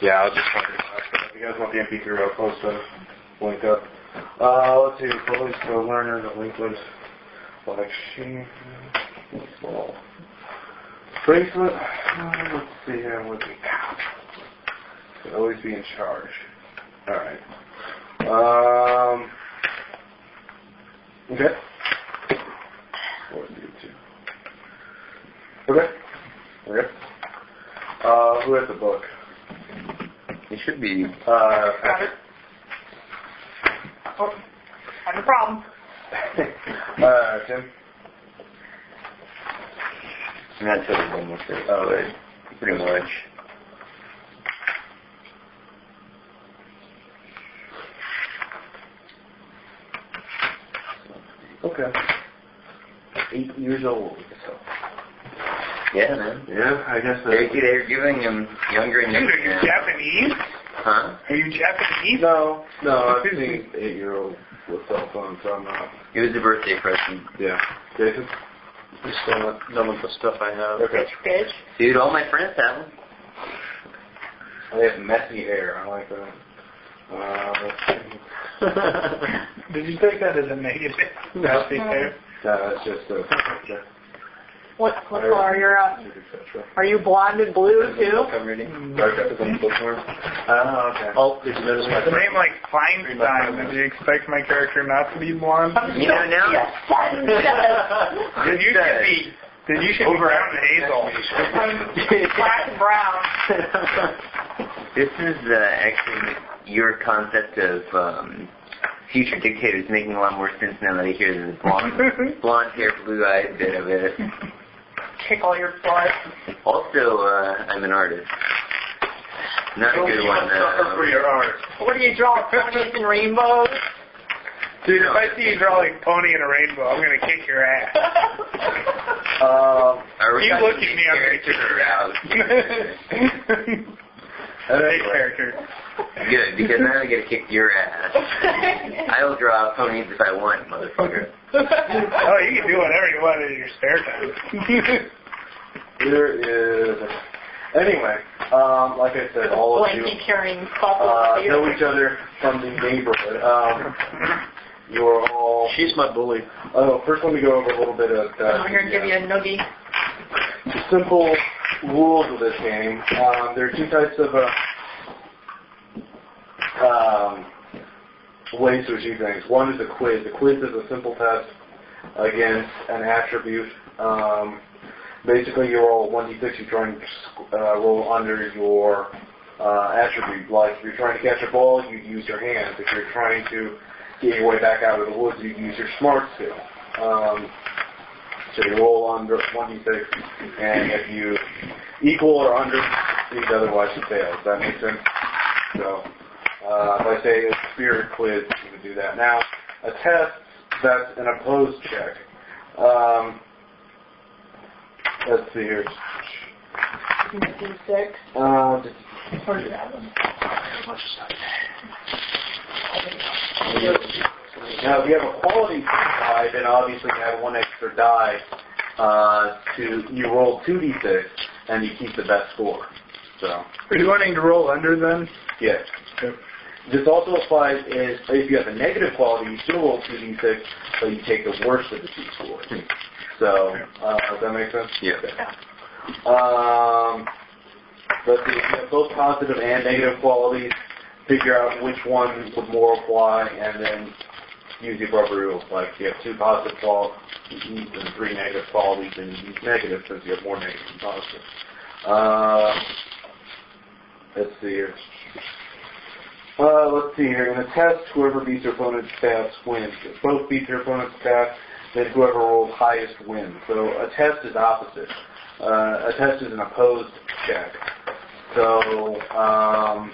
Yeah, I was just wondering about that. If you guys want the MP3, I'll post a link up. Uh, let's see, Bullies to Learner, the link was election. Bracelet, uh, let's see here, what we got. Should always be in charge. Alright. Um, okay. Four, three, two. Okay. Okay. Uh, who has the book? It should be. Uh, Got it. Oh, having a problem. uh, Tim? And that's everything with it. Oh, but pretty much. Okay. Eight years old. So. Yeah, man. Yeah, I guess They're, that's... they're giving him younger and Dude, are you younger. now. Japanese? Huh? Are you Japanese? No, no, I've seen eight-year-old with cell phones, so I'm not... It was a birthday present. Yeah. Jason? Just some of, none of the stuff I have. Okay. bitch. Dude, all my friends have them. They have messy hair. I like that. Uh, let's see. Did you take that as a negative? Happy hair. no, that's just a picture. What, what color are your, uh, etc. are you blonde and blue too? I'm reading. Dark on the bookworm. Oh, okay. Oh, did you notice my With a name like Feinstein, would you expect my character not to be blonde? You know now? Then you should be. Then you should be brown and hazel. uh, Black and brown. This is uh, actually your concept of um, future dictators making a lot more sense now that I hear the blonde, blonde hair, blue eyed bit of it. Tickle your butt. Also, uh, I'm an artist. Not a good one. Suffer for Uh, your art. What do you draw? Ponies and rainbows? Dude, if I see you draw like pony in a rainbow, I'm gonna kick your ass. Um, are we You talking look at me, I'm gonna kick characters your or ass. out? Fake character. Good, because now I get to kick your ass. I'll draw ponies if I want, motherfucker. Oh, you can do whatever you want in your spare time. Uh, here is. Anyway, um, like I said, all of you Blankie carrying buckles. uh, here. know each other from the neighborhood. Um, you are all. She's my bully. Oh, first let me go over a little bit of. Uh, I'm here and the, give you uh, a noogie. simple rules of this game. Um, there are two types of uh, um, ways to achieve things. One is a quiz. The quiz is a simple test against an attribute. Um, basically, you roll 1d6. You try and uh, roll under your uh, attribute. Like if you're trying to catch a ball, you use your hands. If you're trying to get your way back out of the woods, you use your smart skill. Um, so you roll under 26, and if you equal or under, means otherwise you fail. Does that make sense? So uh, if I say a spirit quiz, you would do that. Now, a test, that's an opposed check. Um, let's see here. D6. Uh, Where's that one? Now, if you have a quality die, then obviously you have one extra die. Uh, to you roll two d6, and you keep the best score. So Are you wanting to roll under then? yeah. Yep. This also applies if, if you have a negative quality, you still roll two d6, but you take the worst of the two scores. So uh, does that make sense? Yeah. Um, let's see. If you have both positive and negative qualities, figure out which one would more apply, and then use the appropriate rules. Like if you have two positive qualities and three negative qualities, then you use negative since you have more negative than positive. Uh, let's see here. Uh, let's see here. In a test, whoever beats their opponent's stats wins. If both beat their opponent's stats, then whoever rolls highest wins. So a test is opposite. Uh, a test is an opposed check. So, um,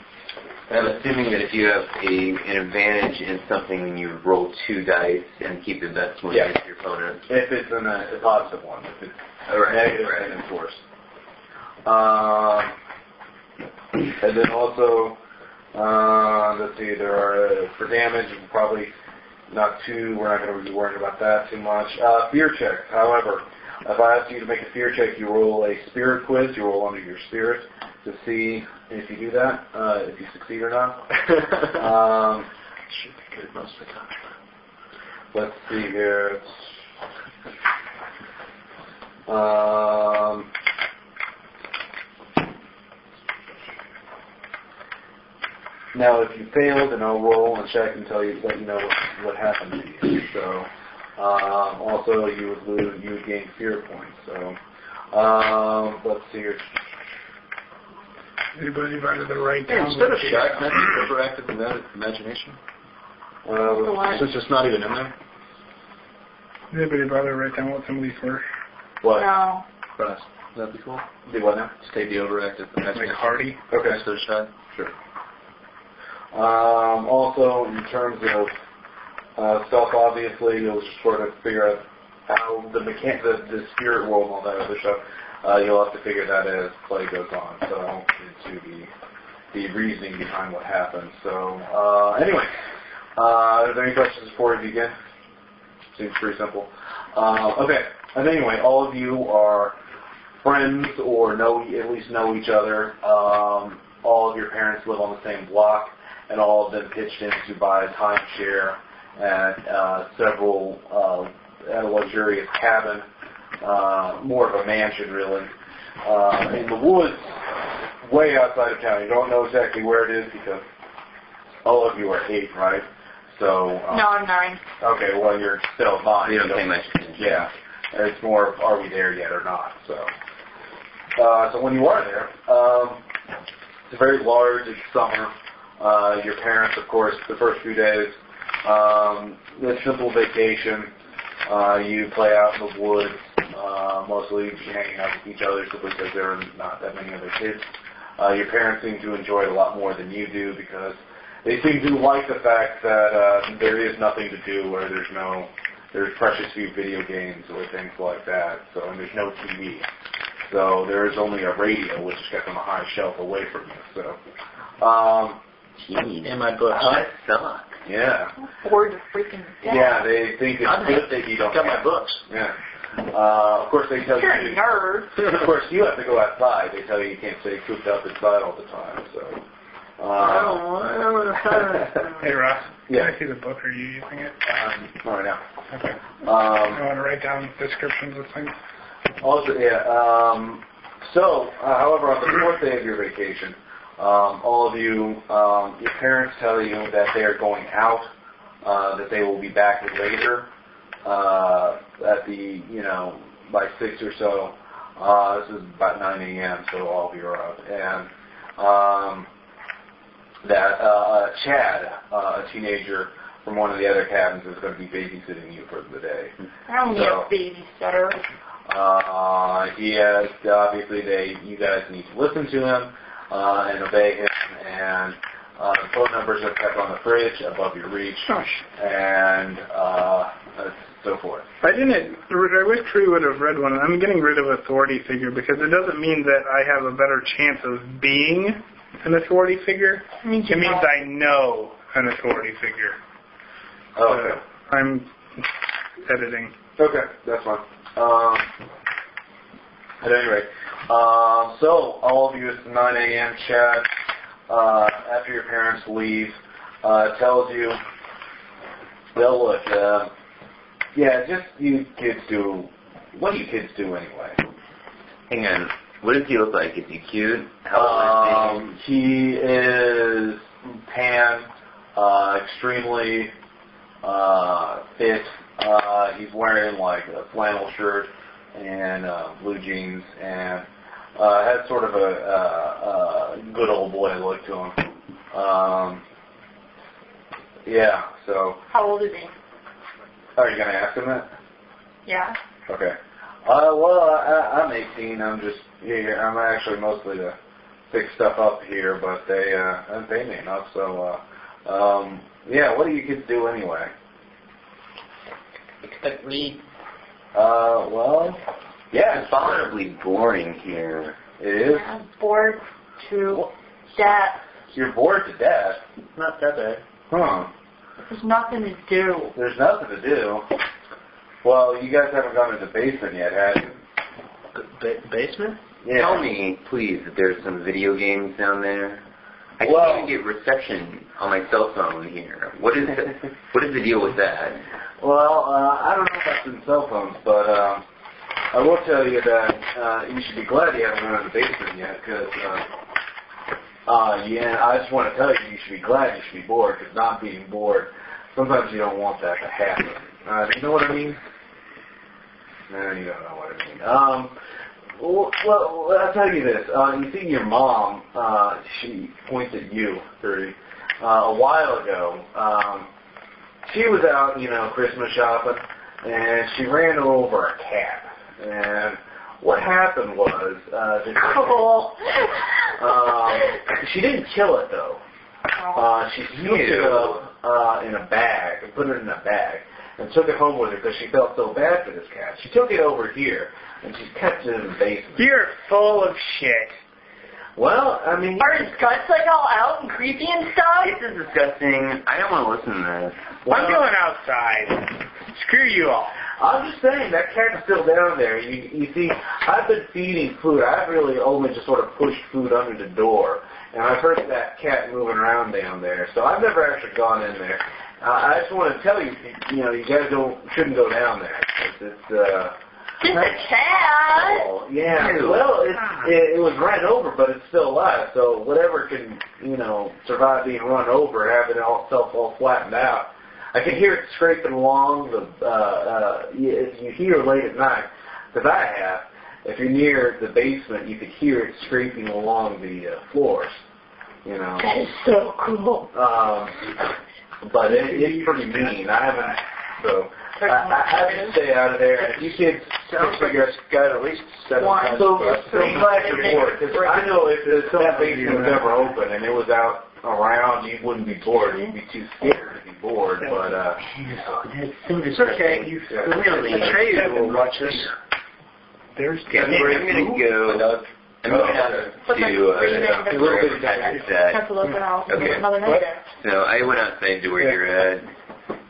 I'm assuming that if you have a an advantage in something, then you roll two dice and keep the best one Yeah. against your opponent. if it's in a, a positive one, if it's All right. negative, right. then it's worse. Um, and then also, uh, let's see, there are, uh, for damage, probably not too, we're not going to be worrying about that too much. Uh, fear check, however, if I ask you to make a fear check, you roll a spirit quiz, you roll under your spirit. to see if you do that, uh, if you succeed or not. Um, Should be good most of the time. let's see here. Um, now, if you fail, then I'll roll and check and tell you let you know what, what happened to you. So, um, also you would lose, you would gain fear points. So, um, let's see here. Anybody invited to write Hey, down? instead of what- shy, can I be hyperactive without imagination? Uh, Since it's not even in there? Anybody bother to write down what some of these were? what? No. Right. That'd be cool. Do what now? Stay the overactive Like imagination. Hardy? Okay. Instead of shy. Um, also, in terms of uh, stuff, obviously, you'll just sort of figure out how the mechan- the, the spirit world and all that other stuff. Uh, you'll have to figure that as play goes on. So I won't get into the the reasoning behind what happened. So uh, anyway, uh, are there any questions before we begin? Seems pretty simple. Uh, okay, and anyway, all of you are friends or know at least know each other. Um, all of your parents live on the same block, and all of them pitched in to buy a timeshare at uh, several uh, at a luxurious cabin, uh, more of a mansion really, uh, in the woods, way outside of town. You don't know exactly where it is because all of you are eight, right? So um, No, I'm nine. okay, well you're still fine. You You don't don't- pay much attention. yeah. It's more of are we there yet or not. So uh, so when you are there, um, it's very large, it's summer. Uh, your parents, of course, the first few days, um, a simple vacation. Uh, you play out in the woods, uh, mostly hanging out with each other simply because there are not that many other kids. Uh, your parents seem to enjoy it a lot more than you do because they seem to like the fact that uh, there is nothing to do where there's no there's precious few video games or things like that. So and there's no TV. So there is only a radio, which is kept on a high shelf away from you. So, um, Jeez. In my book. That sucks. yeah, Bored to freaking death. yeah. They think I it's good that you don't got my have- books. Yeah. Uh, of course, they tell You're you. a nerd. of course, you have to go outside. They tell you you can't stay cooped up inside all the time. So, I uh, don't want Oh. to. Hey, Ross? Yeah. Can I see the book? Are you using it? um, not right now. Okay. Um, I want to write down descriptions of things. Also, yeah. Um, so, uh, however, on the fourth day of your vacation, um, all of you, um, your parents tell you that they are going out, uh, that they will be back later, uh, at the, you know, by 6 or so. Uh, this is about 9 a.m., so all of you are up. And um, that uh, Chad, uh, a teenager from one of the other cabins, is going to be babysitting you for the day. I don't need So- a babysitter. Uh, he has obviously they you guys need to listen to him uh, and obey him, and uh, the phone numbers are kept on the fridge above your reach, Gosh. and uh, and so forth. I didn't. I wish Tree would have read one. I'm getting rid of authority figure because it doesn't mean that I have a better chance of being an authority figure. I mean, It means I know an authority figure. Oh, Okay, So I'm editing. okay, that's fine. Um, at any rate, um, so all of you, it's 9 a.m. Chad, uh, after your parents leave, uh, tells you, well, look, uh, yeah, just you kids do. What do you kids do anyway? Hang on. What does he look like? Is he cute? How old Um, he is tan, uh, extremely uh, fit. Uh, he's wearing like a flannel shirt and uh, blue jeans, and uh, has sort of a, uh uh good old boy look to him. Um, yeah. So, How old is he? are you gonna ask him that? Yeah. Okay. Uh, well, I, I'm 18. I'm just here. I'm actually mostly to pick stuff up here, but they uh, I'm paying me enough. So, uh, um, yeah. What do you kids do anyway? Except me. Uh, well, yeah, it's fine. Abominably boring here. It is. I'm bored to Well, death. You're bored to death, Not that bad. huh? There's nothing to do. There's nothing to do. Well, you guys haven't gone to the basement yet, have you? B- ba- basement? Yeah. Tell me, please, that there's some video games down there. I can't Well- even get reception on my cell phone here. What is the, what is the deal with that? Well, uh, I don't know about the cell phones, but um, I will tell you that uh, you should be glad you haven't gone to the basement yet, because uh, uh, yeah, I just want to tell you, you should be glad you should be bored, because not being bored, sometimes you don't want that to happen. Uh, you know what I mean? No, you don't know what I mean. Um, well, well, I'll tell you this. Uh, you see, your mom, uh, she points at you, Gertie, uh, a while ago. Um, she was out, you know, Christmas shopping, and she ran over a cat. And what happened was, uh, that, Cool. um, she didn't kill it though. Uh, she scooped it Ew. up uh, in a bag, and put it in a bag, and took it home with her because she felt so bad for this cat. She took it over here, and she kept it in the basement. You're full of shit. Well, I mean, Are his guts like all out and creepy and stuff? This is disgusting. I don't want to listen to this. I'm well, going outside. Screw you all. I'm just saying that cat's still down there. You, you see, I've been feeding food. I've really only just sort of pushed food under the door, and I've heard that cat moving around down there. So I've never actually gone in there. Uh, I just want to tell you, you know, you guys don't shouldn't go down there. It's, it's uh. Just a cat. Oh, yeah. Ew. Well, it, it, it was run over, but it's still alive. So whatever can, you know, survive being run over, have it all self all flattened out. I can hear it scraping along the. Uh, uh, you- if you hear late at night, because I have, if you're near the basement, you could hear it scraping along the uh, floors. You know. That is so cool. Um, but it, it's pretty mean. I haven't. So I, I, I have to stay out of there. If you kids Sounds like you got at least seven One. times so, for us. so I'm glad you're bored, 'cause I know if the- that basement was ever open and it was out around, you wouldn't be bored. You'd be too scared to be bored. But uh, It's okay. You Really? Trey will watch this. There's Okay, I'm going to go. I'm going out to uh, a little bit Have to look out. Okay. Another night there. So I went outside to where you're at.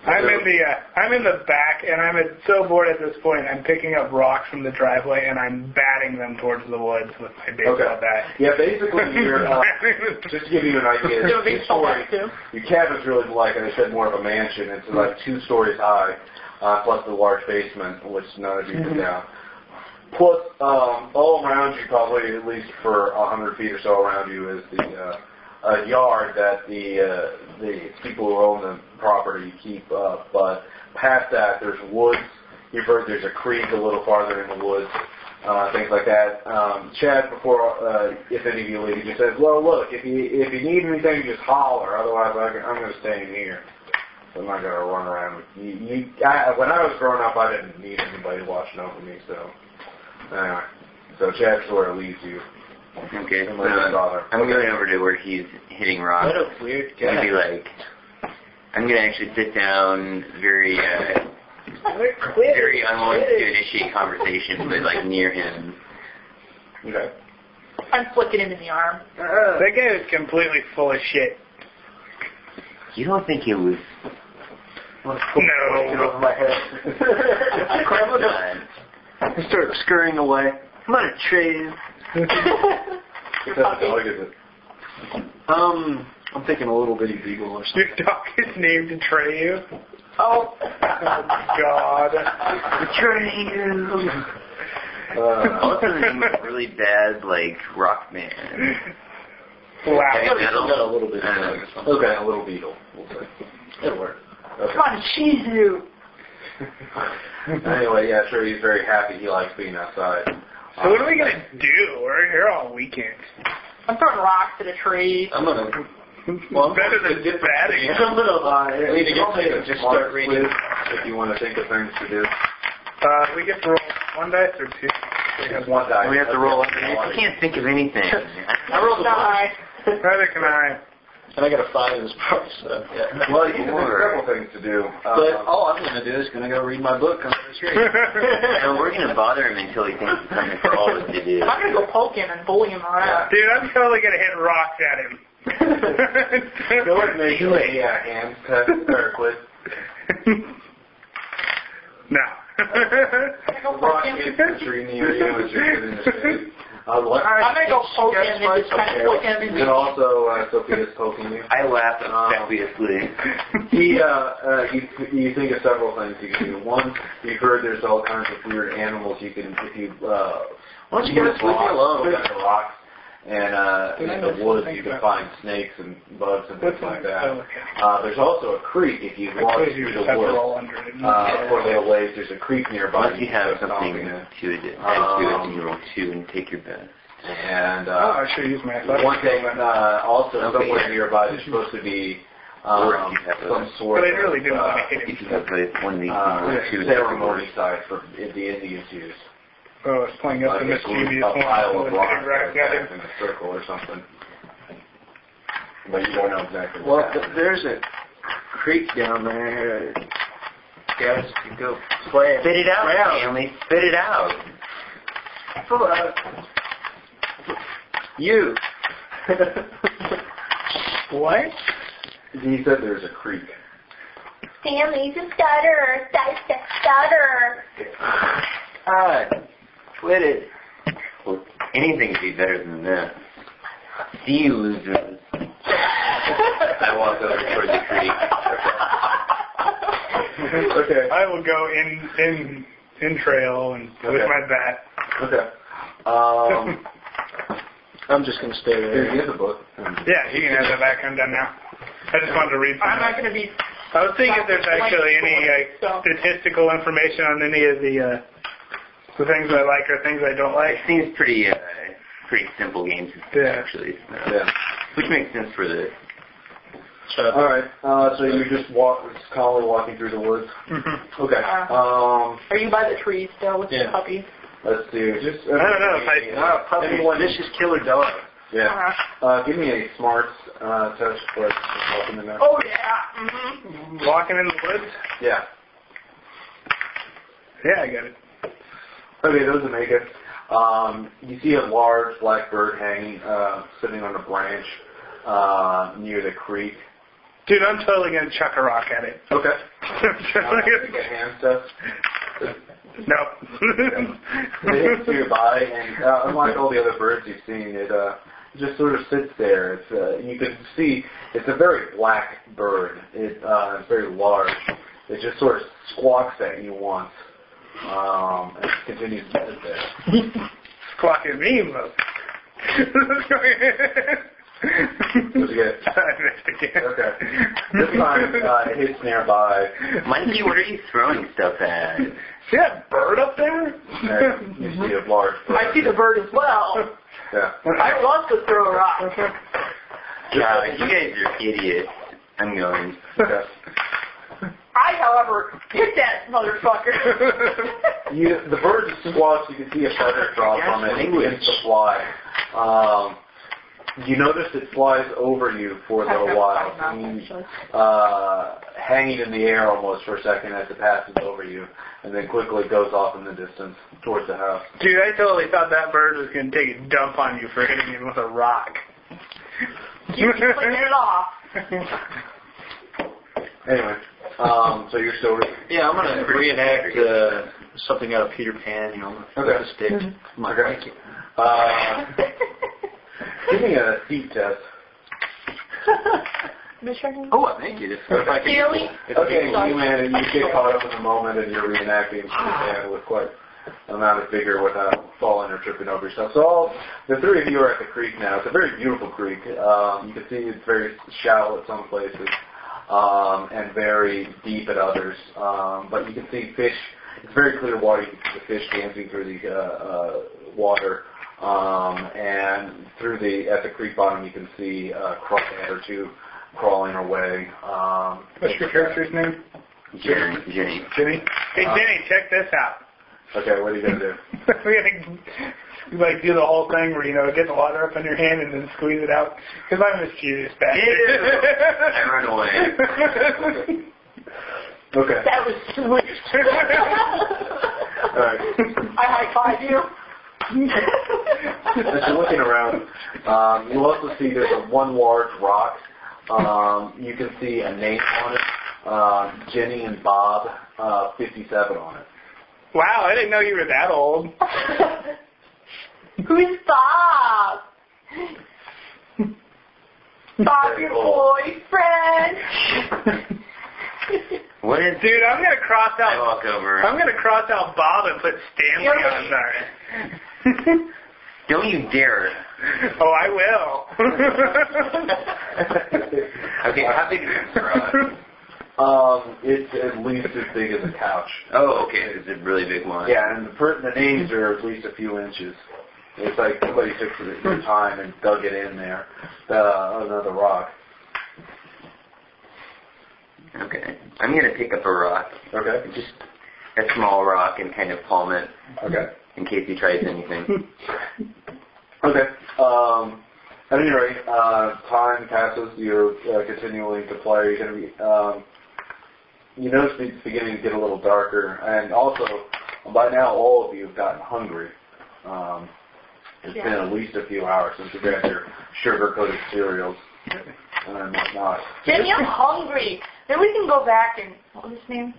I'm in the uh, I'm in the back, and I'm at, so bored at this point. I'm picking up rocks from the driveway, and I'm batting them towards the woods with my baseball Okay. bat. yeah, basically, you're, uh, just to give you an idea, There would be it's so story, much, too. Your cabin's really like, I said, more of a mansion. It's like two stories high, uh, plus the large basement, which none of you can down. Plus, um, all around you, probably at least for a hundred feet or so around you, is the uh, uh, yard that the uh, the people who own the property keep up. But past that, there's woods. You've heard there's a creek a little farther in the woods. Uh, things like that. Um, Chad, before uh, if any of you leave, just says, "Well, look, if you if you need anything, just holler. Otherwise, I can, I'm going to stay in here. I'm not going to run around with you." you I, when I was growing up, I didn't need anybody watching over me. So anyway, so Chad sort of leaves you. Okay, so Somebody's daughter. I'm going over to where he's hitting rocks. What a weird I'm gonna guy. be like, I'm gonna actually sit down, very, uh, very unwilling to initiate conversation, but like near him. Okay. I'm flicking him in the arm. That guy is completely full of shit. You don't think it was? Get No. over my head. Of course not. I start scurrying away. I'm gonna trade. you. Your Except the puppy. dog is a- Um, I'm thinking a little bitty beagle or something. Your dog is named Atreyu. Oh. God. Uh, Also, the name was really bad, like rock band. Wow. Heavy Got metal. Uh, a little bit. I don't know. okay, a little beetle. We'll say. It'll work. Okay. Come on, cheese you. anyway, yeah, sure. He's very happy. He likes being outside. Um, So what are we gonna do? We're here all weekend. I'm throwing rocks at a tree. I'm gonna. Well, I'm Better than batting. I'm gonna. Uh, I need to get I'll take to a just smart start reading. quiz If you want to think of things to do, Uh, we get to roll one dice or two. just one die. We have to roll up. I Okay. can't think of anything. I rolled a one, Die. Neither can I. and I got a five in this part, so yeah. Well, you can think of several things to do. But Um, all I'm gonna do is gonna go read my book on the street. And we're gonna bother him until he thinks of something for all of us to do. I'm gonna go poke him and bully him around. Dude, I'm totally gonna hit rocks at him. Go ahead and make a uh, hand test or quiz. no. I'm gonna go poke Rock him. is the tree near you, which you're sitting in the shade. Uh, what? I'm gonna go poke Yes, him fine, and just kind okay. of flick him. And then also, uh, Sophia's poking you. I laugh Um, obsequiously. He, uh, uh, you, you think of several things you can do. One, you've heard there's all kinds of weird animals you can, if you, uh, Why don't you guys leave me rocks, alone? kind of rocks, and, uh, in Did I mention the woods you things can about- find snakes and bugs and things like What's Oh, that. okay. Uh, there's also a creek if you I walk suppose you through the would have it woods. all under it. Uh, for the ways, there's a creek nearby. Unless you can have go something stomping in. to it, add to it, then you roll two and take your best. And, oh, uh, I should use my athletic One thing, skill then. uh, also Okay. somewhere nearby there's supposed to be um, some sort But I of really didn't want uh, to hit If you him. have uh, one of these, uh, you roll two and take your ceremony worst. site for Uh, the Indians use. Oh, I was playing up Like the a group- mischievous a one. pile Let's of hit rocks it right, got him. in a circle or something. But you don't know exactly what Well, th- happened. there's a creek down there. Guys, you go play it. Spit it out, Well- Stanley. Spit it out. Full of- uh, You. What? He said there's a creek. Stanley, just stutter, stutter, stutter. God. Quit it. Well, anything could be better than that. See you, losers. I walked over toward the creek. okay. I will go in in in trail and with Okay. my bat. Okay. Um, I'm just gonna stay here, there. get the book. Yeah, you can have that back. I'm done now. I just wanted to read. I'm some- not gonna be. I was thinking if there's actually any So- like, statistical information on any of the uh, the things I like or things I don't like. It seems pretty, uh, pretty simple game system, Yeah. actually. It's not- Yeah. Which makes sense for this. All right. Uh, so you're just walk, calmly walking through the woods. Okay. Uh, Um, Are you by the tree still with Yeah. the puppy? let's do just. uh, I don't know if I- Ah, puppy, Anyone- this is killer dog. Yeah. Uh, Uh, give me a smarts uh, test for helping the next. oh yeah. Mm-hmm. Walking in the woods. Yeah. Yeah, I got it. Okay, those are make it. Um, you see a large black bird hanging, uh, sitting on a branch uh, near the creek. Dude, I'm totally gonna chuck a rock at it. Okay. I'm Uh, totally make a hand test. gonna- no. It hits your body, and uh, unlike all the other birds you've seen, it uh, just sort of sits there. It's, uh, you can see it's a very black bird. It, uh, it's very large. It just sort of squawks at you once, um, and it continues to sit there. Squawk at me, mother. What'd you get? I missed again. Okay. This time uh, it hits nearby, Mikey, what are you throwing stuff at? See that bird up there? and you see a large I see bird. the bird as well. Yeah. I love to throw a rock. God, you guys are idiots. I'm going. Okay. I, however, hit that motherfucker. You, the bird squawks. You can see a feather drop from it. It begins to fly. Um, you notice it flies over you for a little while, Mm. Actually. uh, hanging in the air almost for a second as it passes over you, and then quickly goes off in the distance towards the house. Dude, I totally thought that bird was gonna take a dump on you for hitting him with a rock. You keep cleaning it off. Anyway, um, so you're still Yeah, I'm gonna reenact uh, something out of Peter Pan, you know, with Okay. a stick. My Okay. blanket. uh, give me a feet test. Mission. Oh, I think it is. If I can, Really? Okay, you man, you get caught up in the moment and you're reenacting and with quite an amount of vigor without falling or tripping over yourself. So all the three of you are at the creek now. It's a very beautiful creek. Um, you can see it's very shallow at some places um, and very deep at others. Um, but you can see fish. It's very clear water. You can see the fish dancing through the uh, uh, water. Um, and through the at the creek bottom, you can see uh, crawdad or two crawling away. Um, What's your character's name? Uh, Jenny, Jenny. Jenny? Hey Jenny, check this out. Okay, what are you gonna do? We're gonna like do the whole thing where you know get the water up in your hand and then squeeze it out. Because I'm a mischievous I bastard. run away. Okay. That was sweet. All right. I high five you. As you're looking around, um, you also see there's a one large rock. Um, you can see a name on it, uh, Jenny and Bob, uh, 57 on it. wow, I didn't know you were that old. Stop! Stop your boyfriend! What is Dude, I'm gonna cross I out. walk over? I'm gonna cross out Bob and put Stanley on there. Don't you dare. oh, I will. okay, how big is your garage? Um, it's at least as big as a couch. Oh, okay, it's a really big one. Yeah, and the, per- the names are at least a few inches. It's like somebody took the- their time and dug it in there. Uh, another rock. Okay, I'm gonna pick up a rock, Okay. just a small rock, and kind of palm it Okay. in case he tries anything. Okay. Um, at any rate, uh, time passes. You're uh, continuing to play. You're gonna be, um, you notice it's beginning to get a little darker, and also by now all of you have gotten hungry. Um, it's been Yeah. at least a few hours since you got your sugar-coated cereals and whatnot. Jenny, I'm hungry. Maybe we can go back and what was his name?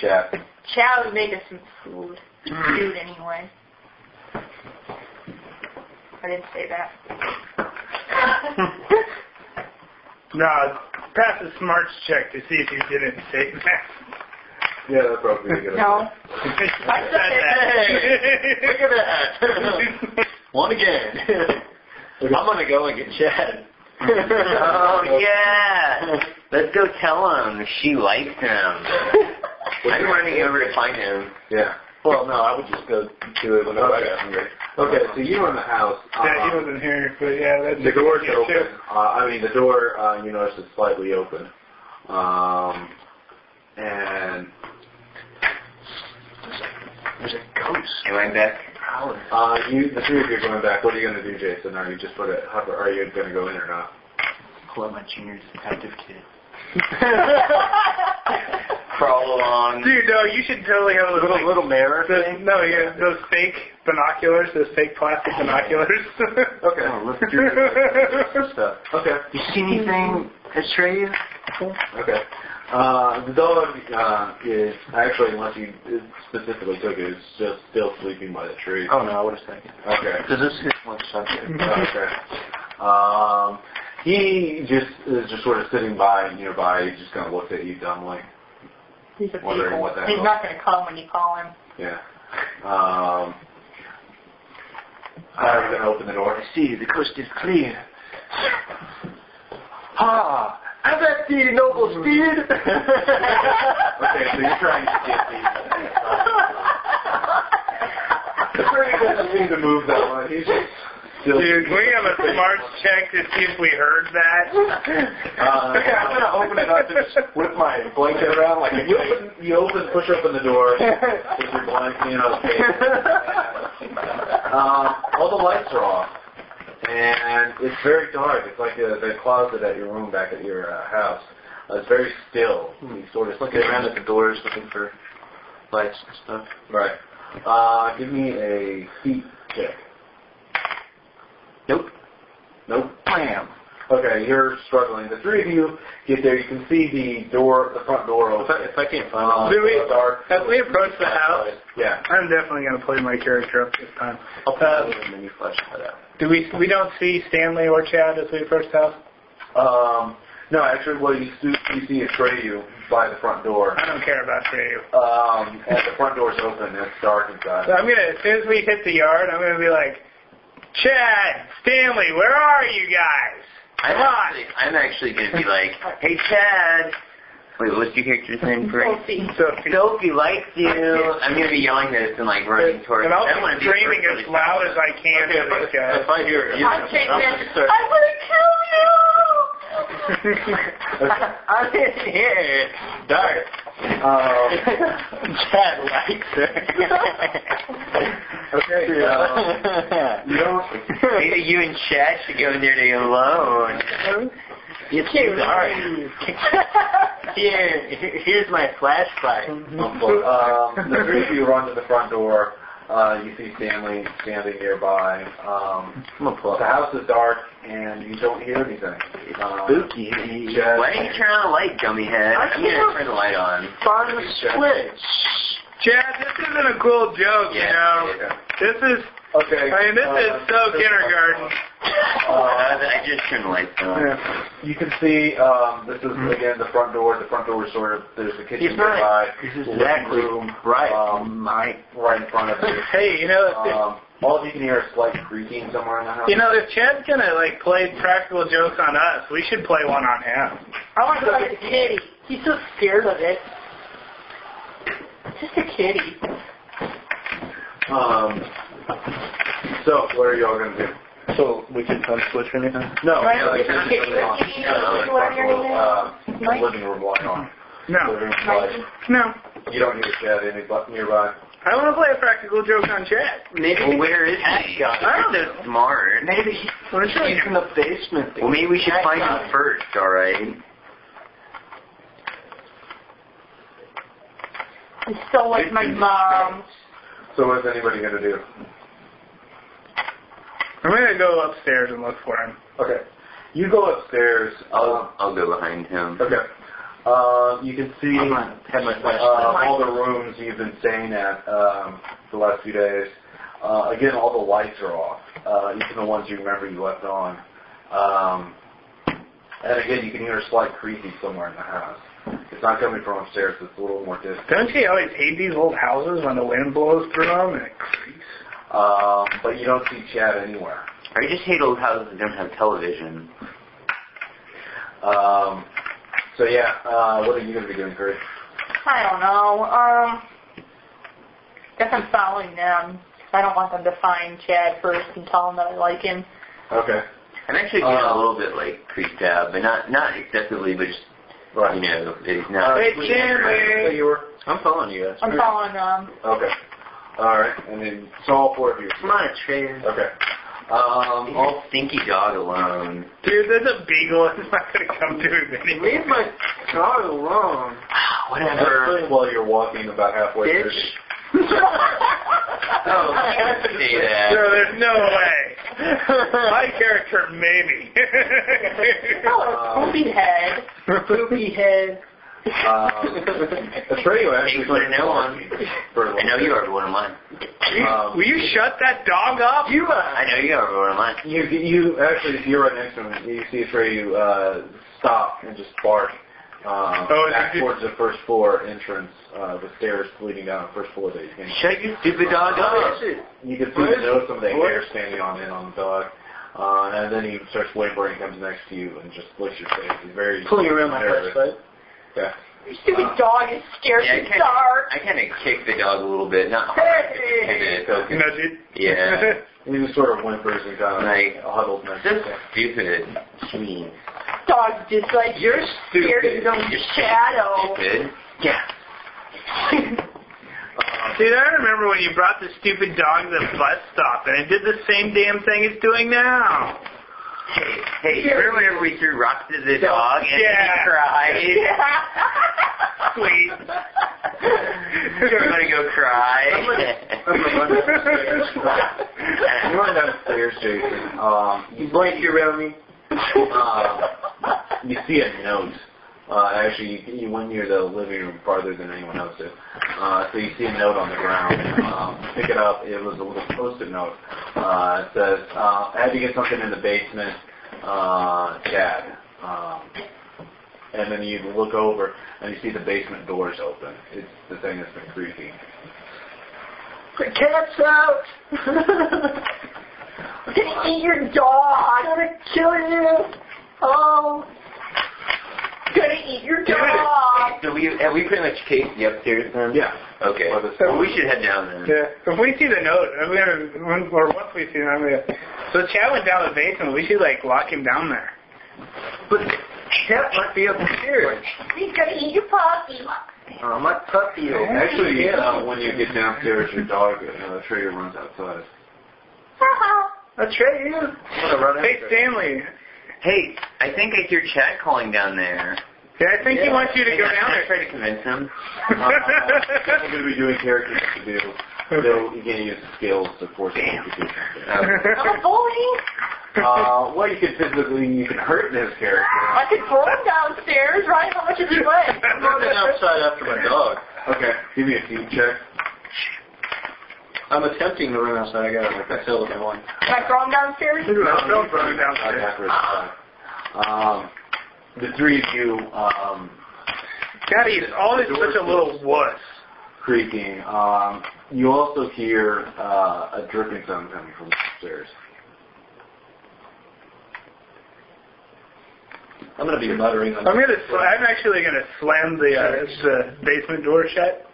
Chat. Chow would make us some food. Food anyway. I didn't say that. nah, pass a smarts check to see if you didn't say that. Yeah, that's probably a good no. I Look said at that. that. One again. I'm gonna go and get Chad. oh yeah, let's go tell him she likes him. I'm running over to find him. Yeah. Well, no, I would just go do it whenever I got hungry. Okay, so you were in the house. Yeah, he um, wasn't here, but yeah, that's The door's yeah, open. too. Uh, I mean, the door, uh, you notice, is slightly open. Um, and There's a ghost. Am I back? Prowling. uh, you, the three of you are going back. What are you going to do, Jason? Are you just put it? How, are you going to go in or not? Pull out my junior's detective kid. Crawl along. Dude, no, you should totally have a little. Little, little mirror those, thing. no, yeah, those fake binoculars, those fake plastic binoculars. Okay. Oh, look through okay. Stuff. Okay. You see anything Atreyu? Okay. Uh, the dog uh, is actually, unless you specifically took it, is just still sleeping by the tree. Oh no, wait a second. Okay. Because this is one subject. okay. Um, he just is just sort of sitting by nearby. He's just kind of looks at you dumbly. He's a Wondering people. what that He's was. not going to come when you call him. Yeah. Um, I'm gonna open the door. I see, the coast is clear. Ha! Have that Ah, the noble steed. okay, so you're trying to get the. The fairy doesn't seem to move that much. He's just still. Dude, can we have a smarts check to see if we heard that? Uh, I'm gonna open it up and just whip my blanket around like you open, you open, push open the door with your blanket, you know. Uh, all the lights are off, and it's very dark. It's like the, the closet at your room back at your uh, house. Uh, it's very still. You sort of Looking around at the doors, looking for lights and stuff. Right. Uh, give me a feet check. Nope. Nope. Bam. Okay, you're struggling. The three of you get there. You can see the door, the front door If I, open. if I Uh, can't find Do we- dark. As we approach the house, Yeah. I'm definitely gonna play my character up this time. it, I'll put it in the new flashlight out. Do we? We don't see Stanley or Chad as we approach the house. Um, no, actually, what you see, you see Atreyu by the front door. I don't care about you. Um, and the front door's open. and It's dark So inside. I'm gonna, as soon as we hit the yard, I'm gonna be like, Chad, Stanley, where are you guys? I'm Come on. actually, I'm actually going to be like, hey, Chad. Wait, what's your character's name, Greg? Sophie. Sophie. Sophie likes you. I'm going to be yelling this and like running towards And I'll I wanna be be screaming first as really loud fast. as I can Okay, to this if, I, guy. if I hear it, I'm yeah, Chasing. I'm I'm gonna start- going to kill you! I'm in here. Dark. Um, Chad likes okay. Um, her. you don't. uh, Maybe you and Chad should go in there to alone. It's dark. Here, here's my flashlight. Um, the three of you run to the front door. Uh, you see Stanley standing nearby. Um, I'm gonna pull the house is dark, and you don't hear anything. Um, Spooky. Chad- Why don't you turn on the light, dummy head? I I'm going to can't. turn the light on. Fun Chad. switch. Chad, this isn't a cool joke, Yeah. you know. This is Okay. I mean, this uh, is so kindergarten. Oh. Uh, I just turned the lights on. Yeah. you can see um, this is again the front door. The front door is sort of there's the kitchen It's right. nearby, This the is living exactly room, right. um, Mike. right in front of you. Hey, you know, if, Um, all you can hear is slight creaking somewhere in the house. you know, if Chad's gonna like play practical jokes on us, we should play one on him. I want to play the kitty. He's so scared of it. It's just a kitty. um, so what are y'all gonna do? So we can punch switch or anything? No, Right, Oh, yeah, like, it's there's okay. nothing on. It's okay. Yeah, like, Whatever your name uh, Mike? living room light on. No, Living room light. no. You don't hear Chad any but nearby. I want to play a practical joke on Chad. Maybe Well, where is he? I don't You're know. so smart. maybe he's in the basement. Well, maybe we should find him first, all right? I'm so like my mom. So what's anybody gonna do? I'm gonna go upstairs and look for him. Okay. You go upstairs. Um, I'll, I'll go behind him. okay. Uh, you can see I'm gonna have my uh, flashlight. all the rooms you've been staying at um, the last few days. Uh, again, all the lights are off, uh, even the ones you remember you left on. Um, and again, you can hear a slight creaking somewhere in the house. It's not coming from upstairs. It's a little more distant. Don't you always hate these old houses when the wind blows through them and it creaks? Um, but you don't see Chad anywhere. I just hate old houses that don't have television. Um, so yeah, uh, what are you going to be doing, Chris? I don't know. Um, guess I'm following them. I don't want them to find Chad first and tell him that I like him. Okay. I'm actually getting Uh, a little bit like creeped out, but not not excessively, but just you know, it's Uh, not. Hey, So Jimmy! you were. I'm following you guys. I'm following them. Okay. All right, and then so all four of you. Come on, Trey. Okay. Um, Uh, Leave all your stinky dog alone. Dude, there's a beagle. It's not gonna come to him anyway. Leave my dog alone, Whatever. Explain while you're walking about halfway bitch. through. Oh, I can't say No, that. there's no way. My character, maybe. Uh, Oh, poopy head. Poopy head. Um, Atreyu actually Thanks for starts no walking one. for a I little know you bit. are one of mine. Um, Will you shut that dog up? You are. I know you are one of mine. you you actually if you're right next to him. You see Atreyu uh, stop and just bark um, Oh, back did you- towards the first floor entrance, uh, the stairs leading down the first floor that you came. Shut your stupid dog Oh. up. You can see the nose, some of the hair standing on in on the dog. Uh, and then he starts whimpering, comes next to you, and just licks your face. He's very Pulling around my nervous. flashlight. Yeah. Your stupid uh, dog is scared Yeah, to I kinda- start. I kind of kicked the dog a little bit, not hard, but just kinda- Okay. No, dude. Yeah. And he just sort of whimpers and kind of Right. huddles next to Just you. stupid. Jeez. Dog just like You're scared of stupid. his own shadow. Stupid. Dude, I remember when you brought the stupid dog to the bus stop, and it did the same damn thing it's doing now. Hey, hey, remember whenever we threw rocks at the dog and Yeah. he cried? Sweet. You're gonna go gonna- cry. You run downstairs, Jason. Um, You blanket around me. uh, you see a note. Uh, actually, you, you went near the living room farther than anyone else did. Uh, so you see a note on the ground. Um, pick it up. It was a little post-it note. Uh, it says, uh, "I had to get something in the basement, uh, Chad." Um, and then you look over and you see the basement doors open. It's the thing that's been creaking. The cat's out. I'm gonna eat your dog. I'm gonna kill you. Oh. I'm gonna eat your dog. so we have we pretty much cased the upstairs then? Yeah. Okay. By the- Well, we should head down then. Yeah. If we see the note, I'm gonna, when, or once we see it, I'm gonna. So Chad went down the basement. We should like lock him down there. But Cat might be upstairs. He's gonna eat your puppy. Oh, my puppy. is- Actually, Yeah. uh, when you get downstairs, your dog, uh, Trigger runs outside. That's right, yeah. I'm gonna run Hey after it. Stanley. Hey, I think I hear Chad calling down there. Yeah, I think he Yeah. wants you to Hey, go I'm down gonna there. Try to convince him. I'm going to be doing characters to do. So you can use skills to force him to do something. I'm a bully. Uh, well, you can physically, you can hurt his character. I could throw him downstairs, right? How much does he weigh? I'm running outside after my dog. Okay, give me a team check. I'm attempting to run outside. I got like that tail of one. Can I throw him downstairs? Don't throw I him downstairs. got rid of that. Um, the three of you um, God, he's always such a little wuss. creaking. Um, you also hear uh, a dripping sound coming from upstairs. I'm gonna be muttering. On I'm gonna. Sl- I'm actually gonna slam the uh, the basement door shut.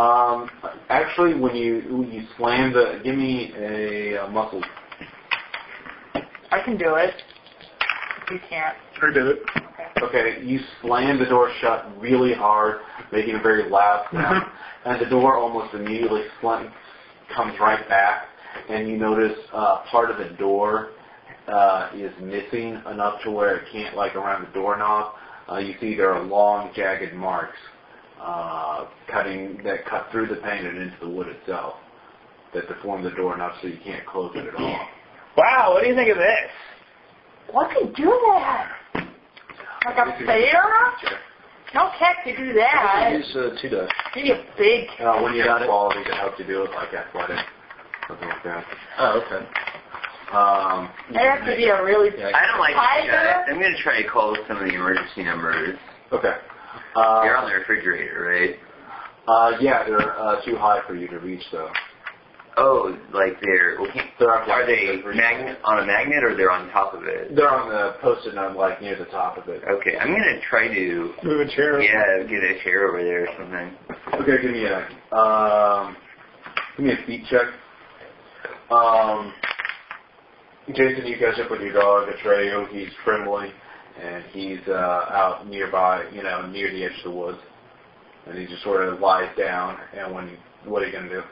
Um, actually, when you when you slam the, give me a, uh muscle. I can do it. You can't. Or did it? Okay. Okay, you slam the door shut really hard, making a very loud sound, and the door almost immediately slam, comes right back, and you notice uh, part of the door uh, is missing enough to where it can't like around the doorknob. Uh, you see there are long jagged marks uh, cutting that cut through the paint and into the wood itself that deform the doorknob so you can't close it at all. Wow, what do you think of this? What could do that? Like a bear? No cat could do I that. use uh, two dice. Maybe a big Uh, when you have quality to help you do it, like athletic, something like that. Oh, okay. Um, There has to be a really Yeah, I don't like to shut Tiger? it. I'm going to try to call some of the emergency numbers. okay. Uh, You're on the refrigerator, right? Uh, yeah, they're uh, too high for you to reach, though. Oh, like they're well, can't- They're on, are they magnet on a magnet or they're on top of it? They're on the post-it note, like near the top of it. Okay, I'm gonna try to Move a chair. yeah get a chair over there or something. Okay, give me a um, give me a feet check. Um, Jason, you catch up with your dog Atreyo. He's trembling, and he's uh, out nearby, you know, near the edge of the woods, and he just sort of lies down. And when what are you gonna do?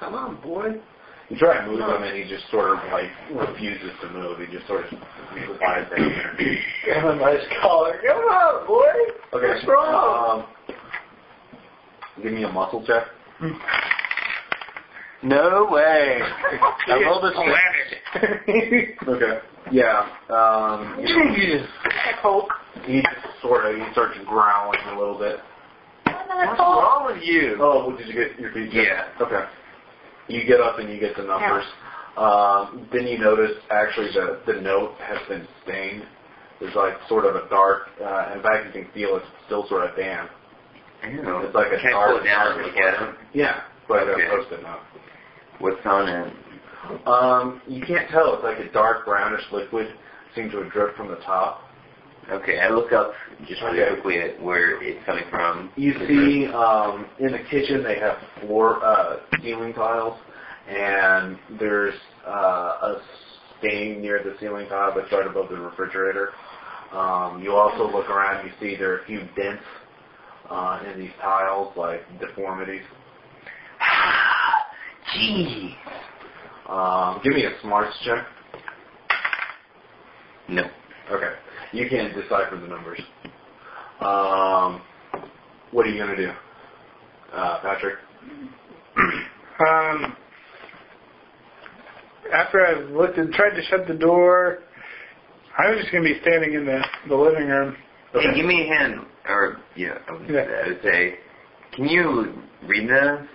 Come on, boy. You try to move him, and he just sort of like refuses to move. He just sort of lies down there. Grab him by his collar. Come on, boy. Okay. What's wrong? Um, give me a muscle check. Hmm. No way. I rolled a Okay. Yeah. Um, you know, poke. he just sort of he starts growling a little bit. Another poke. What's wrong with you? Oh, well, did you get your feet? checked? Yeah. Okay. You get up and you get the numbers. Um, then you notice actually the the note has been stained. There's like sort of a dark. Uh, in fact, you can feel it's still sort of damp. Ew. It's like a Can I dark. pull it down and look at it? Yeah. But Okay. a post-it note. What's on it? Um, you can't tell. It's like a dark brownish liquid seems to have dripped from the top. Okay, I look up just really Okay. quickly at where it's coming from. You see, um, in the kitchen they have floor uh, ceiling tiles, and there's uh, a stain near the ceiling tile that's right above the refrigerator. Um, you also look around. You see there are a few dents uh, in these tiles, like deformities. Ah, Gee. Um, give me a smarts check. No. Okay, you can decipher the numbers. Um, what are you gonna do, uh, Patrick? Um, after I've looked and tried to shut the door, I'm just going to be standing in the, the living room. Hey, give me a hand. Or yeah, I would Yeah. I would say, can you read this?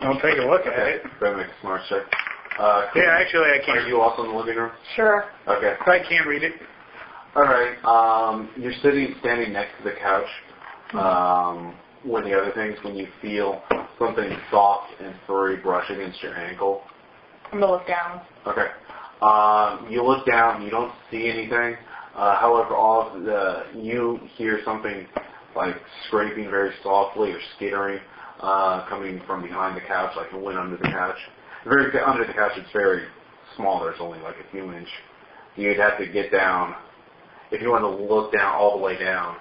I'll take a look at Okay, it. that makes a smarts check. Uh, Yeah, actually, I Are can't. you also in the living room? Sure. Okay. I can't read it. All right. Um, you're sitting, standing next to the couch. Um, one of the other things, when you feel something soft and furry brush against your ankle. I'm gonna look down. Okay. Um, you look down. You don't see anything. Uh, however, all of the you hear something like scraping very softly or skittering uh, coming from behind the couch, like it went under the couch. Very under the couch. It's very small. There's only like a few inch. You'd have to get down if you want to look down all the way down.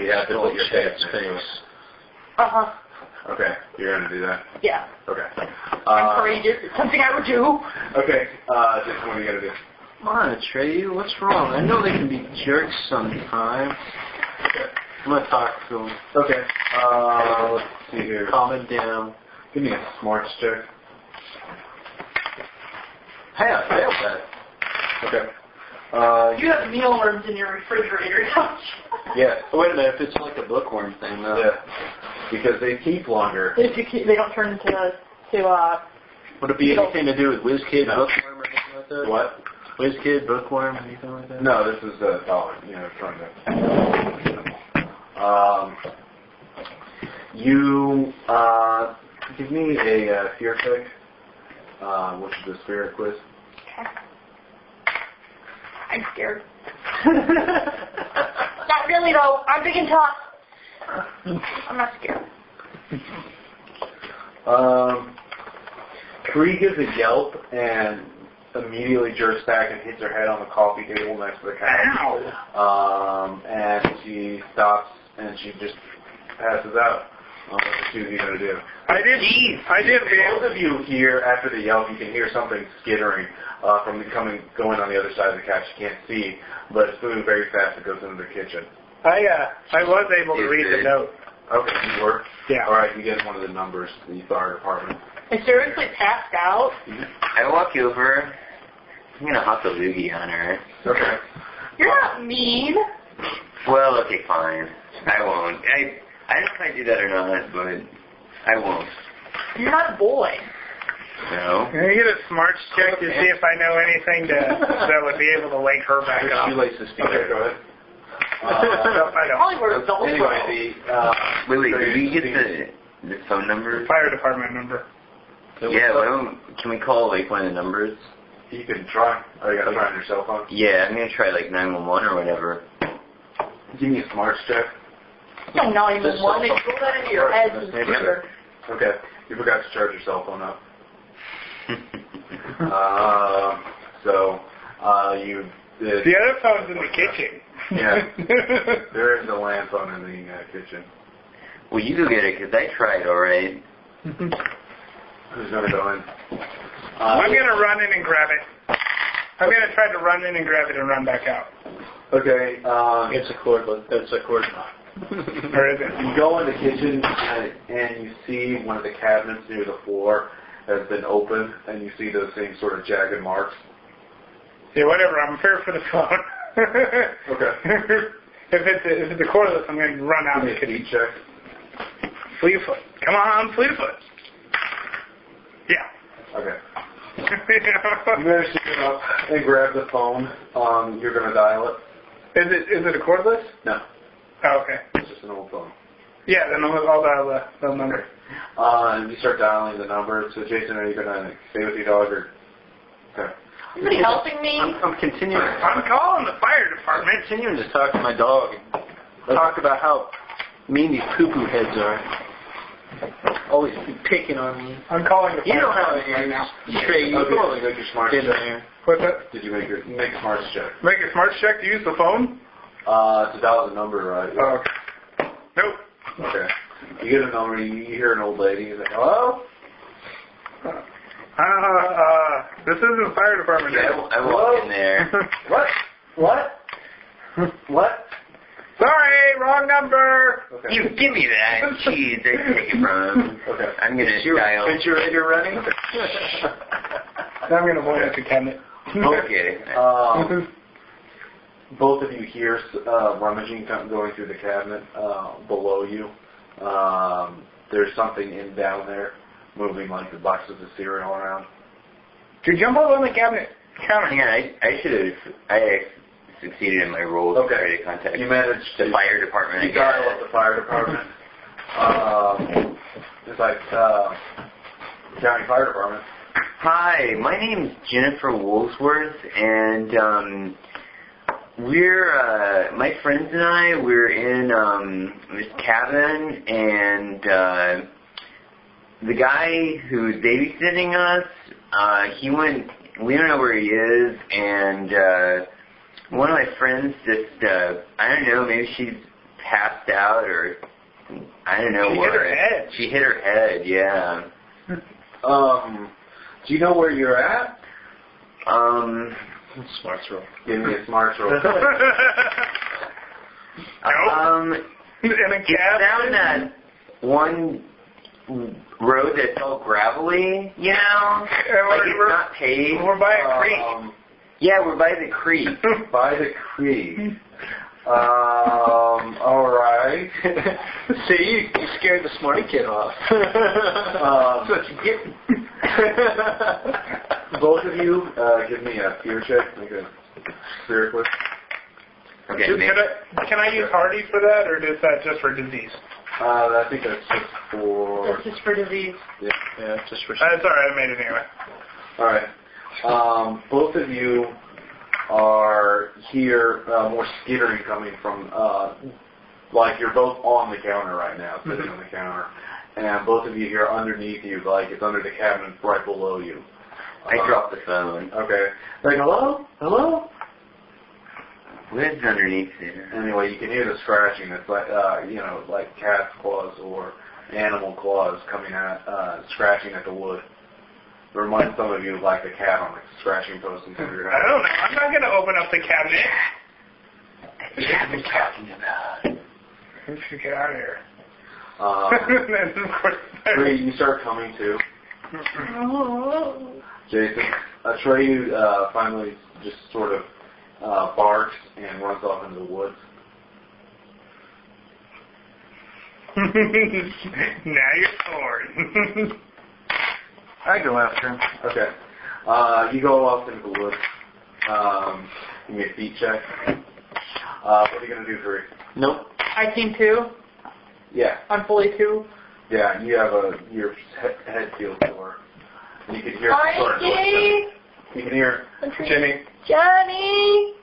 You have to put your head next to it. Uh huh. Okay, you're gonna do that. Yeah. Okay. I'm Uh, courageous. It's something I would do. okay. Uh, just what are you gonna do? Come on, Atreyu. What's wrong? I know they can be jerks sometimes. I'm gonna talk to him. Okay. Uh, let's see here. Calm him down. Give me a smarts check. Hey, I failed that. Okay. Uh, You have mealworms in your refrigerator, don't you? yes. Oh, wait a minute. If it's like a bookworm thing, no. Yeah. Because they keep longer. They, do, they don't turn into to uh, Would it be anything to do with WizKid, Bookworm, or anything like that? What? WizKid, Bookworm, anything like that? No, this is a dollar. You know, trying to. Um, you uh, give me a uh, fear check, uh, which is a spirit quiz. I'm scared. not really though. I'm big and tough. I'm not scared. Um, Kree gives a yelp and immediately jerks back and hits her head on the coffee table next to the couch. Um, and she stops and she just passes out. Um, what is she going to do? I did. I did. Bail. Both of you hear after the yelp, you can hear something skittering uh, from the coming going on the other side of the couch. You can't see, but it's moving very fast. It goes into the kitchen. I uh, I was able to read the note. Okay, you work. All Yeah. right, you get one of the numbers. The fire department. I seriously passed out. I walk over. I'm gonna hop a loogie on her. Okay. You're not mean. Well, okay, fine. I won't. I I don't know if I do that or not, but I won't. You're not a boy. No. Can I get a smarts check to see if I know anything to, that would be able to wake her back up? She likes to speak. Okay, go Uh, ahead. Nope, I don't. Probably were adults. though. anyway, the uh, Wait, wait. Did we get the the phone number? Fire department number. Yeah. Why don't, can we call like one of the numbers? you can try. Oh, you got to try on your cell phone. Yeah, I'm gonna try like 911 or whatever. Give me a smarts check. Don't know even what. They throw that into your head. and you're- Okay. You forgot to charge your cell phone up. Uh, so uh, you did. The other phone's in the kitchen. Yeah. There is a lamp on in the uh, kitchen. well, you go get it 'cause I tried. All right. Who's gonna go in? Uh, I'm gonna run in and grab it. I'm gonna try to run in and grab it and run back out. Okay. Um, It's a cordless. It's a cord lock. Or is it? you go in the kitchen and, and you see one of the cabinets near the floor has been opened, and you see those same sort of jagged marks. Yeah, whatever. I'm prepared for the phone. Okay. if it's if it's the cordless, I'm gonna run out Give of me the a kitchen. feet check. Fleetfoot. Come on, Fleetfoot. Yeah. Okay. You managed to get up and grab the phone. Um, you're gonna dial it. is it is it a cordless? No, Oh, okay. it's just an old phone. Yeah, then I'll, I'll dial the, the number. Uh, and you start dialing the number. So Jason, are you gonna stay with your dog or? Okay. Somebody helping me? I'm, I'm continuing. I'm calling the fire I'm department. continuing to talk to my dog and talk about how mean these poo-poo heads are. Always picking on me. I'm calling the fire You don't have department any right now. Okay, Trey, you've so make your smart been check. there. What's that? Did you make your make a smart check? Make a smart check to use the phone? Uh, to dial the number, right? Oh, okay. Nope. Okay. You get a number. You you hear an old lady. You're like, hello. Uh, uh, this isn't fire department. Yeah, I, w- I walk in there. What? What? What? Sorry, wrong number. Okay. You give me that. Jeez, they can take it from. him. Okay. I'm gonna Your dial. refrigerator running? Now I'm going to point at the cabinet. Okay. Um, both of you hear uh, rummaging come- going through the cabinet uh, below you. Um, there's something in down there moving like the boxes of cereal around. Dude, jump up on the cabinet Hang counter. on, I, I should have. I succeeded in my role to Okay. try to contact You managed the to fire department. you I guess. dial up the fire department. Um, it's like uh, county fire department. Hi, my name's Jennifer Woolsworth, and um, we're uh, my friends and I. We're in um, this cabin, and uh, the guy who's babysitting us, uh, he went. We don't know where he is, and uh, one of my friends just. Uh, I don't know. Maybe she's passed out, or I don't know She hit what. her head. She hit her head. Yeah. Um, do you know where you're at? Um. Smarts roll. Give me a smarts roll. Um, in a it's down cabinet. that one road that's all gravelly, you know? And Like we're, it's we're, not paved. we're by a creek. Um, Yeah, we're by the creek. by the creek. Um, all right. right? See, you, you scared the smart kid off. Um, That's what you get. both of you, uh, give me a fear check. Make a spirit quick. Okay, Dude, make, can, I, can I use Hardy for that, or is that just for disease? Uh, I think that's just for. That's just for disease. yeah, just for Uh, it's alright, I made it anyway. All right. Um, both of you are here. Uh, more skittering coming from. Uh, like you're both on the counter right now, sitting on the counter, and both of you here underneath you. Like it's under the cabinet, right below you. I Uh, dropped the phone. Okay. Like hello, hello. What is underneath there? Anyway, you can hear the scratching. It's like uh, you know, like cat's claws or animal claws coming at uh, scratching at the wood. It reminds some of you of like the cat on the scratching post in front of your I house. don't know. I'm not going to open up the cabinet. We should get out of here. Um, and then, of course, Trey, you start coming to Oh. Jason. Uh, Trey uh, finally just sort of uh, barks and runs off into the woods. now you're torn. I go after him. Okay. Uh, you go off into the woods. Um, give me a feet check. Uh, what are you gonna do, Trey? Nope. I team two. Yeah. I'm fully two. Yeah, you have a your head, head feels sore. And you can hear Mikey! you can hear Jimmy. Johnny!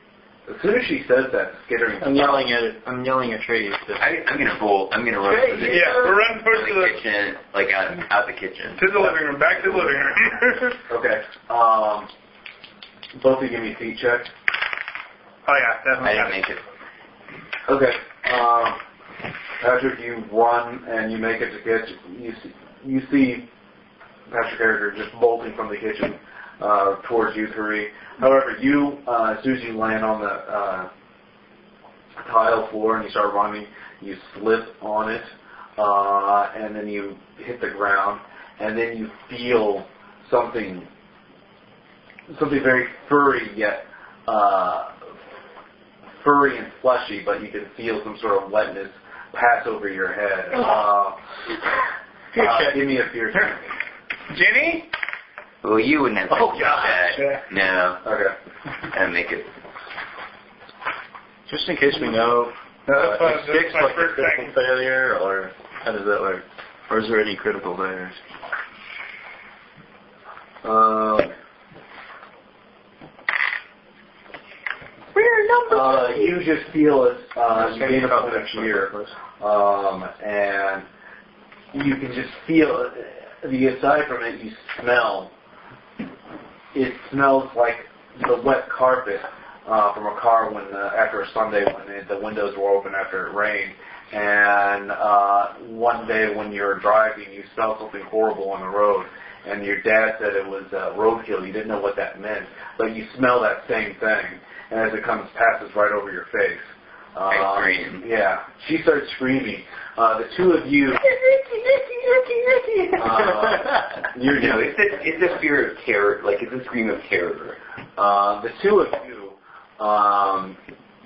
as soon as she says that skittering I'm yelling at it. I'm yelling at Trey. to- I, I'm gonna bolt. I'm gonna run for the, yeah, we're running for towards the the, kitchen, like out out the kitchen. to the living room. Back to the living room. Okay. Um both of you give me feet check. oh, yeah, I definitely. didn't make it. Okay. Um Patrick, you run and you make it to kitchen you see you see Patrick Harriger just bolting from the kitchen uh towards you three. However, you uh as soon as you land on the uh tile floor and you start running, you slip on it, uh, and then you hit the ground, and then you feel something, something very furry yet, uh, furry and fleshy, but you can feel some sort of wetness pass over your head. Uh, uh, give me a fear check. Jenny? Well, you wouldn't have Oh, to do gosh. that. Yeah. No, Okay. I didn't make it. Just in case we know, That's my- uh, that's if six my like a first critical thing. failure, or how does that work? Or is there any critical failures? Uh, We're number uh, you just feel it. Uh, you gain a About point of next fear. one, please. um, and you can just feel the aside from it, you smell. It smells like the wet carpet uh, from a car when uh, after a Sunday when it, the windows were open after it rained, and uh, one day when you're driving, you smell something horrible on the road. And your dad said it was uh, roadkill. You didn't know what that meant, but you smell that same thing, and as it comes, passes right over your face. Um, scream. Yeah, she starts screaming. Uh, the two of you, uh, you're No, it's a it's a fear of terror, like it's a scream of terror. Uh, the two of you um,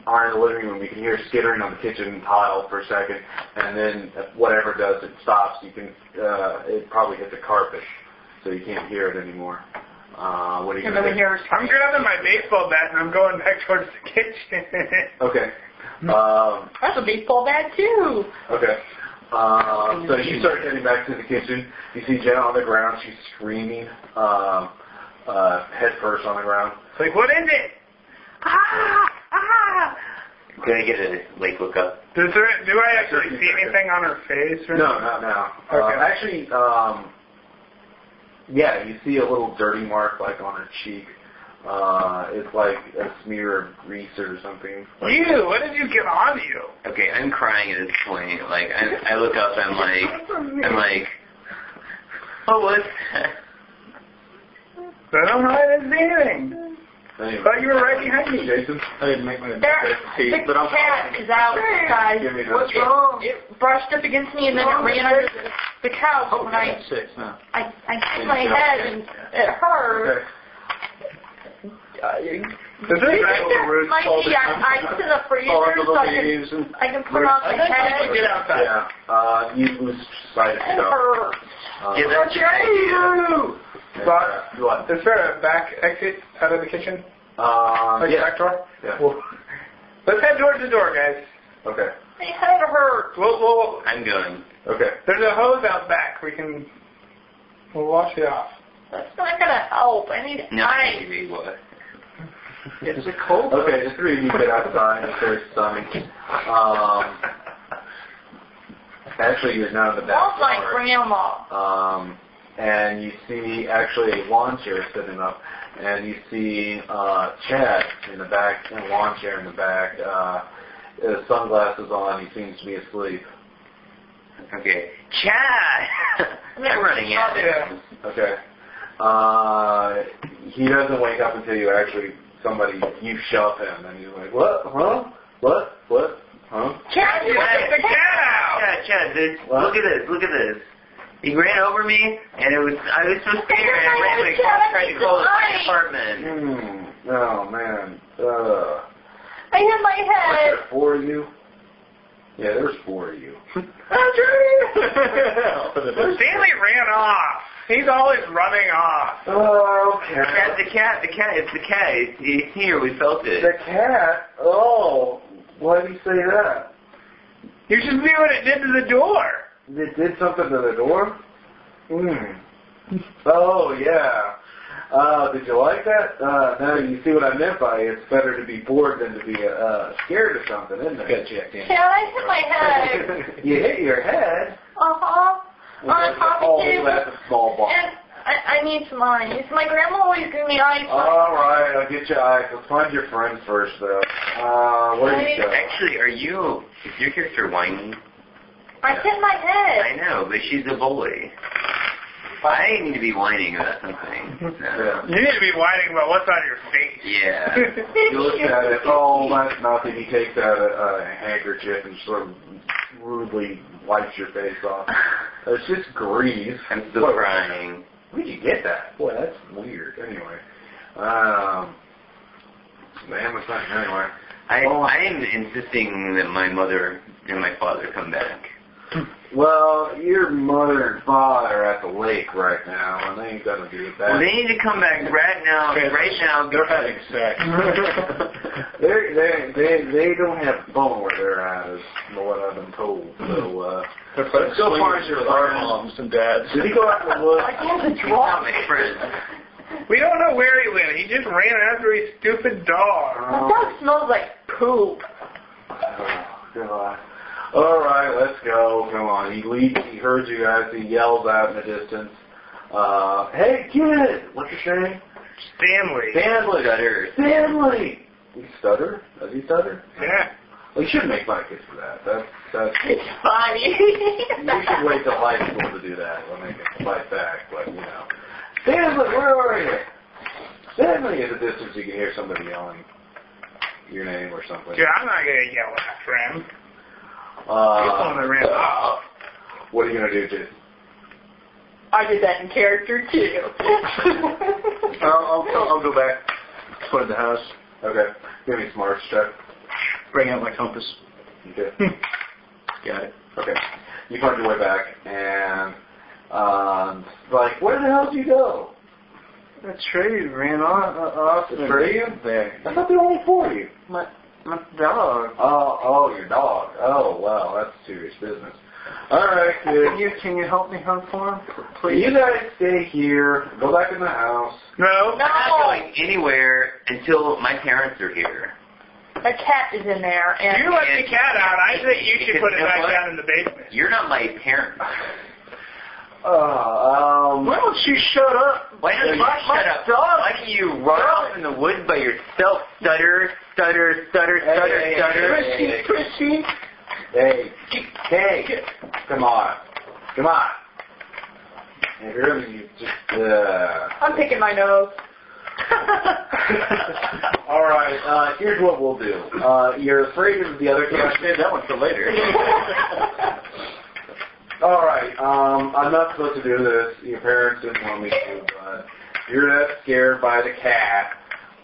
are in the living room. You can hear skittering on the kitchen tile for a second, and then if whatever it does, it stops. You can uh, it probably hit the carpet, so you can't hear it anymore. Uh, what are you And gonna then we do? hear I'm grabbing my baseball bat and I'm going back towards the kitchen. Okay. Um, That's a baseball bat too. okay. Um, so you start heading back to the kitchen. You see Jen on the ground. She's screaming, um, uh, head first on the ground. it's like, what is it? Ah! Ah! Could I get a like look up? Does there, do I actually see anything on her face? Or No, not now. Okay. Uh, actually, um, yeah, you see a little dirty mark like on her cheek. Uh, it's like a smear of grease or something. You, what did you get on you? Okay, I'm crying at this point. Like I I look up, I'm like I'm like, "Oh, what was that? I don't know, I didn't see anything. I Anyway, thought you were right behind me. Jason, I didn't make my That, the feet, but I'm cat is out, guys. give me another It, it brushed up against me and then it ran under the, the couch when I, six now. I, I hit my head and it hurt. Okay. Uh, Is there actual root? Might be ice in the Oh, freezer, so I can, I can put on my head. Get outside. Yeah. Uh, you lose sight of It yourself. hurts. Um, Get and, that uh, What? Is there a back exit out of the kitchen? Um, Like yeah. back door? yeah. Well, let's head door to door, guys. Okay. My head hurts. We'll, we'll, I'm going. Okay. there's a hose out back. We can we'll wash it off. That's not gonna help. I need No, ice. maybe it was. It's a cold. Okay, the three of you get outside and start stomach. Um, actually, you're now in the Love my backyard. grandma. Um, and you see actually a lawn chair sitting up, and you see uh, Chad in the back, in a lawn chair in the back, uh, his sunglasses on. He seems to be asleep. Okay. Chad! I'm running out. Yeah. Okay. Uh, he doesn't wake up until you actually somebody you shove him, and he's like, "What? Huh? What? What? Huh?" Chad, look at the cow. Chad, Oh, Chad, this, look at this, look at this. He ran over me, and it was I was so scared. I ran away, tried to call his apartment. Hmm. Oh man. Uh. I hit my Was head. there four of you? Yeah, there's four of you. Stanley ran off. He's always running off. Oh, Chad, the cat, the cat, it's the cat. It's, it's here. We felt it. The cat? Oh, why did you say that? You should see what it did to the door. It did something to the door? Hmm. Oh, yeah. Uh, did you like that? Uh, no, you see what I meant by it's better to be bored than to be uh, scared of something, isn't it? Chad, I hit my head. you hit your head. Uh huh. with On like a coffee oh, table. that's a small ball. And I, I need some ice. My grandma always gave me ice. All right, I'll get you ice. Let's find your friend first, though. Uh, where did you go? Actually, are you? Is your character whiny? I hit my I head. know, but she's a bully. I need to be whining about something. Yeah. So, You need to be whining about what's on your face. yeah. You look at it. Oh, that's nothing. He takes out a, a uh, handkerchief and sort of rudely wipes your face off. It's just grease. I'm still What- crying. Where'd you get that? Boy, that's weird. Anyway, um, man, it's not anyway. I Oh. I am insisting that my mother and my father come back. Well, your mother and father are at the lake right now, and they ain't gonna do that. Well, they need to come back right now. Right now. They're having sex. They're, they're, they they don't have a bone where they're at, is what I've been told. So, uh, They're playing So far swingers as your with our friends. moms and dads. did he go out in the woods? I can't He's draw. not my friend. We don't know where he went. He just ran after his stupid dog. That dog smells like poop. Oh, God. All right, let's go. Come on. He leaps. He heard you guys. He yells out in the distance. Uh, hey, kid. What's your name? Stanley. Stanley. Gutters. Stanley. He stutter? Does he stutter? Yeah. Well, you shouldn't make fun of kids for that. That's that's. It's You funny. should wait till high school to do that when they can fight back, but you know. Stanley, where are you? Stanley, at a distance you can hear somebody yelling your name or something. Dude, I'm not gonna yell after him. He's the one Uh, that ran off. what are you gonna do, Jason? I did that in character too. I'll, I'll, I'll go back. Explore the house. Okay, give me smarts check. Bring out my compass. Okay. Got it. Okay. You find your way back, and um, like, where the hell did you go? That tree ran off. Uh, off The tree? There. I thought there were only four of you. My, my dog. Oh, oh, your dog. Oh, wow, that's serious business. All right, Can kid. you, can you help me hunt for him, please? You guys stay here. Go back in the house. No. no, I'm not going anywhere until my parents are here. a cat is in there, and You let the cat out. I think you should put it You know back what? down in the basement. You're not my parent. Uh, um. Why don't you shut up? Why don't you My- my shut up? dog- Why don't you run off in the woods by yourself? Stutter, stutter, stutter, stutter, hey, stutter. hey, hey, hey. Hey, hey, come on, come on. If you're gonna- you just uh. I'm picking my nose. All right. Uh, here's what we'll do. Uh, you're afraid of the other Yeah, cat. I saved that one for later. All right. Um, I'm not supposed to do this. Your parents didn't want me to, but you're that scared by the cat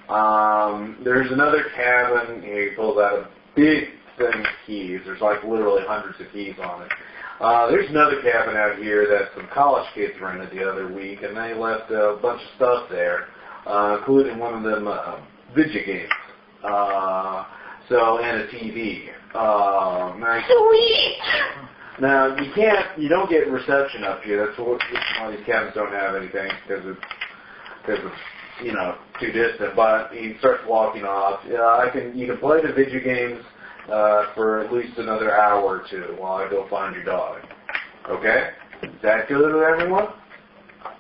Um, there's another cabin. He pulls out a big thing of keys. There's like literally hundreds of keys on it. Uh, there's another cabin out here that some college kids rented the other week, and they left a bunch of stuff there, uh, including one of them uh, video games. Uh, so and a TV. Um, I Sweet. now you can't, you don't get reception up here. That's what all these cabins don't have anything because it's because it's you know too distant. But he starts walking off. Yeah, I can. You can play the video games uh, for at least another hour or two while I go find your dog. Okay, is that good with everyone?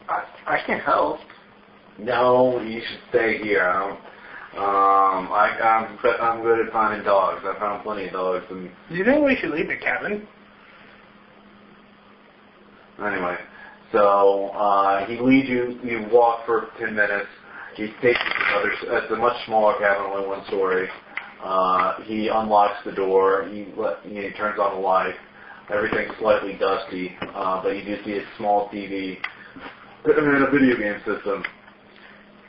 I, I can help. No, you should stay here. I don't. Um, I, I'm but I'm good at finding dogs. I found plenty of dogs and. Do you think we should leave the cabin? Anyway, so uh, he leads you. You walk for ten minutes. He takes you to another. uh, It's a much smaller cabin, only one story. Uh, he unlocks the door. He, let, he turns on the light. Everything's slightly dusty, uh, but you do see a small TV and a video game system.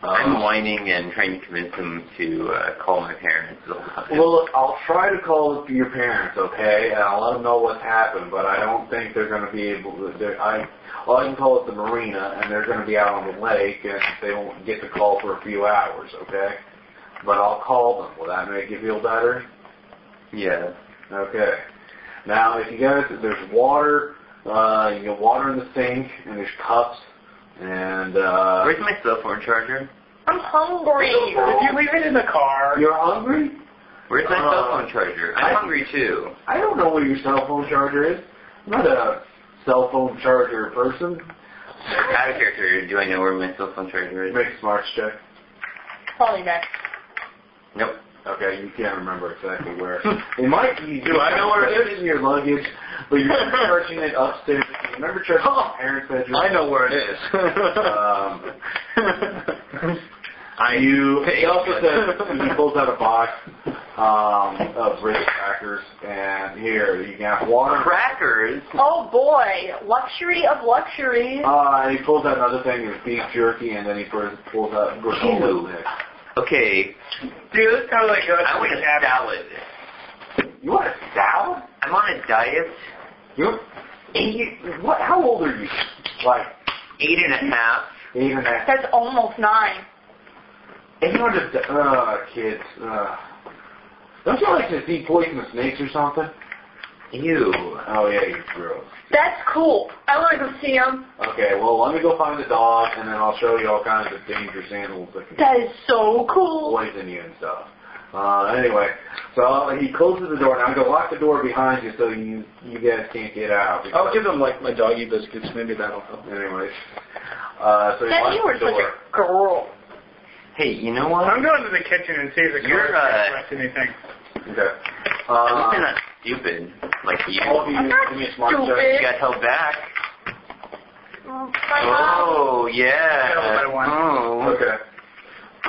I'm Um, whining and trying to convince him to uh, call my parents. all the time. well, look, I'll try to call up your parents, okay, and I'll let them know what's happened. But I don't think they're going to be able to. they're- I, well, I can call it the marina, and they're going to be out on the lake, and they won't get the call for a few hours, okay. But I'll call them. Will that make you feel better? yeah. Okay. Now, if you guys, there's water. Uh, you get water in the sink, and there's cups, and uh, Where's my cell phone charger? I'm hungry. Did you leave it in the car? you're hungry. Where's my cell Uh, phone charger? I- I'm hungry too. I don't know where your cell phone charger is. I'm not a cell phone charger person. Out of character, do I know where my cell phone charger is? Make a smarts check. Probably back. Nope. Okay, you can't remember exactly where. It might be. Do I know where it is? in your luggage, but you remember charging it upstairs. You remember charging it in your parents' bedroom. I know where it is. Um, Uh, I you. He Hey. also says he pulls out a box um, of Ritz crackers, and here you got water. Crackers. Oh boy, luxury of luxuries. Uh, he pulls out another thing, it's beef jerky, and then he pulls pulls out granola Ew. mix. Okay. Dude, this sounds like us I in want the a cabin. salad. You want a salad? I'm on a diet. You, eight, what, how old are you? Like, Eight and a half. eight and a half. That's almost nine. Anyone just, uh, kids, uh, don't you like to see poisonous snakes or something? Ew. Oh yeah, you're gross. That's cool. I want to go see him. Okay, well let me go find the dog and then I'll show you all kinds of dangerous animals that can That is so cool. poison you and stuff. Uh, anyway, so he closes the door and I'm gonna lock the door behind you so you, you guys can't get out. I'll give him like my doggy biscuits. Maybe that'll help. Anyways, uh, so he That locks you were the such door. a girl. Hey, you know what? I'm going to the kitchen and see if the You're, car uh, left anything. Okay. At least they're Uh, not stupid. Like you. all of you, I'm not give me a smart check. You stupid. got held back. Oh, Oh Got a yeah. little one. Oh. Okay.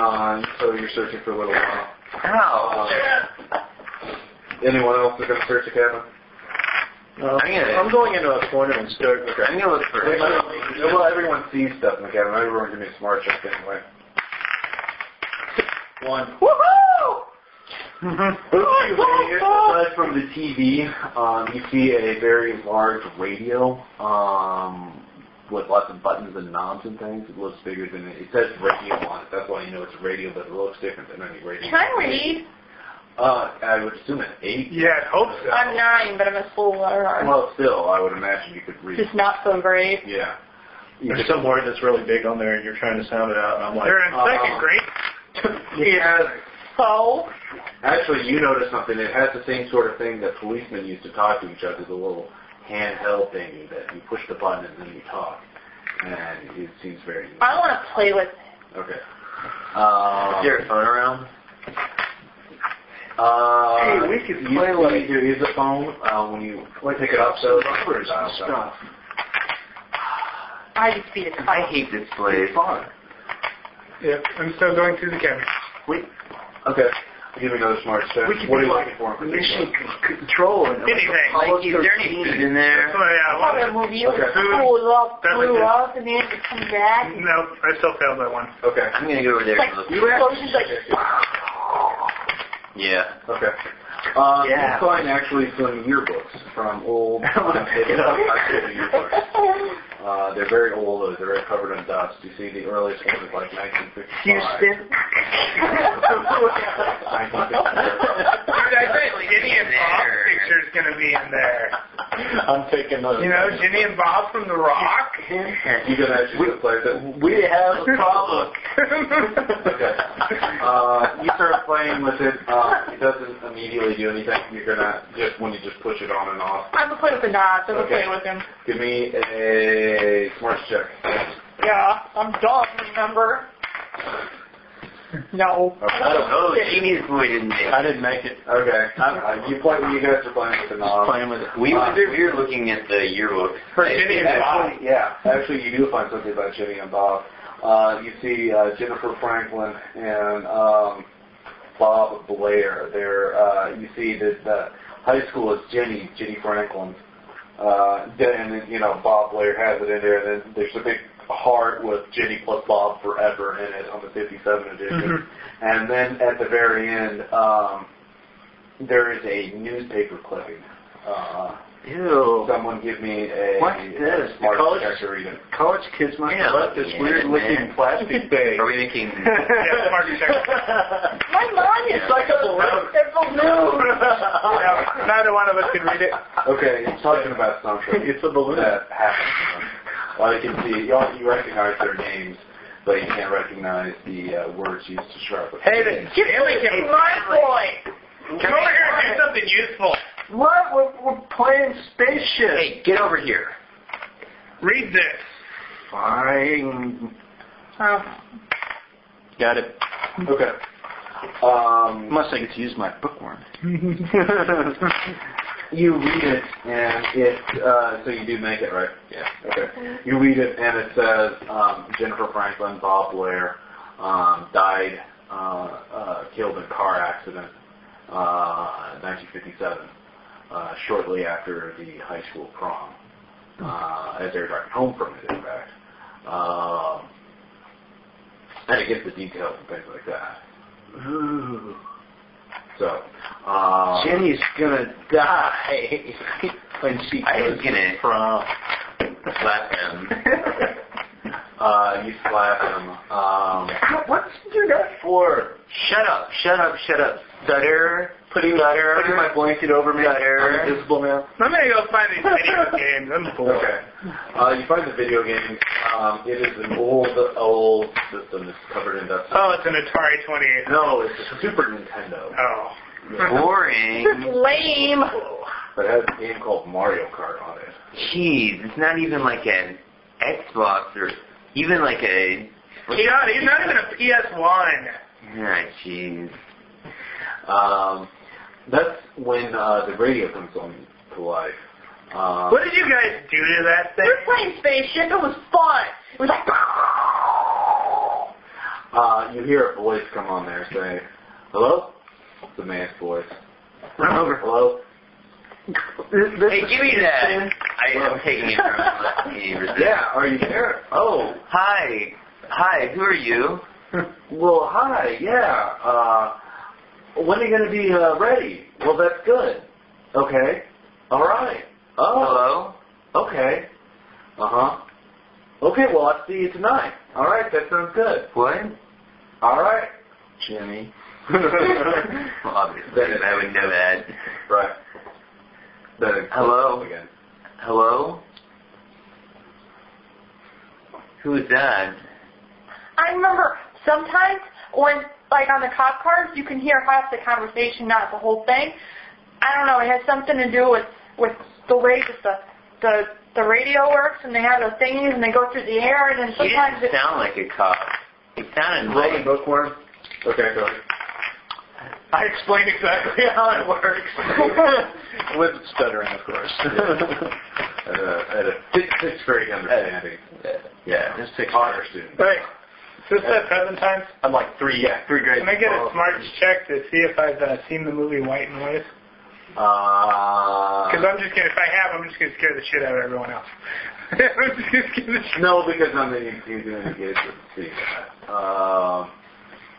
Um, so you're searching for a little while. Ow. Um, anyone else is going to search the cabin? Uh, I'm gonna- I'm going into a corner and start. I'm gonna look for. Well, everyone sees stuff in the cabin. Everyone can be smart check anyway. One. Woohoo! Both of you here, aside from the TV, um, you see a very large radio um, with lots of buttons and knobs and things. It looks bigger than it. It says radio on it. That's why you know it's a radio, but it looks different than any radio. Can I read? Uh, I would assume an eight. Yeah, I hope so. I'm nine, but I'm a school learner. Well, still, I would imagine you could read. Just not so great. Yeah. You There's could- some word that's really big on there, and you're trying to sound it out, and I'm like, They're in Oh. second Uh, grade. Yeah. So, Actually, you noticed something. It has the same sort of thing that policemen used to talk to each other, the little handheld thingy that you push the button and then you talk. And it seems very I want to play with Okay. Um, Is there a phone around? Uh, Hey, we could play you, like- There is a phone uh, when you pick it up. So numbers and stuff. I just beat a I kite. hate this place. Fun. Yep, I'm still going through the cabin. Okay. Giving another smart step. We could What are do you like looking for? in particular? mission c- control and Anything. Like, is there any food in there? Oh, yeah, I I love love that it. movie. It was Okay. cool. It all That's blew like a- up, and then it comes back. and No, I still failed that one. Okay. I'm gonna go over there It's like and look. explosions, like Yeah. Okay. Um, Yeah. You find actually some yearbooks from old high school yearbooks. Uh, they're very old. uh, They're very covered in dust. You see, the earliest one is like 1955. Houston. 1955. Exactly. Ginny and Bob's picture is going to be in there. I'm taking those. You know, Ginny and Bob from The Rock. You can actually play that. we have a problem. Okay. Uh, you start playing with it. Uh, it doesn't immediately do anything. You're gonna just when you just push it on and off. I'm gonna play with the knobs. I'm gonna Okay. play with him. Give me a smarts check. Yeah, I'm dumb. Remember? No. I don't know. Genie's point in I there. didn't make it. Okay. Uh, you play. You guys are playing with the knob. Playing with it. We wonder if you're looking at the yearbook. Virginia and Bob. Actually, yeah. Actually, you do find something about Jimmy and Bob. Uh, you see uh, Jennifer Franklin and um, Bob Blair. There, uh, you see that the high school is Jenny, Jenny Franklin. Uh, then- and then, you know Bob Blair has it in there. And then there's a big heart with Jenny plus Bob forever in it on the 57 edition. Mhm. And then at the very end, um, there is a newspaper clipping. Uh, Ew. Someone give me a, What's a this? smart College- check to read it. College kids must Yeah, have left this yeah, weird looking man. plastic bag. Are we making? Yeah, smart check. My mind is like a it's a balloon. No, neither one of us can read it. Okay, it's talking about something. Uh, It's a balloon. That happened. Well, you can see, y'all, you recognize their names, but you can't recognize the uh, words used to describe it. Hey, the Give Stanley me can my boy. come over here and do something useful. What? We're, we're playing spaceship. Hey, get over here. Read this. Fine. Oh. Got it. Okay. Um, Unless I get to use my bookworm. you read it, and it, uh, so you do make it, right? Yeah. Okay. You read it, and it says um, Jennifer Franklin, Bob Blair, um, died, uh, uh, killed in car accident, uh, 1957, uh, shortly after the high school prom, uh, as they were driving home from it, in fact. Um, and it gets the details and things like that. Ooh. So, uh, Jenny's gonna die when she I goes was gonna from. slap him. uh, you slap him. Um, What did you do that for? Shut up! Shut up! Shut up! Stutter. Putting, Stutter. putting my blanket over me. Stutter. I'm invisible now. I'm gonna go find these video games. I'm bored. Okay. Uh, you find the video game. Um, it is an old, old system that's covered in dust. Oh, it's an Atari 28. No, it's a Super Nintendo. Oh. Boring. Lame. But it has a game called Mario Kart on it. Jeez, it's not even like an Xbox or even like a. God, he's not even a PS1. Ah, jeez. Um, that's when uh, the radio comes on to life. Um, What did you guys do to that We were thing? playing spaceship. It was fun. It was like uh, you hear a voice come on there say, "Hello." It's a man's voice. Run over. Hello. Hey, give me that. I, I'm taking it from him. Yeah, are you there? Oh, Hi. Hi, who are you? well, hi. Yeah. Uh, when are you gonna be uh, ready? Well, that's good. Okay. All right. Oh. Hello? Okay. Uh huh. Okay, well, I'll see you tonight. All right, that sounds good. What? All right. Jenny. Well, obviously, I would know that. right. Then it Hello? goes Again. Hello? Who is that? I remember sometimes when like on the cop cars you can hear half the conversation, not the whole thing. I don't know, it has something to do with with the way that the the the radio works and they have those thingies and they go through the air and then He sometimes didn't it, sound like a cop. He sounded Rolling like... bookworm. Okay, go. ahead. I explained exactly how it works. With stuttering, of course. At a, at a sixth grade understanding. yeah, it's six. Honor student. Right. Is this at present time? I'm like three, yeah, three grades. Can I get a smarts check to see if I've uh, seen the movie White Noise? Uh, Uh, Because I'm just gonna, if I have, I'm just gonna scare the shit out of everyone else. I'm just gonna scare the shit. No, because I'm an enthusiastic kid to see that. Um,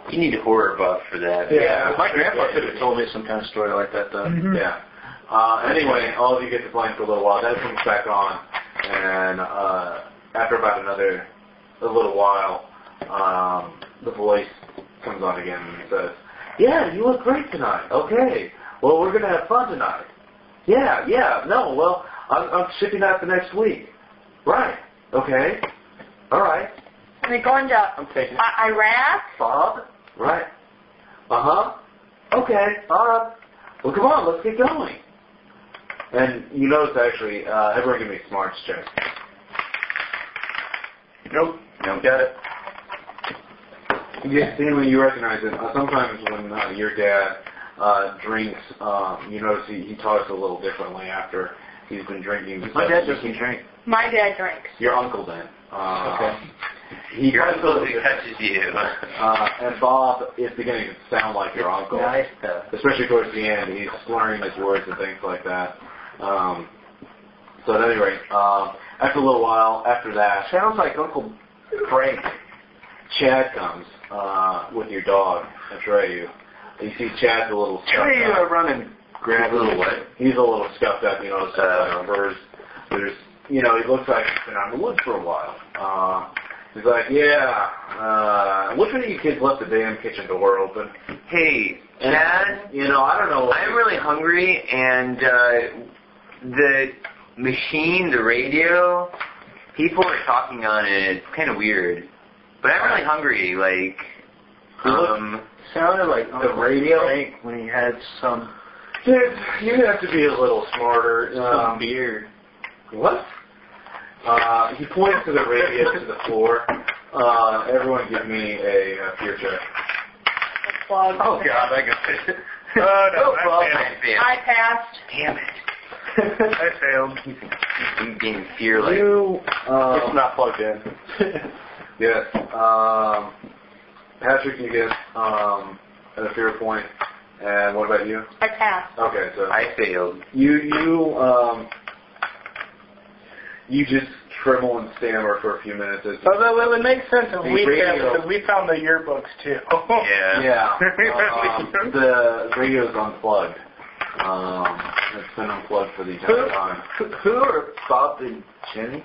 you need a horror buff for that. Yeah. My grandpa could have told me some kind of story like that, though. yeah. Uh, anyway, all of you get to blank for a little while. That comes back on, and uh, after about another a little while, um, the voice comes on again and says, "Yeah, you look great tonight. Okay, well we're gonna have fun tonight. Yeah, yeah. No, well I'm, I'm shipping out for next week. Right. Okay. All right. Are they going to I'm taking it. I- Iraq? Bob? Right. Uh huh. Okay. Uh, well, come on, let's get going. And you notice actually, uh, everyone give me a smarts check. Nope. No. Got it. Yeah, anyway, you recognize it. Uh, sometimes when uh, your dad uh, drinks, um, you notice he, he talks a little differently after he's been drinking. My dad Because doesn't drink. My dad drinks. Your uncle then. Uh, Okay. He Your talks a little uncle who different. touches you. Uh, and Bob is beginning to sound like your uncle. Nice stuff. especially towards the end, he's slurring his words and things like that. Um, so at any rate, um, after a little while, after that, sounds like Uncle Frank. Chad comes uh, with your dog, Atreyu. You see Chad's a little scuffed Atreyu, up. running. Grab a little what? He's a little scuffed up, you know, so Uh, uh, there's, there's, you know, he looks like he's been on the wood for a while. Uh, he's like, yeah, uh, which one of you kids left the damn kitchen door open? Hey, And, Chad. you know, I don't know. what- I'm really hungry, and uh, the machine, the radio, people are talking on it. It's kind of weird, but I'm really hungry. Like, um, Sounded like The radio? Frank when he had some Dude, you have to be a little smarter. some Um, beer. what? Uh, he points to the radius to the floor. Uh, everyone give me a, uh fear check. Plug. Oh God, I got it. Oh no, well, I failed. I failed. I passed. Damn it! I failed. I'm being fearless. You, it's um, not plugged in. yes, um, Patrick, you get, um, a fear point. And what about you? I passed. Okay, so I failed. you, you, um, you just tremble and stammer for a few minutes. It's, Although it would make sense if The we failed radio. because we found the yearbooks too. Yeah. Yeah. Um, the radio's unplugged. Um, it's been unplugged for the entire time. Who are Bob and Jenny?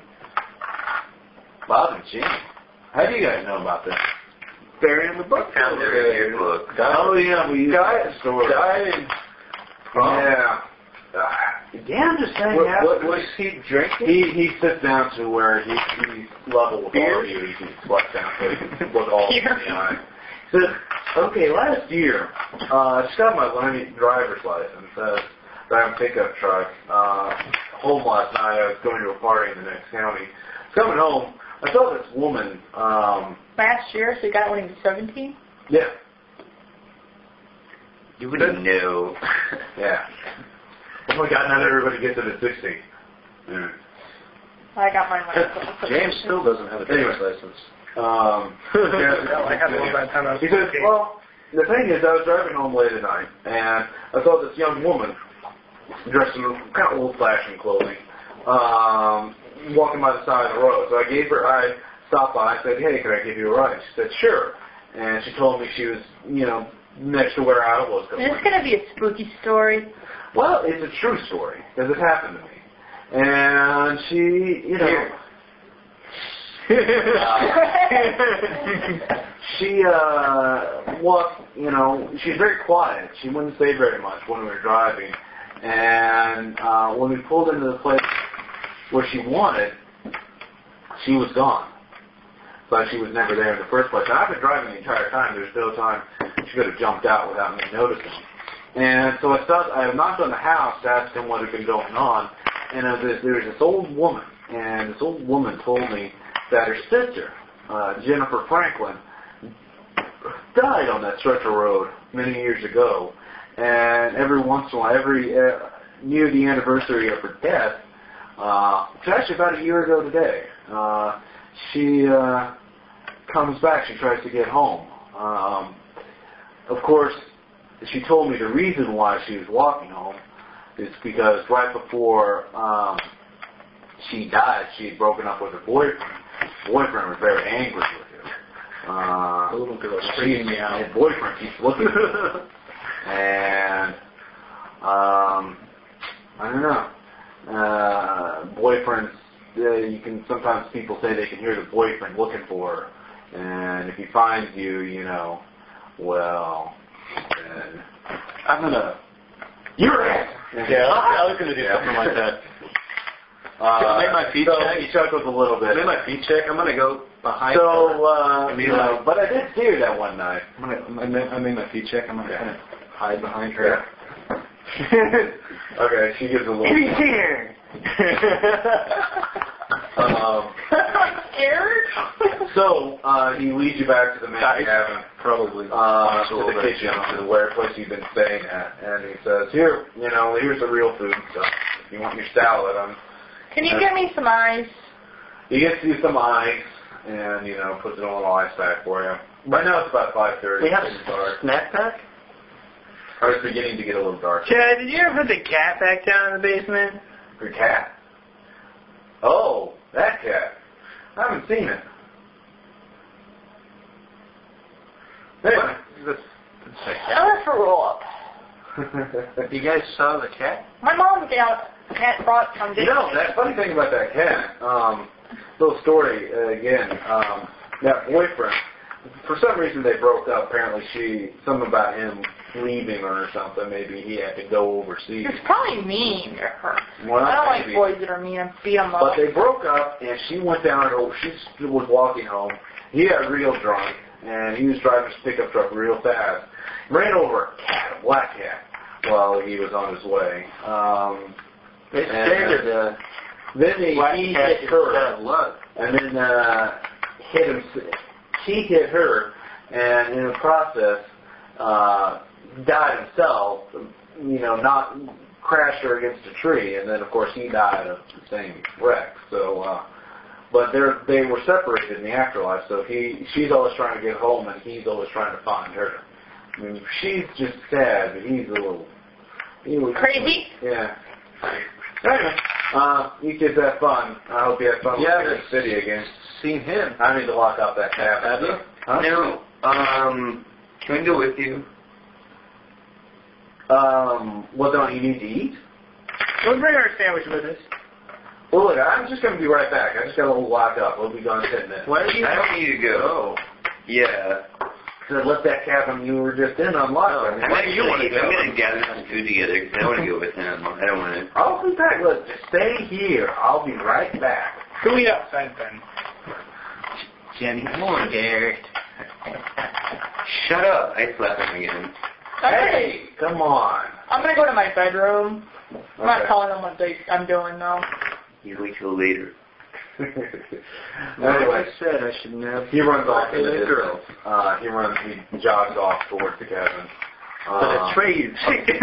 Bob and Jim. How do you guys know about this? They're in the book. Found their yearbook. Oh yeah, we used Guy- that story. Died. Yeah. Ah, Yeah, I'm just saying. What, yeah. what was he drinking? he he sits down to where he, he's level with all of you. He can squat down so he can look all in the eye. He Says, okay, last year, uh, I just got my learning driver's license. Uh, driving pickup truck. Uh, home last night. I was going to a party in the next county. Coming home, I saw this woman. Um, Last year, so he got it when he was 17? yeah, You wouldn't know. yeah. Oh my God! Now that everybody gets it at sixteen. Mm. I got mine when I was James still doesn't have a driver's license. Um, yeah, Well, I had one by the time I was He says, 15. well, the thing is, I was driving home late at night, and I saw this young woman dressed in kind of old-fashioned clothing, um, walking by the side of the road. So I gave her, I stopped by, I said, hey, can I give you a ride? She said, sure. And she told me she was, you know, next to where I was Is going. this going to be a spooky story? Well, it's a true story, because it happened to me. And she, you know... she uh walked you know she's very quiet she wouldn't say very much when we were driving and uh when we pulled into the place where she wanted she was gone but she was never there in the first place and i've been driving the entire time there's no time she could have jumped out without me noticing and so i stopped i knocked on the house to ask them what had been going on and uh, there there was this old woman and this old woman told me that her sister uh jennifer franklin died on that stretch of road many years ago, and every once in a while, every uh, near the anniversary of her death, uh, it's actually about a year ago today. Uh, she uh, comes back, she tries to get home. Um, of course, she told me the reason why she was walking home is because right before um, she died, she had broken up with her boyfriend. Boyfriend was very angry with her. Uh, A little girl she freaking me out. Her boyfriend keeps looking at her. And, um, I don't know. Uh, boyfriends, uh, you can, sometimes people say they can hear the boyfriend looking for her. And if he finds you, you know, well, then I'm gonna, you're it! Yeah, I was gonna do Yeah. something like that. Uh, Make my feet so check. he chuckles a little bit. Then my feet check. I'm gonna go behind. her. So, uh, I mean, you know, like- but I did see her that one night. I'm gonna. I made, I made my feet check. I'm gonna kind of hide behind her. okay, she gives a little. here. um, Scared? so uh, he leads you back to the main Guys. cabin, Probably. uh, Punch a to the little bit. kitchen, to the where place you've been staying at, and he says, "Here, you know, here's the real food and stuff. If you want your salad, um, Can you get me some ice? he gets you some ice, and you know, puts it on an ice pack for you. Right now it's about 5:30. We have it's getting dark. snack pack. Or it's beginning to get a little dark. Chad, did you ever put the cat back down in the basement? The cat. Oh, that cat. I haven't seen it. Anyway. The- Another for roll up. You guys saw the cat? My mom got had brought some you know, that funny thing about that cat, um, little story uh, again, um, that boyfriend, for some reason they broke up. Apparently she, something about him leaving her or something. Maybe he had to go overseas. It's probably mean to her. Well, I don't like maybe. boys that are mean and beat 'em But up. they broke up, and she went down. To, she was walking home. He got real drunk, and he was driving his pickup truck real fast. Ran over a cat, a black cat, while he was on his way. Um, They Yeah. stared at then the he, uh, black he cat hit her, instead of love. and then uh, hit him. She hit her, and in the process, uh, died himself. You know, not crashed her against a tree, and then of course he died of the same wreck. So, uh, but they're they were separated in the afterlife. So he she's always trying to get home, and he's always trying to find her. I mean, she's just sad, but he's a little he was, Crazy? Yeah. Anyway, uh, you kids have fun. I hope you have fun Yeah, with the city again. Seen him. I need to lock up that Have cabin. you? Huh? No, um, can we go with you? Um, well, don't you need to eat? We'll bring our sandwich with us. Well, look, I'm just going to be right back. I just got a little locked up. We'll be gone in 10 minutes. Why do you? I don't need to go. Oh. Yeah. So I left that cabin you were just in unlocked. I mean, I'm why do Oh, you want to actually- I'm go? gonna gather some food together 'cause I want to go with him. I don't want to. I'll be back. Look, just stay here. I'll be right back. Go eat outside then. Jenny, I'm on Derek. Shut up! I slap him again. Okay. Hey, come on. I'm gonna go to my bedroom. I'm not Okay. telling them what they, I'm doing though. You wait till later. anyway, Like I said, I should never. he runs off in the Hey, girl. distance. Uh, he runs, he jogs off towards the cabin. But Um, a trade. Kick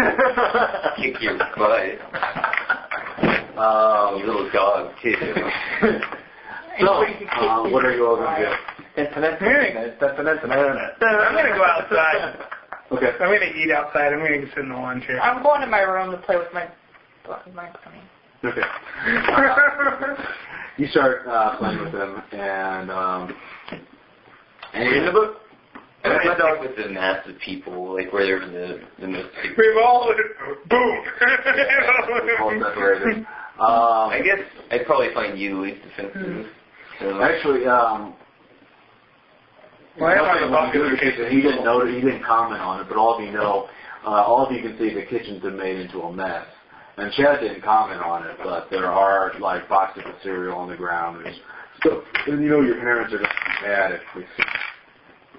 your butt, you Um, little dog too. so, uh, what are you all going to do? I'm gonna go outside. Okay. I'm gonna eat outside. I'm gonna sit in the lawn chair. I'm going to my room to play with my with my pony. Okay. you start uh, playing with them, and um, and Read the book. I want to talk with the mass of people, like where they're the the most. We've all boom. separated. Um, I guess I'd probably find you least offensive. So actually, um, Why am I nothing when you talking do to the kitchen, kitchen he didn't people? know. He didn't comment on it, but all of you know. Uh, all of you can see the kitchen's been made into a mess. And Chad didn't comment on it, but there are like boxes of cereal on the ground. And so, and you know your parents are just mad if we see.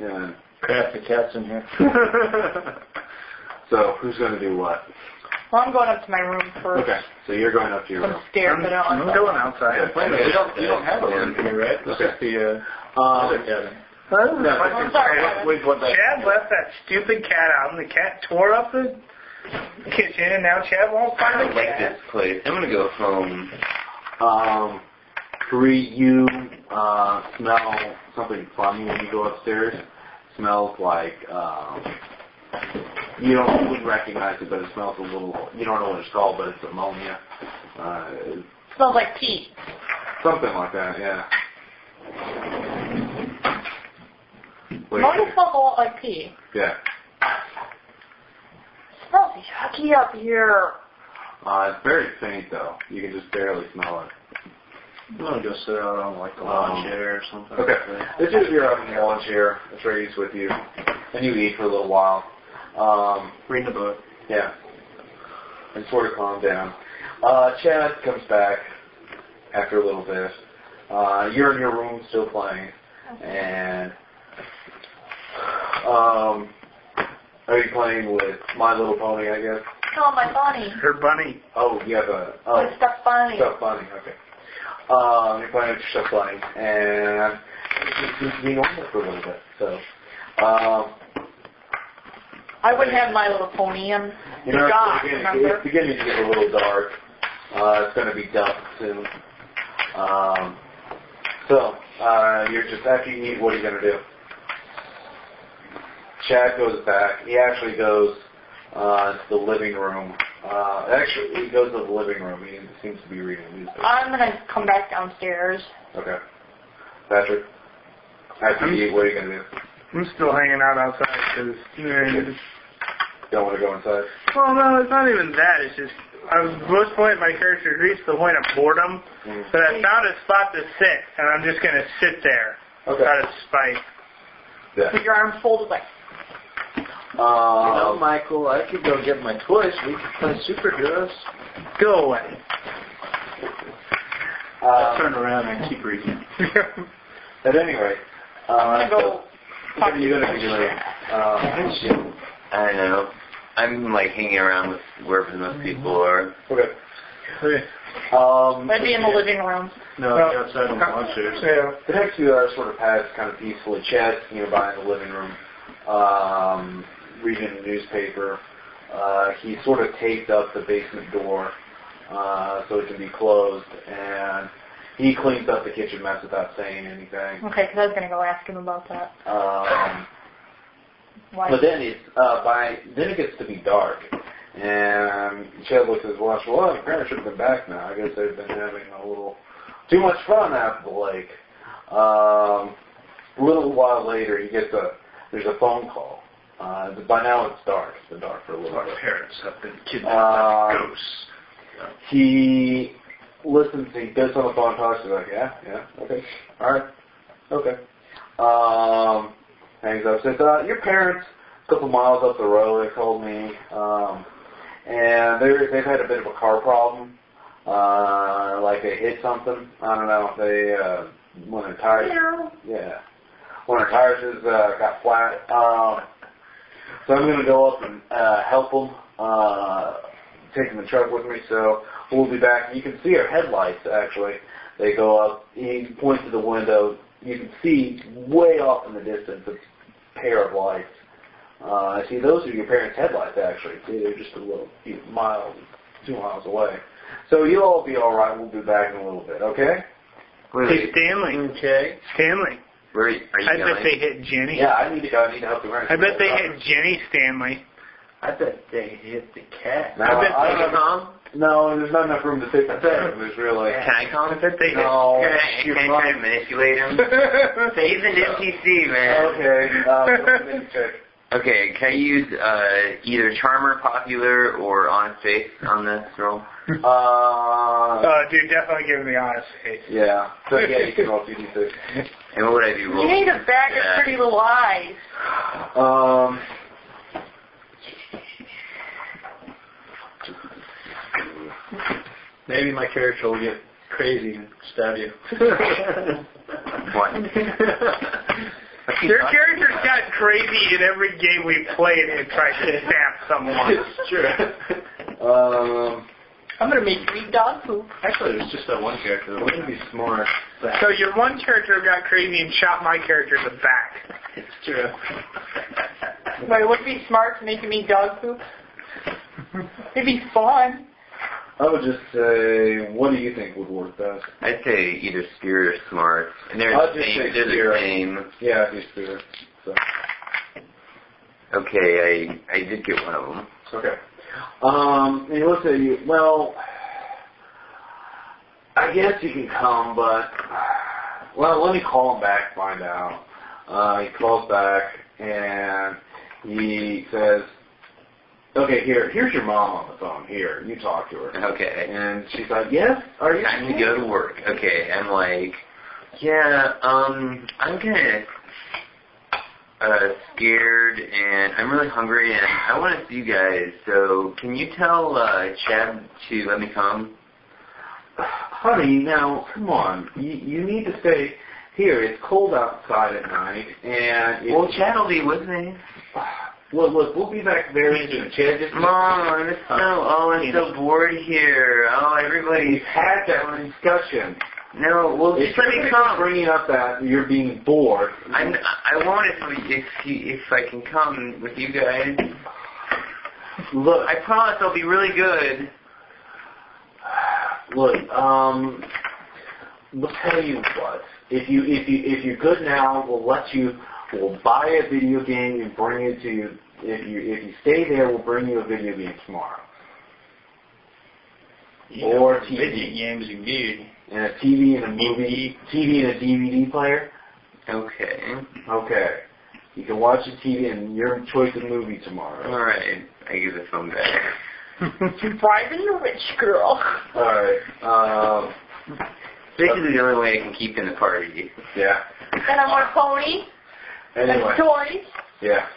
Yeah. Crap, the cat's in here. so who's going to do what? Well, I'm going up to my room first. Okay. So you're going up to your I'm room. scared, but I don't I'm like going outside. Wait a minute, you don't, you don't have a room here, right? This is the uh, Um, other cabin. I'm sorry. Wait, what the? Chad left that stupid cat out, and the cat tore up the kitchen, and now Chad won't I find don't the like cat. this place. I'm gonna go home. um, Bree, you uh, smell something funny when you go upstairs. Smells like um, you don't you wouldn't recognize it, but it smells a little. You don't know what it's called, but it's ammonia, uh, Smells like pee. something like that. Yeah. Wait, Mine smells a lot like pee. yeah. Smells yucky up here. Uh, it's very faint though. You can just barely smell it. I'm gonna go sit out on like the Um, lawn chair or something. Okay. It's just you're out in the um, lawn chair. Atreus with you, and you eat for a little while. Um, Reading a book. Yeah. And sort of calm down. Uh, Chad comes back after a little bit. Uh, you're in your room still playing. And um, are you playing with My Little Pony, I guess? No, my bunny. Her bunny. Oh, you have a oh, My stuffed bunny. Stuff Bunny, okay. Um, you're playing with your Stuff Bunny. And it just seems to be normal for a little bit. So, um, I wouldn't have my little pony. I'm You know, God, it's, beginning, remember? it's beginning to get a little dark. Uh, it's going to be dusk soon. Um, so, uh, you're just, after you eat, what are you going to do? Chad goes back. He actually goes uh, to the living room. Uh, actually, he goes to the living room. He seems to be reading music. I'm gonna come back downstairs. Okay. Patrick, after you eat, what are you going to do? I'm still hanging out outside because. Don't want to go inside? Well, no, it's not even that. It's just I was most point my character reached the point of boredom, Mm. but I found a spot to sit, and I'm just gonna sit there Okay. out of spite. Yeah. With your arms folded like, You know, Um, Michael, I could go get my toys. We could play superheroes. Go away. I um, turn around and keep reading. at any rate, uh, I'm gonna go What are you gonna be doing? Uh, I don't know. I'm like hanging around with wherever most people are. okay. Okay. Um, I'd be in the living room. No, Well, I'll be outside on the lawn chairs. yeah. the next few hours sort of pass kind of peacefully. Chad's nearby in the living room, um, reading the newspaper. Uh, he sort of taped up the basement door uh, so it can be closed, and he cleans up the kitchen mess without saying anything. Okay, 'cause I was gonna go ask him about that. Um, Why? But then it's uh, by then it gets to be dark, and Chad looks at his watch. Well, I parents should have been back now. I guess they've been having a little too much fun out at the lake. Um, a little while later, he gets a there's a phone call. Uh, by now it's dark. It's been dark for a little Our bit. parents have been kidnapped by Uh, ghosts. He listens. He goes on the phone and talks. He's like, yeah, yeah, okay, all right, okay. Um, hangs up. Says, uh, your parents, a couple miles up the road, they told me, um, and they they've had a bit of a car problem. Uh, like they hit something. I don't know. They uh, one of their tires. Yeah, one of their tires is, uh, got flat. Um, so I'm gonna go up and uh, help them. Uh, taking the truck with me, so we'll be back. You can see our headlights actually. They go up. He points to the window. You can see way off in the distance a pair of lights. Uh, see, those are your parents' headlights actually. See, they're just a little few miles, two miles away. So you'll all be all right. We'll be back in a little bit, okay? Wait, Hey, wait, Mm. Stanley. Okay. Stanley. where are you, are you I bet going? they hit Jenny. Yeah, I need to go. I need to help the parents. I bet they hit Jenny Stanley. I bet they hit the cat. No, I bet I they don't can know. come. Oh, No, there's not enough room to take that. There's really. Can I come? I bet they No. Can I, can I try to manipulate him? He's an NPC, man. Okay. Uh, let me check. Okay, can I use uh, either Charmer, Popular, or On Faith on this roll? hit. Uh, Uh, dude, definitely give me the honest face. yeah. So yeah, you can roll two d six. And what would I be You rolling? need a bag of Yeah. pretty little eyes. Um. Maybe my character will get crazy and stab you. What? Their characters got crazy in every game we played and tried to stab someone. It's true. Um. I'm gonna make you eat dog poop. Actually, there's just that one character. That Wouldn't be smart. So your one character got crazy and shot my character in the back. It's true. But it would be smart to make him eat dog poop. It'd be fun. I would just say, what do you think would work best? I'd say either spirit or smart. And they're I'll the just say same. They're spirit. the same. Yeah, I do spirit. So. Okay, I I did get one of them. Okay. Um, and let's say you, well, I guess you can come, but, well, let me call him back, find out. Uh, he calls back, and he says, okay, here, here's your mom on the phone. Here, you talk to her. Okay. And she's like, yes, are you Time to go to work. Okay, I'm like, yeah, um, I'm kind of uh, scared and I'm really hungry and I want to see you guys. So can you tell uh, Chad to let me come? Honey, now come on. You, you need to stay here. It's cold outside at night, and Well, it's, Chad will be with me. look, look, we'll be back very soon. Chad just Mom, it's so, oh, I'm so bored here. Oh, we've everybody's had that discussion. No, well, It's just let me really come. bringing up that you're being bored. I'm, I won't if, we- if, you, if I can come with you guys. Look, I promise I'll be really good. look. Um, we'll tell you what. If you if you if you're good now, we'll let you. We'll buy a video game and bring it to you. If you if you stay there, we'll bring you a video game tomorrow. Or TV. video games indeed. and a TV and a movie, TV and a DVD player. Okay. Okay, you can watch the TV and your choice of movie tomorrow. All right. I give the phone back. You're bribing the rich girl. All right. Um, This is the only way I can keep in the party. yeah. And I want a pony Anyway. and toys. Yeah.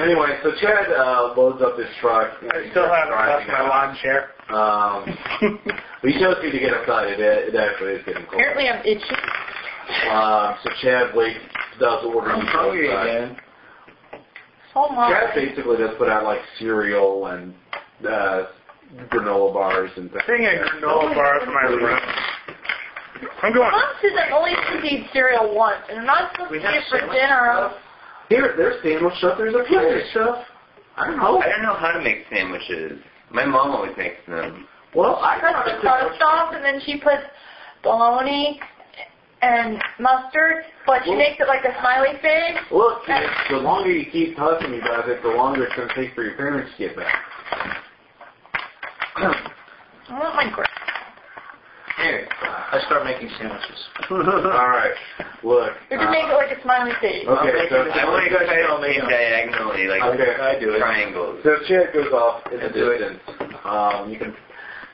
Anyway, so Chad uh, loads up his truck. I still haven't left my lawn chair. Um, but he tells you to get outside. It, it actually is getting cold. Apparently I'm itchy. Um, so Chad waits, does order. you to go outside. So much. Chad basically does put out like cereal and uh, granola bars and things. Taking a Oh, granola bar for my room. I'm going. Mom says I'm only supposed to eat cereal once, and I'm not supposed to eat it for dinner. Here, there's sandwich stuff. There's a plate of stuff. I don't know. I don't know how to make sandwiches. My mom always makes them. Well, I I cut the crust off, and then she puts bologna and mustard, but she Well- makes it like a smiley face. Look, kid, the longer you keep talking about it, the longer it's going to take for your parents to get back. I want my grip. Here, I start making sandwiches. All right. Look. You uh, just make it like a smiley face. okay, so, I want to go try to make diagonally, like Okay. I do it. triangles. so Chad goes off in the I'll do it. distance. Um, you can,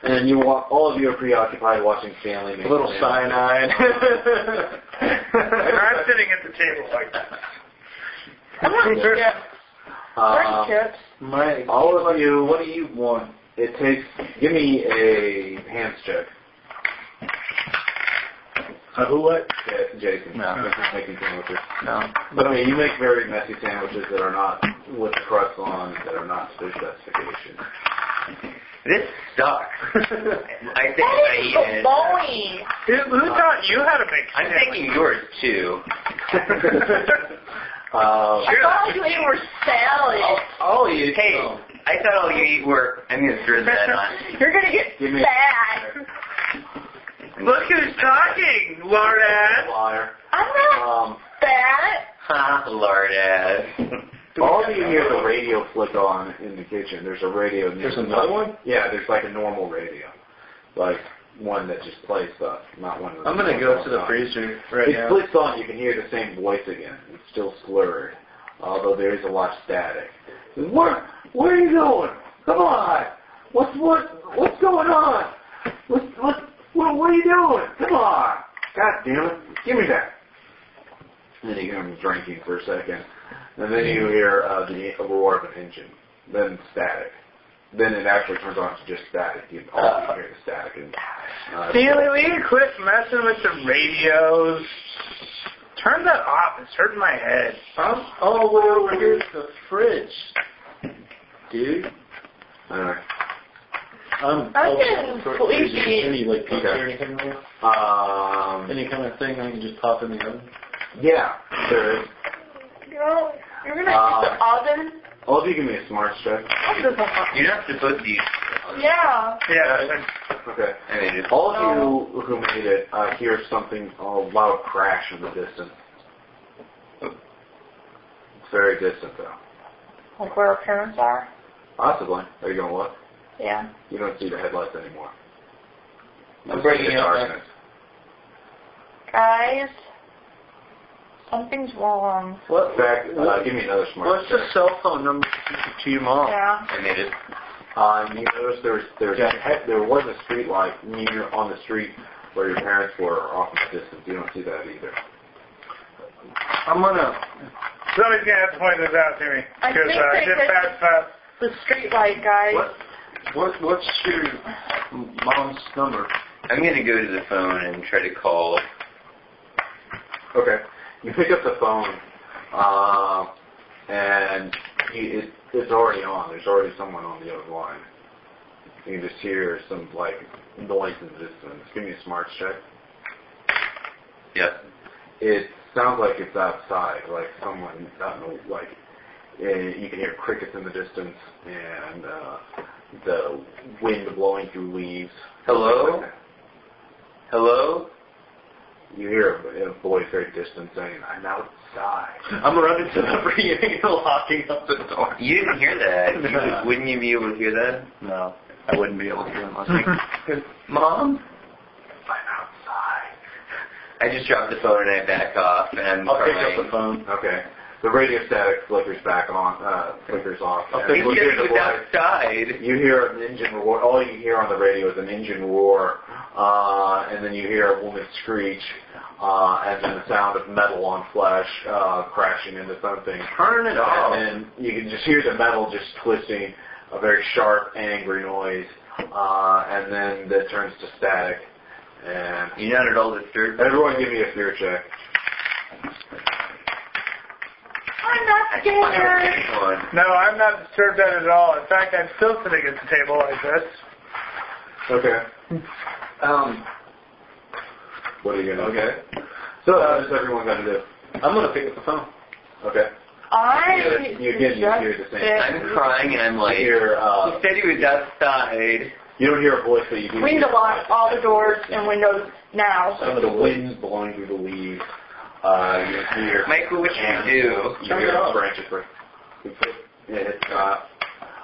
and you wa all of you are preoccupied watching Stanley. Make A little sandwiches. cyanide. And I'm sitting at the table like that. I want chips. There's Um, chips. My, all of you, what do you want? it takes. Give me a hands check, A who what? Ja- Jason. No. This is making sandwiches. No. But I mean, you make very messy sandwiches that are not with the crust on, that are not to their specification. This sucks. I think I That is eat it. bologna. Who, who taught you how to make I'm sandwiches? taking yours too. uh, I thought all you ate were salad. All you. Hey, I thought all you eat were. I'm gonna throw that on. You're gonna get Give me- fat. Look who's talking, Laura. liar. I'm not Um, fat. Ha, lard ass. all you hear is the radio flick on in the kitchen. There's a radio. There's another one? Yeah, there's like a normal radio, like one that just plays stuff, not one. That I'm gonna go to the freezer right It now. flicks on. You can hear the same voice again. It's still slurred, although there is a lot of static. Where Where are you going? Come on! What's what? What's going on? What what what, what are you doing? Come on! God damn it! Give me that. And then you hear him drinking for a second, and then you hear uh, the roar of an engine, then static. Then it actually turns on to just static. You all you hear the static. And, uh, Steely, will you quit messing with the radios? Turn that off. It's hurting my head. I'm Oh, all the way over here to the fridge, dude. Uh, anyway. I'm. I'm oh, getting sorry. sleepy. Is there Any like pizza Okay. or anything? in there? Um, Any kind of thing I can just pop in the oven? yeah, there is. No, you're gonna Uh, hit the oven. All of Oh, you give me a smart check. That doesn't work. You're not supposed to eat Yeah. Uh, Yeah. Okay. I mean, it's All of you who made it uh, hear something, a loud crash in the distance. It's very distant, though. Like where our parents are. Possibly. Are you going to look? Yeah. You don't see the headlights anymore. You I'm just breaking see the up, man. darkness. Guys, something's wrong. In fact, uh, give me another smart What's the check. cell phone number to your mom? Yeah. I made it. Uh, you notice there's, there's Yeah. heck, there was a street light near on the street where your parents were off in the distance. You don't see that either. I'm gonna. Somebody's gonna have to point this out to me I because think uh, they could- dispatch uh, The streetlight, guys. What? What? What's your mom's number? I'm gonna go to the phone and try to call. Okay. You pick up the phone, uh, and you, it, it's already on. There's already someone on the other line. You can just hear some like noise in the distance. Give me a smart check. Yeah. It sounds like it's outside, like someone I don't know, like eh, you can hear crickets in the distance and uh, the wind blowing through leaves. Hello? Hello. You hear a, a voice very distant saying, "I'm outside." I'm running to the ring and locking up the door. You didn't hear that. No. You, wouldn't you be able to hear that? No, I wouldn't be able to unless. Mom. I'm outside. I just dropped the phone and I back off and I'm I'll pick crying. up the phone. Okay. The radio static flickers back on, uh, flickers off. I'll And fix He you, it. hear said he the was voice. outside. you hear an engine roar. All you hear on the radio is an engine roar, uh, and then you hear a woman screech, uh, and then the sound of metal on flesh uh, crashing into something. Turn it off. And then you can just hear the metal just twisting, a very sharp, angry noise, uh, and then that turns to static. And You're not at all disturbed. everyone, give me a fear check. I'm not scared. One. No, I'm not disturbed at it all. In fact, I'm still sitting at the table like this. Okay. Um, What are you gonna? Okay. uh, do? So what is everyone gonna do? I'm gonna pick up the phone. Okay. I You again, you hear the same. I'm crying and I'm You like, he hear, uh, said he was outside. you don't hear a voice, but you do hear Window lock all the doors and windows now. Some of the winds blowing through the leaves. Uh, you hear. Michael, what should we do? You Turn hear it off. branches break. You put- it hits, uh,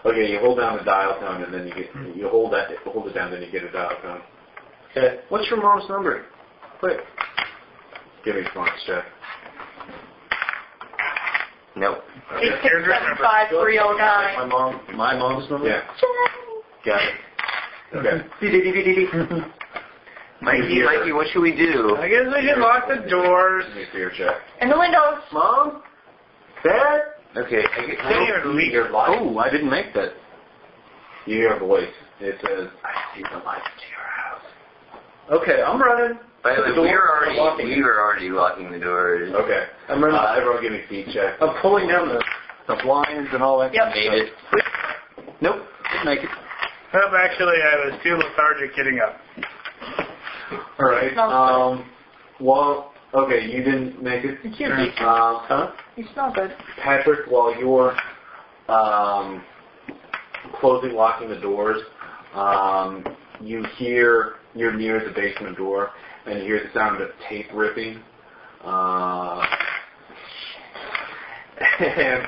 okay, you hold down the dial tone, and then you get you hold that hold it down, then you get a dial tone. Okay. What's your mom's number? Quick. Give me a response check. Nope. Eight Okay. six seven five three oh My nine. mom. My mom's Uh-huh. number. Yeah. Got it. Okay. Mikey, Mikey, what should we do? I guess we should lock the doors. Give me a fear check. And the windows. Mom? Dad? Okay. I get, They are leaving. Your light. Oh, I didn't make that. You hear a voice. It says, "I see the lights to your house." Okay, I'm running. by the way, we were I'm already locking. we were already locking the doors. Okay. I'm running. Uh, everyone, give me a feet check. I'm pulling down the, the blinds and all that. Yep. Made it. Nope, didn't make it. Well, actually, I was too lethargic getting up. All right. smells Um, well, okay, you didn't make it. You can't make it. Um, Huh? You smell good. Patrick, while you're um, closing, locking the doors, um, you hear you're near the basement door, and you hear the sound of tape ripping. Uh, and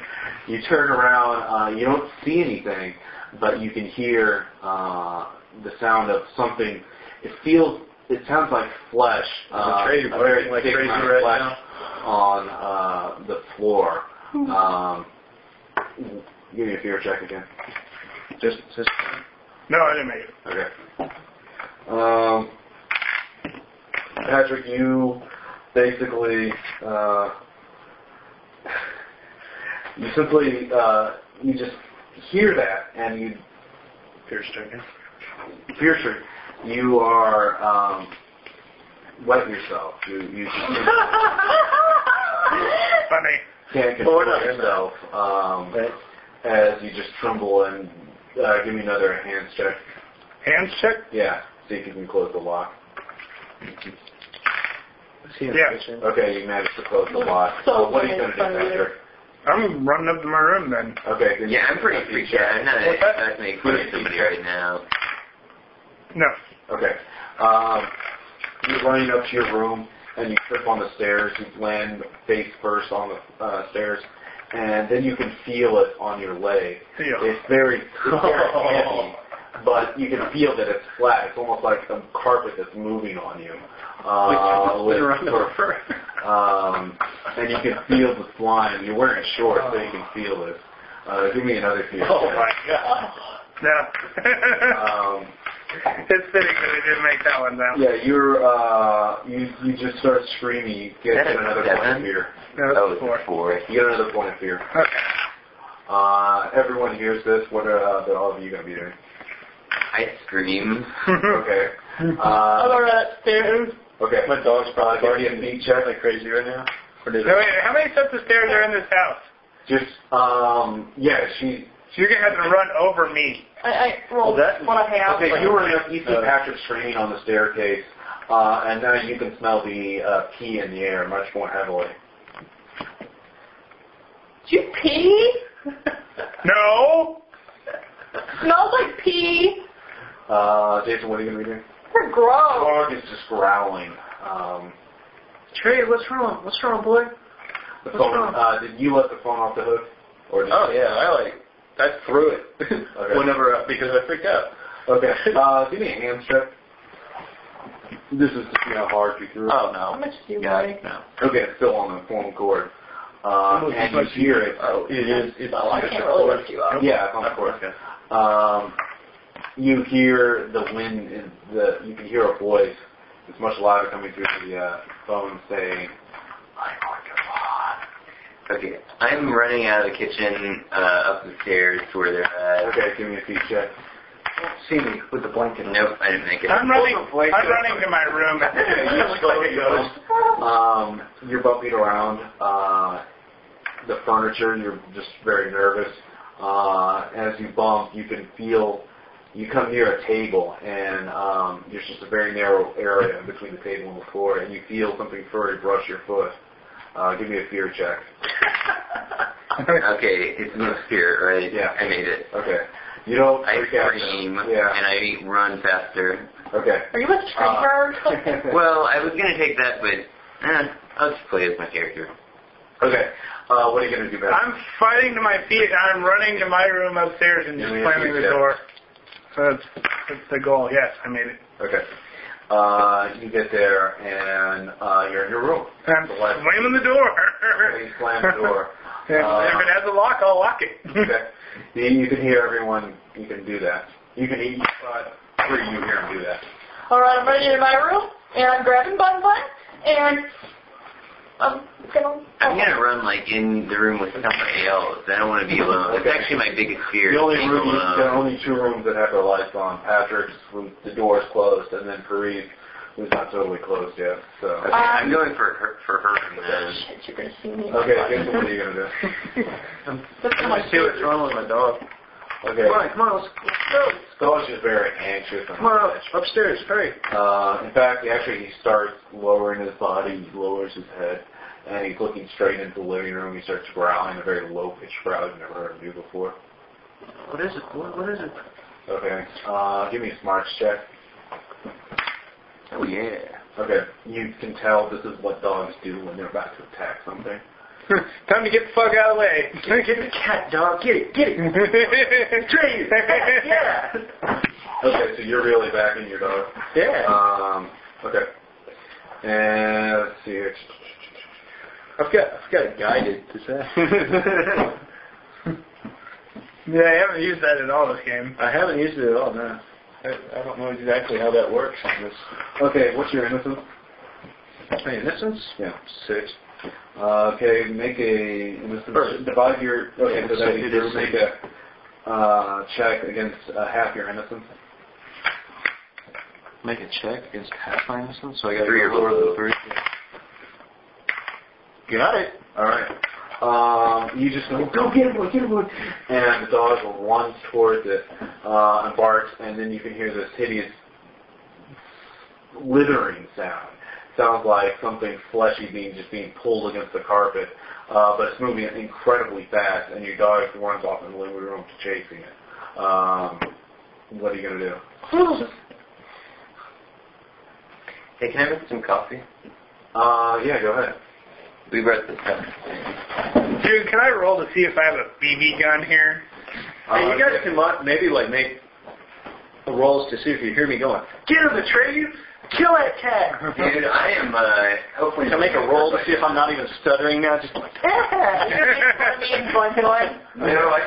you turn around. Uh, you don't see anything, but you can hear uh, the sound of something. It feels. It sounds like flesh. Uh, trade a working very like thick crazy amount of right flesh now? on uh, the floor. Um, give me a fear check again. Just, just. No, I didn't make it. Okay. Um, Patrick, you basically uh, you simply uh, you just hear that and you Pierce chicken. Piercer, you are um, wet yourself. You you Funny. can't Well, we're control not in that. yourself um, Right. as you just tremble and uh, give me another hands check. Hands check? Yeah, see if you can close the lock. See you in Yeah. the kitchen. Okay, you managed to close the lock. So Uh, what are you funny, going to do, funny. Patrick? I'm running up to my room then. Okay. then- Yeah, I'm pretty freaked out. I'm not What's that? expecting to kill somebody right now. No. Okay. Um, you're running up to your room and you trip on the stairs. You land face first on the uh, stairs, and then you can feel it on your leg. Yeah. It's very, it's very heavy, but you can feel that it's flat. It's almost like some carpet that's moving on you. Uh, with sort of um, and you can feel the slime. You're wearing shorts, so you can feel it. Uh, give me another fear. Oh my god. No. Um, it's fitting that I didn't make that one down. yeah, you're. Uh, you you just start screaming. You get, That get is another point of seven. fear. No, Oh, it's it's four. a four. You get another point of fear. Okay. Uh, everyone hears this. What are uh, the, all of you gonna be doing? I scream. Okay. I'm Uh, alright upstairs. okay. My dog's Uh, probably give me barking a beat check like crazy right now. Or did No, wait, how many sets of stairs are in this house? Just um. Yeah. She. So you're going to have to run over me. I, I Well, rolled that- what I have. Okay, you were you see Uh, Patrick screaming on the staircase, uh, and now you can smell the uh, pee in the air much more heavily. Did you pee? No. Smells like pee. Uh, Jason, what are you gonna be doing? They're gross. Dog is just growling. Um, Trey, what's wrong? What's wrong, boy? the What's phone. wrong? Uh, did you let the phone off the hook, or did Oh yeah, I like I threw it Okay. whenever uh, because I freaked out. Okay. Uh, give me a hand check. This is to see how hard you threw. it. Oh How no. much do you Yeah, weigh? no. Okay, it's still on the phone cord. Uh, and you hear it. Oh, it is. It's I like can't really lift you up. Yeah, it's on the cord. Um, you hear the wind. in The you can hear a voice. It's much louder coming through the uh, phone saying, "I'm on your lawn." Okay, I'm running out of the kitchen, uh, up the stairs to where they're at. Okay, give me a feet check. See me with the blanket. Nope, I didn't make it. I'm running, Blake, I'm running to my room. Um, you're bumping around uh, the furniture. You're just very nervous. Uh, as you bump, you can feel. You come near a table, and um, there's just a very narrow area in between the table and the floor, and you feel something furry brush your foot. Uh, give me a fear check. Okay, it's in the spirit, right? Yeah. I made it. Okay. You don't. I freak out, scream, though. Yeah. and I run faster. Okay. Are you a streamer? Well, I was gonna take that, but, eh, I'll just play as my character. okay. Uh, what are you gonna do, Matt? I'm fighting to my feet. and I'm running to my room upstairs and just Yeah, yeah, slamming the yeah. door. So that's, that's the goal. Yes, I made it. Okay. Uh, you get there, and uh, you're in your room. And I'm The light- slamming the door. And you slam the door. Yeah, Uh, if it has a lock, I'll lock it. Okay. You, you can hear everyone. You can do that. You can eat. Uh, three, you hear him do that. All right, I'm running into my room and I'm grabbing Bun Bun and I'm gonna. I'm gonna run, like, in the room with somebody else. I don't wanna be alone. That's Okay. actually my biggest fear, The only being room, there are alone. only two rooms that have their lights on. Patrick's, when the door is closed, and then Paris, who's not totally closed yet. So. Okay, I'm going for her, for her and then. Oh, Shit, you're gonna see me. Okay, Jason, what are you gonna do? That's I'm my gonna see what's wrong with my dog. Okay. Come on, come on, let's let's Scully's just very anxious. go. And Come on, up- upstairs, hurry. Uh, in fact, actually, he starts lowering his body, he lowers his head, and he's looking straight into the living room. He starts growling a very low-pitched growl you've never heard him do before. What is it? What, what is it? Okay. Uh, give me a smarts check. Oh yeah. Okay. You can tell this is what dogs do when they're about to attack something. Time to get the fuck out of the way. Get the cat, dog. Get it, get it. Trey. Yeah. Okay, so you're really backing your dog. Yeah. Um, okay. And let's see here. I've got I've got it guided to that. yeah, I haven't used that at all this game. I haven't used it at all, no. I, I don't know exactly how that works on this. Okay, what's your innocence? My innocence? Yeah. Six. Uh, okay, make a innocence. First. Divide your. Okay, Yeah, so so that it means is you make a uh, check against uh, half your innocence. Make a check against half my innocence, so I gotta Three go or lower below. than three. Got it. All right. Um, you just go, go get him, boy, get him, boy. And the dog runs towards it uh, and barks, and then you can hear this hideous withering sound sounds like something fleshy being just being pulled against the carpet, uh, but it's moving incredibly fast, and your dog runs off in the living room to chasing it. Um, what are you gonna do? Hey, can I make some coffee? Uh, yeah, go ahead. We brought this up. Dude, can I roll to see if I have a BB gun here? Uh, Hey, you guys can li- maybe like make rolls to see if you hear me going. Get him, Atreyu! Kill that cat! Dude, I am, uh, hopefully... Can I make a roll to see if I'm not even stuttering now? Just like No, I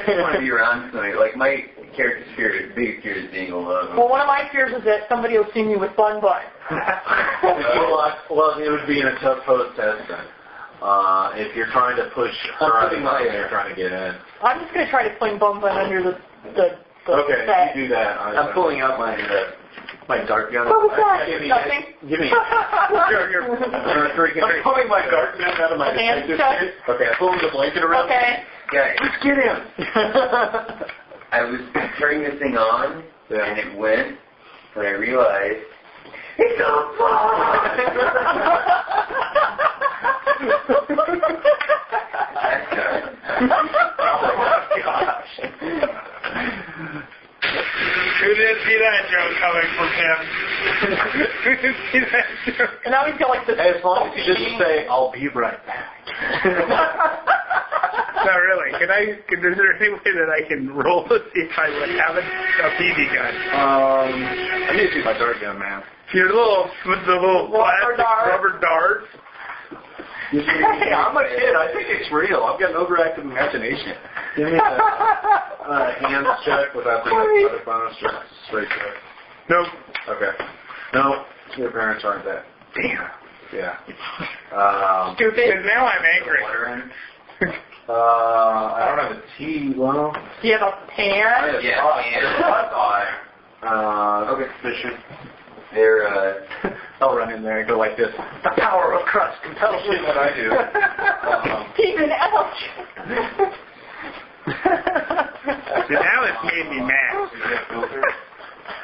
just want to be around somebody. Like, my character's fear, biggest fear is being alone. Well, one of my fears is that somebody will see me with Bun Bun. well, I, well, it would be in a tough post test then. Uh, if you're trying to push her out of the way, you're trying to get in. I'm just going to try to fling Bun Bun under the, the, the Okay, set. you do that. I- I'm pulling out my, uh, my dark gun. What was that? Give me- Nothing. Give me. Sure, I'm pulling my dark man out of my Hands detective shut. suit. Okay, I'm pulling the blanket around. Okay. Guys, Let's get him. I was turning this thing on, Yeah. and it went, but I realized... It's on Oh Who didn't see that joke coming from him? Who didn't see that joke? And now he's got like this. As long as you just say, I'll be right back. Not really. Can I? Can, is there any way that I can roll to see if I would have a, a BB gun? Um, I need to see my dark gun, man. Your little with the little Rubber plastic dart. rubber darts. Yeah, I'm a kid. I think it's real. I've got an overactive imagination. Give me a uh, hands check without the athletic bonus, just straight check. Nope. Okay. No, your parents aren't that. Damn. Yeah. Um, Stupid. And now I'm angry. uh, I don't have a T, well. Do you have a I pan? have Yeah, thought. and- I thought. Uh, Okay. Fishing. They're, uh... I'll run in there and go like this. The power of crust compels Oh, Shit that I do. Um, Demon ouch. So now it's made me mad.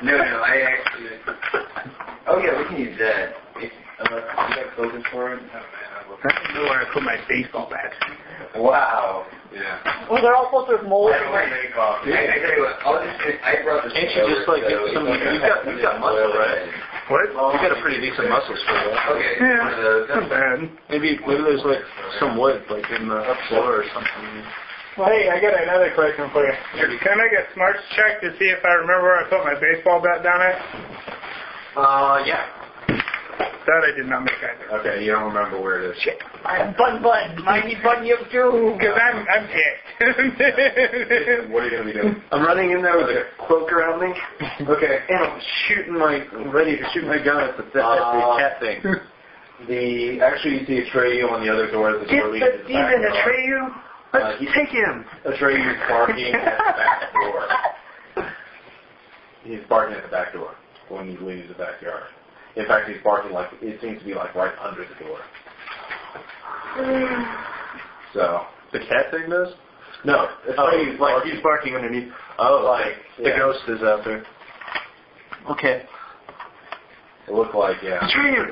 No, no, I actually... Oh, yeah, we can use that. If, Uh, unless you got focus for Oh, it. I don't know where I put my baseball bat. Wow. yeah. well, they're all supposed to have mold. I don't want to make off. I, I tell you what, I'll just, I brought this Can't you over, just, like, so get it's some- not gonna you've got- happen you've got in muscle, oil, right? Oh, What? You got a pretty decent muscles for that. Okay, one of Yeah. those. Not bad. Maybe maybe there's like some wood like in the floor or something. Hey, I got another question for you. Can I make a smarts check to see if I remember where I put my baseball bat down at? Uh, yeah. That I did not make either. Okay, you don't remember where it is. I'm Bun Bun, mighty Bunny of Doom. Because I'm, I'm pissed. What are you going to be doing? I'm running in there with a cloak around me, Okay. and I'm shooting my, I'm ready to shoot my gun at the, at the Uh, cat thing. The actually you see Atreyu on the other door of the door leading to the back door. Atreyu. Let's Uh, he- take him. Atreyu's barking at the back door. He's barking at the back door when he leaves the backyard. In fact, he's barking like it seems to be like right under the door. So The cat thing does? no, Atreyu's like barking. he's barking underneath. Oh, like The yeah, ghost is out there. Okay. it looked like yeah. Atreyu,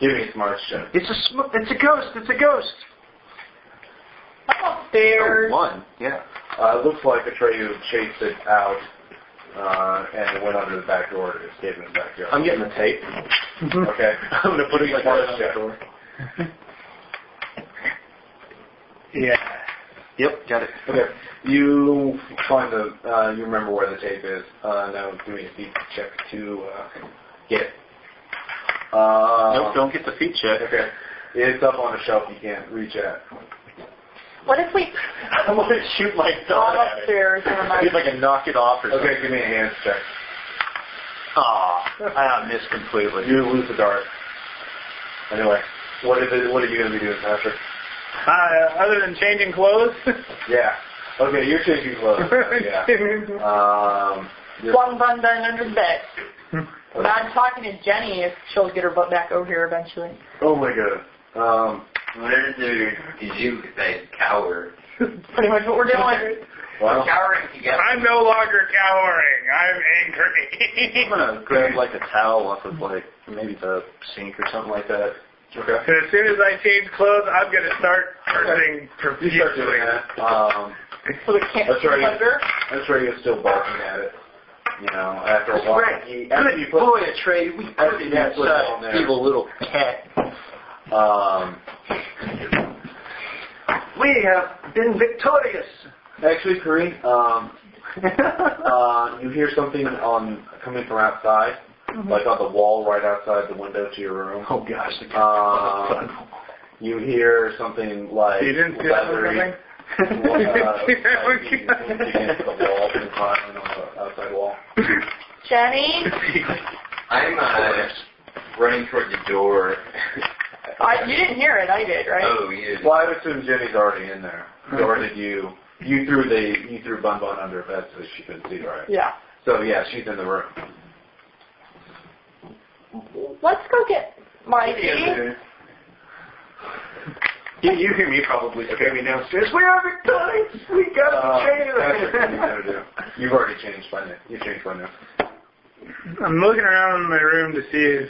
Give me a smart check. it's a sm- it's a ghost. It's a ghost. I'm upstairs. One. Yeah. Uh, it looks like Atreyu chased it out uh, and it went under the back door to escape in the backyard. I'm getting the tape. Mm-hmm. okay. I'm gonna put it like right on the Yeah. door. yeah. Yep, got it. Okay. You find the, uh, you remember where the tape is. Uh, now give me a deep check to uh, get it. Uh, nope, don't get the feet check. Okay. It's up on a shelf you can't reach at. What if we I'm gonna shoot my gone dog at it. upstairs and See if I'm I can knock it off or something. Okay, give me a hands check. Aw, I missed completely. You lose the dart. Anyway, what is it, what are you going to be doing, Patrick? Uh, other than changing clothes? Yeah. Okay, you're chasing close. yeah. Um, just- flung Bun Bun under the bed? But I'm talking to Jenny if she'll get her butt back over here eventually. oh my god. Um, What is there? Did you guys cower? Pretty much what we're doing. well, Cowering together. I'm no longer cowering. I'm I'm angry. gonna grab like a towel off of like maybe the sink or something like that. Okay. And as soon as I change clothes, I'm gonna start cursing You start doing profusely. that. Um, So the can't That's right. under. that's where you're still barking at it. You know, after a while. Right. He, after you Good put, boy, Trey. We put it Yeah, put it on outside. there. Evil little cat. um, We have been victorious. actually, Kareem, um, uh, you hear something on coming from outside, like on the wall right outside the window to your room. Mm-hmm. oh gosh, the Um, you hear something like You didn't see that one leathery, coming? wa- uh, You didn't see that one being leaned against the wall and climbing on the outside wall. Jenny, I'm uh, running toward the door. I, you didn't hear it. I did, right? Oh, you. Well, I would assume Jenny's already in there, or did you? You threw the you threw Bun Bun under a bed so she couldn't see, right? Yeah. So yeah, she's in the room. Let's go get Mikey. You, you hear me probably screaming downstairs. We are victorious. We got Uh, the that's what you're gonna trailer. do. You've already changed by now. You changed by now. I'm looking around in my room to see if,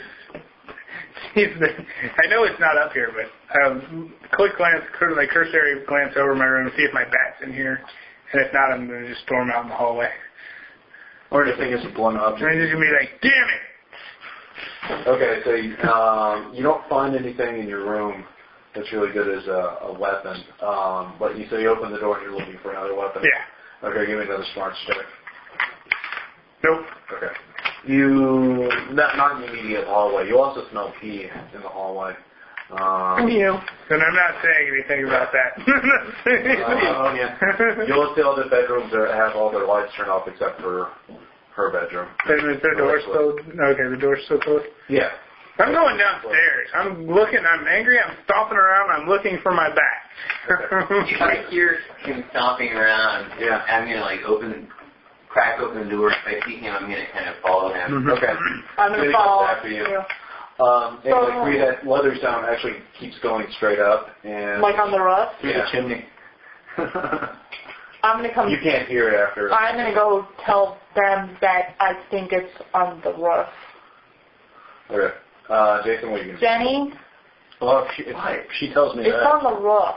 see if the, I know it's not up here, but um, quick glance, cur- like cursory glance over my room, see if my bat's in here, and if not, I'm gonna just storm out in the hallway. Or anything is a blunt And I'm just gonna be like, damn it! Okay, so you, um, you don't find anything in your room that's really good as a, a weapon. Um, but you so you open the door and you're looking for another weapon. Yeah. Okay, give me another smart check. Nope. Okay. You not not in the immediate hallway. You also smell pee in the hallway. Um, you. And I'm not saying anything about that. oh, uh, yeah. You'll see all the bedrooms are, have all their lights turned off except for her bedroom. Is the door still okay? The door's still closed. Yeah. I'm going downstairs. I'm looking. I'm angry. I'm stomping around. I'm looking for my You bat. I hear him stomping around. Yeah. I'm gonna like open, crack open the door. If I see him, I'm gonna kind of follow him. Mm-hmm. Okay. I'm gonna Jenny comes follow after you. you. Um, and like Oh. we, that leather sound actually keeps going straight up, and Like on the roof. yeah. chimney. I'm gonna come. you can't hear it after. I'm gonna go tell them that I think it's on the roof. Okay. Uh, Jason, what are you gonna Jenny, Well, if she, if she tells me it's that. on the roof.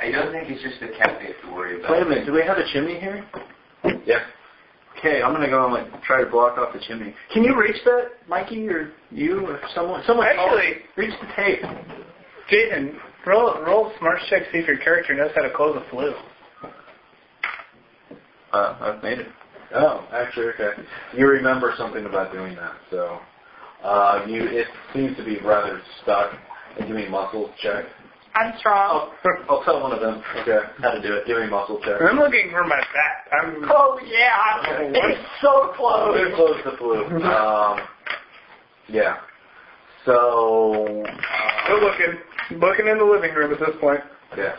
I don't think it's just the cat we have to worry about. Wait a minute. Do we have a chimney here? do? Yeah. Okay, I'm gonna go and like try to block off the chimney. Can you reach that, Mikey, or you, or someone? Someone call- Actually- reach the tape. Jason, roll roll smart check. See if your character knows how to close a flue. Uh, I've made it. Oh, actually, okay. You remember something about doing that, so uh, you it seems to be rather stuck. Give me muscle check. I'm strong. I'll, I'll tell one of them. Okay. How to do it? Give me muscle check. I'm looking for my bat. I'm. Oh yeah, Okay. it's so close. Close, Oh, close the flu. Um, yeah. So uh, Still looking. Looking in the living room at this point. yeah.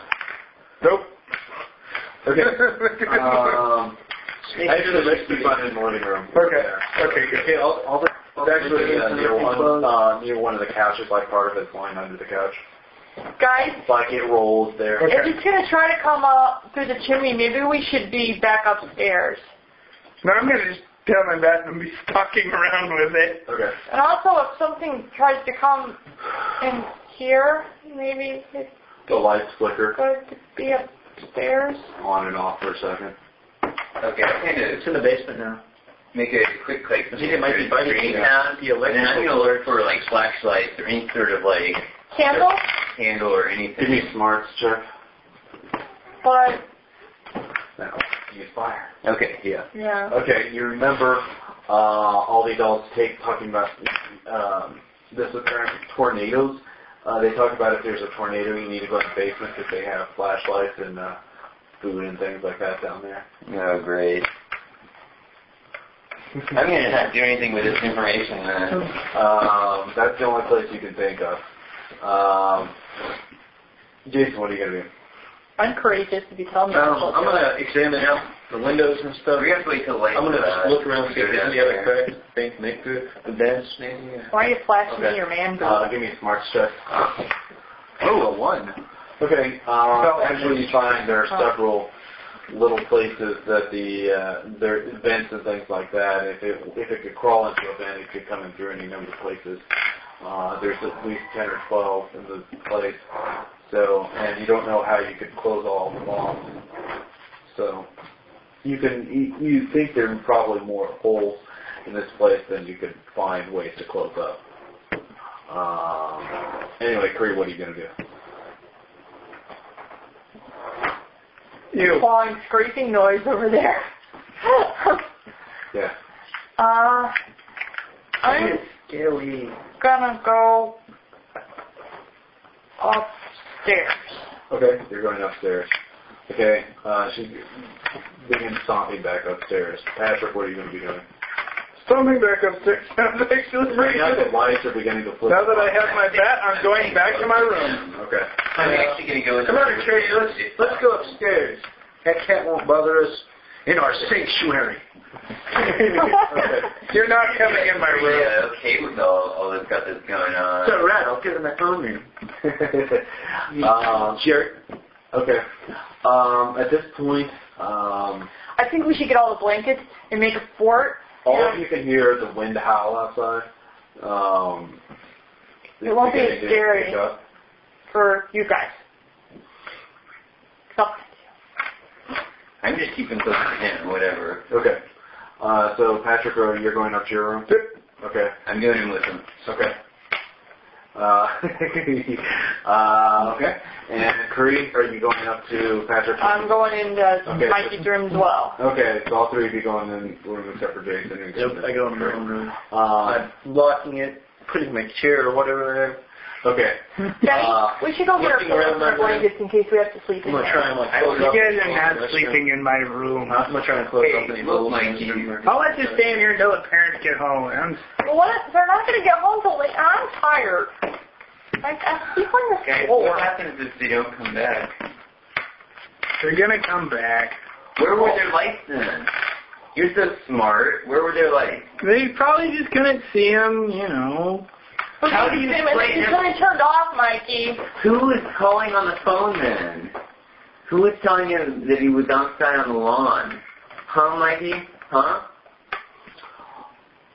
Nope. Okay. Um, actually, let's keep on in the living room. Okay. Yeah. Okay. Good. Okay, all, all the it's actually uh, near one uh, near one of the couches, like part of it's lying under the couch. Guys, Like it rolls there. Okay. if it's gonna try to come up through the chimney, maybe we should be back upstairs. Now I'm gonna just tell my bat and be stalking around with it. Okay. And also, if something tries to come in here, maybe it's The lights flicker going to be upstairs. on and off for a second. Okay, I'm gonna It's in the basement now. make a quick like. I think it might be biting screen the- sound, the electrical- And then I'm gonna look for like flashlights or any sort of like Candle, handle or Give me anything. smarts check. but Now, use fire. Okay, yeah. yeah. Okay, you remember uh, all the adults take talking about um, this apparent tornadoes. Uh, they talk about if there's a tornado, you need to go in the basement because they have flashlights and uh, food and things like that down there. Oh, great. I'm gonna not do anything with this information. uh, Then. Um, that's the only place you can think of. Um, Jason, what are you gonna do? I'm courageous to be telling them. Um, I'm gonna examine out the windows and stuff. We have to wait till light. I'm gonna uh, just look around and see if there's any other goes cracks. Think maybe the vents, maybe. uh, Why are you flashing Okay. me your man Uh, gun? give me a smarts check. Oh, a one. Okay. Um, actually, uh. you find there are several little places that the uh, there are vents and things like that. If it if it could crawl into a vent, it could come in through any number of places. Uh, there's at least 10 or 12 in the place. So, and you don't know how you could close all of them off. So, you can, you, you think there are probably more holes in this place than you could find ways to close up. Um, anyway, Cree, what are you going to do? You. clawing, scraping noise over there. Yeah. uh, I'm Scary. gonna go upstairs. Okay, you're going upstairs. Okay, uh, she begins stomping back upstairs. Patrick, what are you going to be doing? Stomping back upstairs sounds actually pretty Now the good. lights are beginning to flip. Now that I have my bat, I'm going back to my room. Okay. I'm actually gonna go in Come the on, Carrie, let's, let's go upstairs. That cat won't bother us in our sanctuary. You're not coming in my room. Yeah, okay with all, all the stuff that's going on. It's alright, I'll get in my own room. um, Jerk. okay. Um, at this point, um, I think we should get all the blankets and make a fort. all of you can hear the wind howl outside. Um, It won't be beginning to scary. pick up. for you guys. So, I'm just keeping close to him, whatever. Okay. Uh, so, Patrick, are you're going up to your room? Okay. I'm going in with him. Okay. Uh, uh, okay. And Cree, are you going up to Patrick? I'm going into Okay. Mikey's room as well. okay, so all three of you going in the room except for Jason. and Yep, I go in my own room. Uh, I'm locking it, putting my chair or whatever okay. Betty, Uh, we should go get our looking around pillows and our my room. blankets in case we have to sleep in I'm gonna there. try and like I close will- You up. guys are not sleeping in my room. I'm gonna try and close Hey, up any look, holes in Mikey. this room. or- I'll let you stay in here until the parents get home. I'm, Well, what? if- They're not going to get home till late. I'm tired. Like, I sleep on the Okay, floor. what happens if they don't come back? they're gonna come back. Where were their lights then? You're so smart. Where were their lights? They probably just couldn't see him, you know. How do you Wait a minute, explain It's it? really turned off, Mikey. Who was calling on the phone then? Who was telling him that he was outside on the lawn? Huh, Mikey? Huh?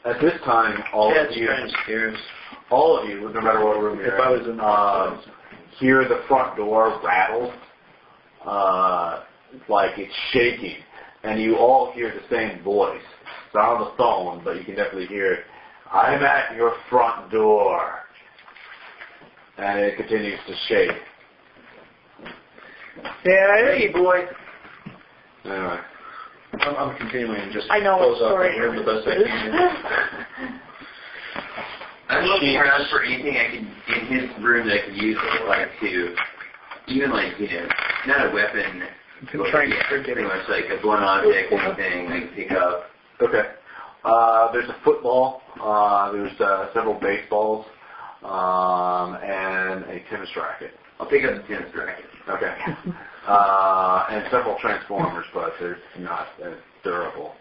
At this time, all Cat's of you, trying to scare us. all of you, no matter what room you're If I was in the uh, hear the front door rattle, uh, like it's shaking, and you all hear the same voice. It's not on the phone, but you can definitely hear it. I'm at your front door, and it continues to shake. Yeah, I Hey, think boy. Anyway, I'm, I'm continuing just I know what close up story. the room the best I it can. is. I'm looking around for anything I can in his room that I could use as like to even like, you know, not a weapon. I've but, been trying yeah, to forget pretty it. much like a blunt object, anything I can pick up. okay. Uh, there's a football. Uh, there's uh, several baseballs, um, and a tennis racket. I'll pick up the tennis racket. Okay. Uh, and several Transformers, but they're not as durable.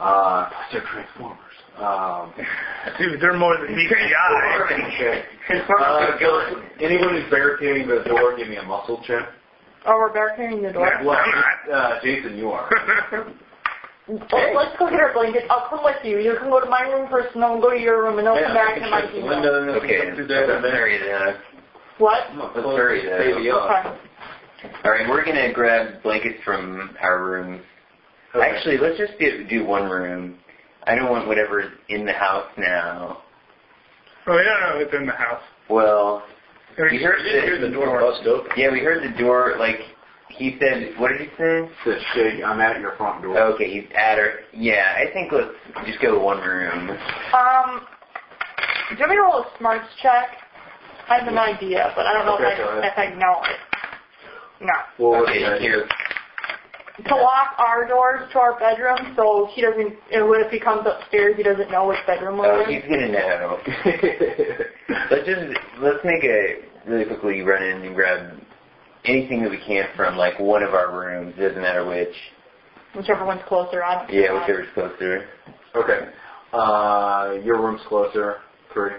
Uh, they're Transformers. Um, Dude, they're more than me. Yeah. okay. Uh, go- anyone who's barricading the door, give me a muscle check. oh, we're barricading the door. Well, uh, Jason, you are. Let's, Oh, let's go get our blankets. I'll come with you. You can go to my room first, and then we'll go to your room, and then we'll come Yeah, I back can to shut the Mikey's room. window and I Okay, can come through there. let's hurry that. What? I'm gonna Let's close hurry this that baby up. Okay. All right, we're gonna grab blankets from our rooms. Okay. Actually, let's just do, do one room. I don't want whatever's in the house now. Well, we don't know who's in the house. Well, We we heard You didn't hear the door bust open. Yeah, we heard the door. Like he said, what did he say? Says shake. I'm at your front door. Okay, he's at her. Yeah, I think let's just go to one room. Um, do you want me to roll a smarts check? I have an idea, but I don't know Okay, if, go I, ahead. if I know it. No. Well, okay, okay. here. To lock our doors to our bedroom, so he doesn't. and If he comes upstairs, he doesn't know which bedroom Uh, Oh, we're in. he's gonna know. Let's just let's make a really quickly run in and grab anything that we can from like one of our rooms. Doesn't matter which. Whichever one's closer. I don't Yeah, whichever's closer. okay. Uh, your room's closer. Three.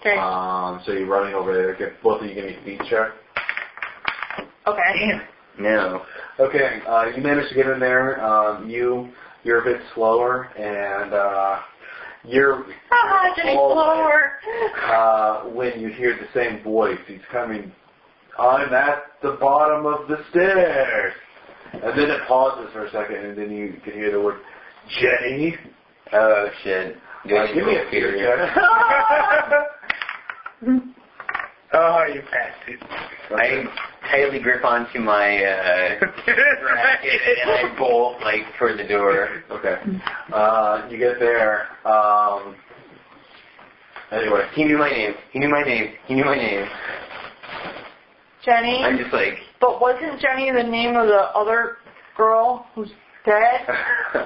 Okay. Um, so you're running over there. Get, both of you give me feet check. okay. No. Okay, uh, you managed to get in there. Um, you you're a bit slower, and uh, You're Ah, Jenny all- Floor. uh, when you hear the same voice. He's coming, I'm at the bottom of the stairs. And then it pauses for a second, and then you can hear the word, Jenny. Oh shit. Uh, give me a fear check. Ah. Oh, you passed it. I tightly grip onto my uh, racket and I bolt like toward the door. Okay. Uh, you get there. Um, anyway, He knew my name. He knew my name. He knew my name. Jenny. I'm just like, But wasn't Jenny the name of the other girl who's dead?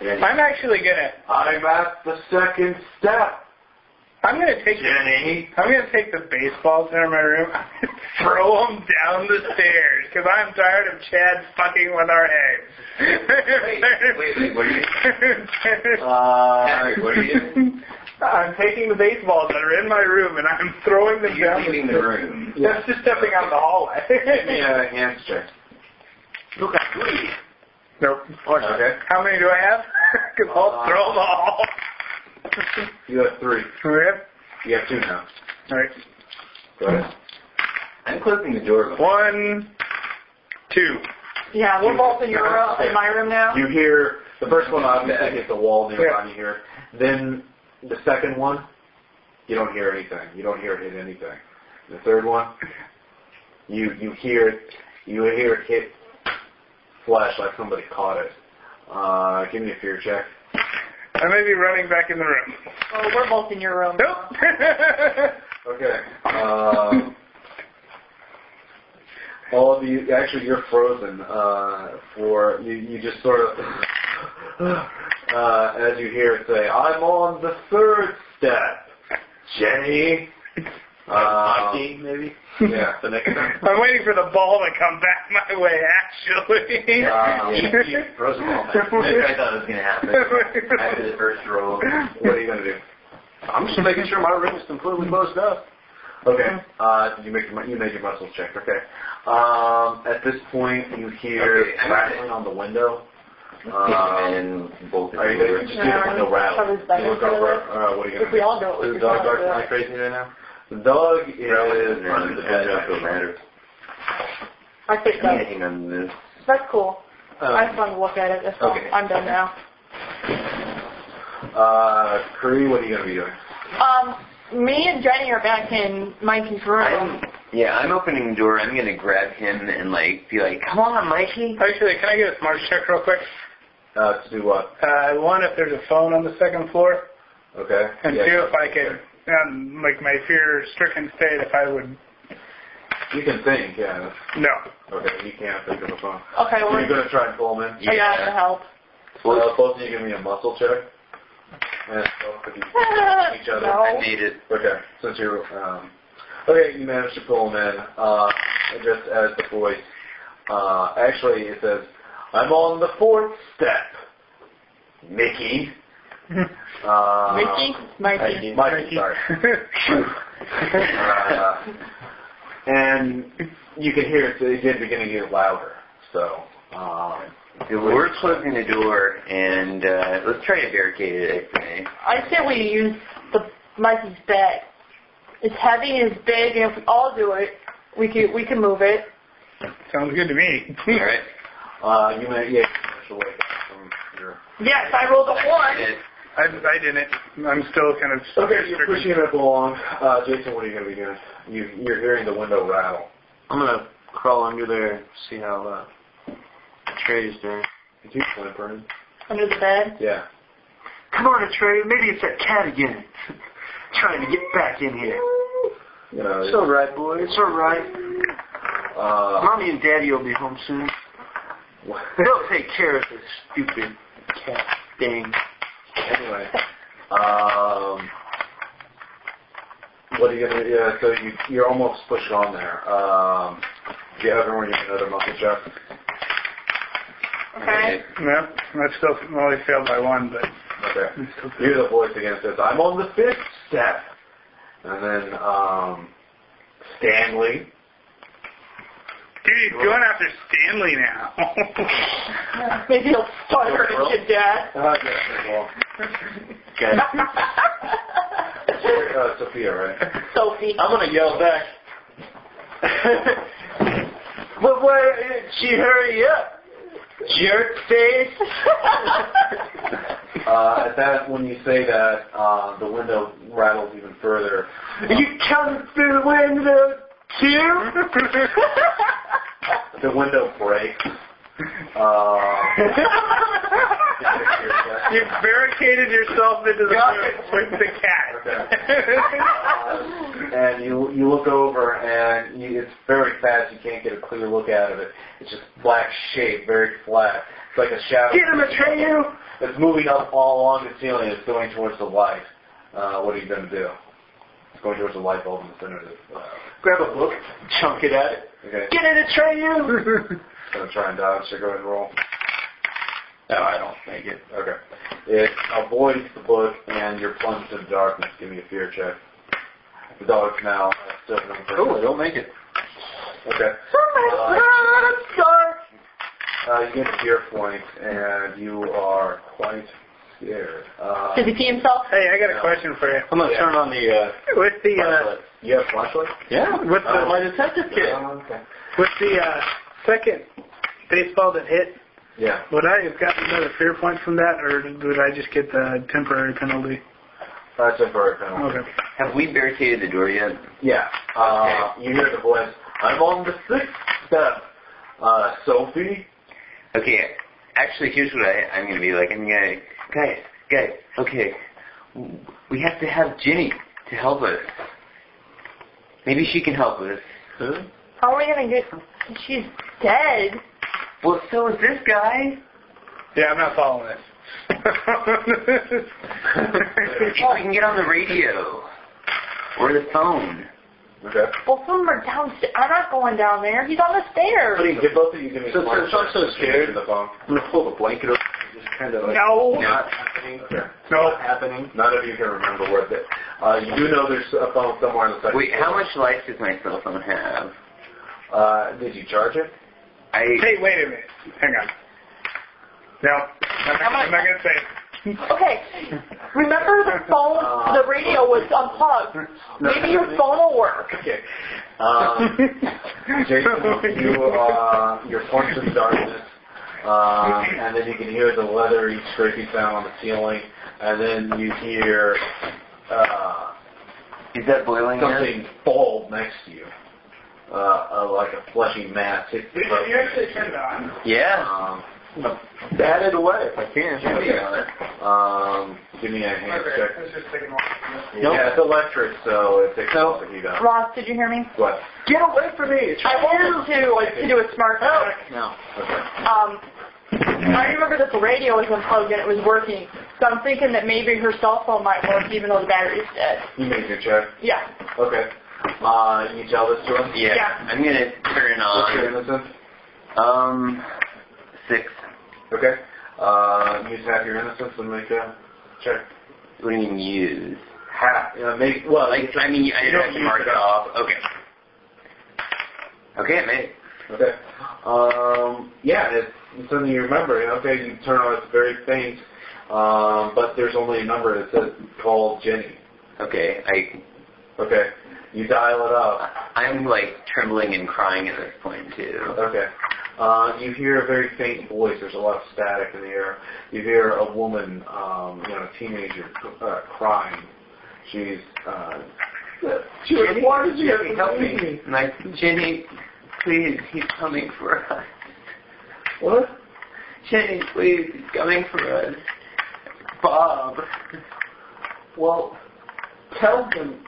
I'm actually gonna. I'm at the second step. I'm gonna take. Jenny. I'm gonna take the baseballs out of my room, and throw them down the stairs, because I'm tired of Chad fucking with our eggs. Wait, wait, wait, what are you- Uh, Patrick, what are you doing? I'm taking the baseballs that are in my room and I'm throwing them You're down. leaving the room. That's just stepping out of the hallway. yeah, hamster. Look at me. Nope. Okay. How many do I have? Because Uh, I'll throw them all. You have three. Okay. You have two now. All right. Go ahead. I'm closing the door. behind One, two. Yeah, we're both in your room, in my room now. You hear the first one obviously hits the wall nearby. You hear. it. Then the second one, you don't hear anything. You don't hear it hit anything. The third one, you you hear it. You hear it hit flesh like somebody caught it. Uh, give me a fear check. I may be running back in the room. Oh, we're both in your room. Nope. now. Okay. Um, all of you, actually, you're frozen. Uh, for you, you just sort of, uh, as you hear it say, "I'm on the third step, Jenny." Uh, maybe? yeah. The next step. I'm waiting for the ball to come back my way, actually. Um, Frozen ball. I thought it was gonna happen after the first roll. what are you gonna do? I'm just making sure my room is completely closed up. Okay. Uh, you make your, mu- you made your muscle check. Okay. Um, at this point, you hear Okay, I'm- rattling on the window. Um, and bolted Are you the going door. to just do the window rattle? Probably better You look for over, uh, what are you going If to we do? all do it, we Is the could dog all barking do like it. crazy right now? The dog is Rattle under the bed. I think I'm that. hitting on this. That's cool. I Uh, just wanted to look at it. That's all. Okay. I'm done now. Uh, Kree, what are you going to be doing? Um, me and Jenny are back in Mikey's room. I'm, yeah, I'm opening the door. I'm gonna grab him and like be like, "Come on, Mikey." actually, can I get a smarts check real quick? Uh, to do what? Uh, one, if there's a phone on the second floor, Okay. and Yeah, two, if I could, um, like my fear-stricken state, if I would. You can think, yeah. No. Okay, you can't think of a phone. Okay, You're we're. going to try and pull him in? I got the help. Well, both of you give me a muscle check. And both of you each other. I oh. no. made it. Okay, since you're um, okay, you managed to pull him in. Uh, just as the voice, uh, actually, it says, "I'm on the fourth step, Mickey." uh, Mickey? Mikey. Mikey, sorry. uh, and you can hear it. It did begin to get louder. So, um, We're closing the door and uh, let's try to barricade it. I think. I say we use the Mikey's bag. It's heavy and it's big, and if we all do it, we can we can move it. Sounds good to me. All right. uh, you may yeah, you managed to wake up from your. Yes, I rolled a one. It- I, I didn't. I'm still kind of. Okay, you're fear-stricken. pushing it along. Uh, Jason, what are you going to be doing? You, you're hearing the window rattle. I'm gonna crawl under there, see how uh, Trey's doing. Did you whimpering? Under the bed. Yeah. Come on, Trey. Maybe it's that cat again, trying to get back in here. You know, It's all right, boy. It's all right. uh, Mommy and Daddy will be home soon. They'll take care of this stupid cat thing. anyway, um, what are you gonna? Yeah, so you you're almost pushed on there. Um, do you have everyone get another muscle check? Okay. No, I still only failed by one, but Okay. I'm still. You hear the voice again says, "I'm on the fifth step," and then um, Stanley. Dude, he's going after Stanley now. Maybe he'll start Okay, her roll. and get dad. Uh, yeah, well, guy. Uh, Sophia, right? Sophie. I'm gonna yell back. but why she hurry up? Jerk face. Uh, at that, when you say that, uh, the window rattles even further. you come through the window too? The window breaks. Uh, You barricaded yourself into the Got room it. with the cat. and you you look over and you, it's very fast. You can't get a clear look out of it. It's just black shape, very flat. It's like a shadow. Get him, Atreyu! It's moving up all along the ceiling. It's going towards the light. Uh, what are you going to do? It's going towards the light bulb in the center of the. Uh, Grab a book, chunk it at it. okay, Get it, Atreyu! it's going to try and dodge. So go ahead and roll. no, I don't think it. Okay. It avoids the book and you're plunged into darkness. Give me a fear check. The dog's now still in person. Cool, Oh, I don't make it. Okay. Uh, uh, you get a fear point and you are quite scared. Uh, Did he pee himself? hey, I got a question for you. I'm gonna Yeah. turn on the, uh, With the uh, flashlight. You have flashlight? yeah, What's uh, the- my detective kit. Uh, okay. with the uh, second baseball that hit, Yeah. would I have gotten another fear point from that, or would I just get the temporary penalty? That's a bird penalty. Okay. Have we barricaded the door yet? Yeah. Uh, You hear the voice, I'm on the sixth step. Uh, Sophie? Okay, actually, here's what I, I'm gonna be like. I'm gonna, guys, guys, okay, we have to have Ginny to help us. Maybe she can help us. How are we gonna get? She's dead. Well, so is this guy. Yeah, I'm not following this. If we can get on the radio or the phone. Okay. Well, somewhere downstairs. I'm not going down there. He's on the What do stairs. you give both of you give me So- so- smart so I'm so checks. scared. In the phone. I'm gonna pull the blanket over. Just kind of like no. not happening. Okay. No. Not happening. None of you can remember where it. Uh, you do know there's a phone somewhere in the second. Wait, how much life does my cell phone have? Uh, did you charge it? I Hey, wait a minute. Hang on. No, I'm not, I'm not gonna say. it. Okay. Remember the phone? The radio was unplugged. Maybe your phone will work. Okay. Um, Jason, you uh, you're plunged in darkness, um, and then you can hear the leathery scraping sound on the ceiling, and then you hear uh, is that boiling yet? something fall next to you, uh, uh, like a fleshy mass. hits the Did you actually turn it on? Yeah. Um, Bat it away if I Should can. be on it. um, give me a hand Okay, check. let's just take a moment. Yeah, it's electric, so it takes all the heat out. Ross, did you hear me? What? Get away from me! I wanted to to do a smart check. No. Okay. Um, I remember that the radio was unplugged and it was working. So I'm thinking that maybe her cell phone might work even though the battery's dead. You made your check. Yeah. Okay. Uh, you tell this to him? Yeah. Yeah. I'm gonna turn What's your on. innocence? Um, six. Okay. Uh, use half your innocence and make a check. What do you mean use? Half. Uh, make, well, Like, I mean, I You didn't don't have to use mark it it up. off. Okay. Okay, I made it. okay. Um, yeah, it's, it's something you remember. Okay, you turn on, it's very faint, um, but there's only a number that says call Jenny. Okay, I, Okay. You dial it up. I'm like trembling and crying at this point too. Okay. Uh, you hear a very faint voice. There's a lot of static in the air. You hear a woman, um, you know, a teenager, uh, crying. She's, uh, she was, why did you have to help leave me? I'm like, Jenny, please, he's coming for us. What? Jenny, please, he's coming for us. Bob. Well, tell him.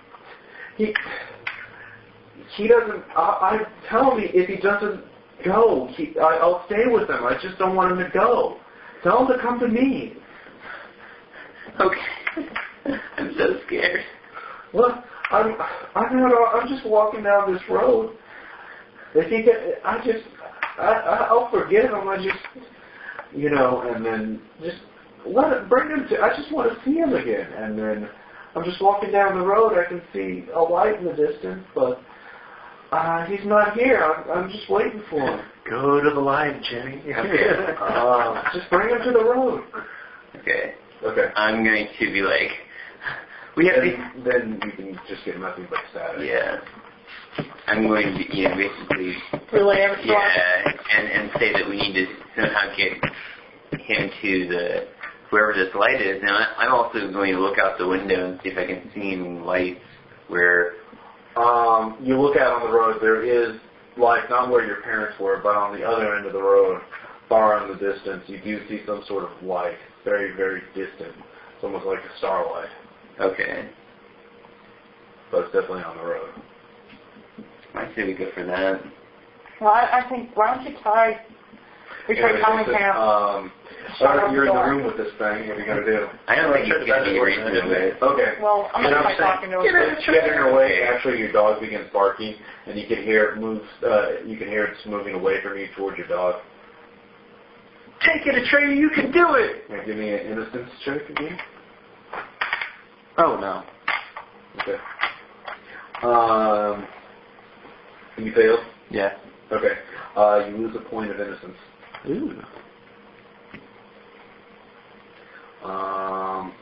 He he doesn't. I, I tell him if he doesn't go, he, I, I'll stay with him. I just don't want him to go. Tell him to come to me. Okay. I'm so scared. Look, I'm I'm not. I'm just walking down this road. If he get, I just I I- I'll forgive him. I just you know, and then just let it bring him to. I just want to see him again, and then I'm just walking down the road. I can see a light in the distance, but uh, he's not here. I'm, I'm just waiting for him. Go to the line, Jenny. Uh, just bring him to the road. Okay. Okay. I'm going to be like, we have to And then you can just get nothing but static. Yeah. I'm going to, yeah, basically, Relay everything. yeah, and, and say that we need to somehow get him to the, wherever this light is. Now, I- I'm also going to look out the window and see if I can see any lights where, Um, you look out on the road, there is light, not where your parents were, but on the other end of the road, far in the distance, you do see some sort of light, very, very distant. It's almost like a starlight, okay, but it's definitely on the road. I say we go for that. Well, I, I think why don't you try? We try Anyway, common it's a- camp. um, Start you're in the off room with this thing, what are you going to do? I don't think it's going to be reasonable. Okay. Well, I'm You know gonna what try I'm saying? talking to Get him. in, get in your way. Actually, your dog begins barking, and you can hear it moves. Uh, you can hear it's moving away from you towards your dog. Take it, a trainer. You can do it. Now, give me an innocence check again. Oh no. Okay. Um, you failed. Yeah. Okay. Uh, you lose a point of innocence. Ooh. Um.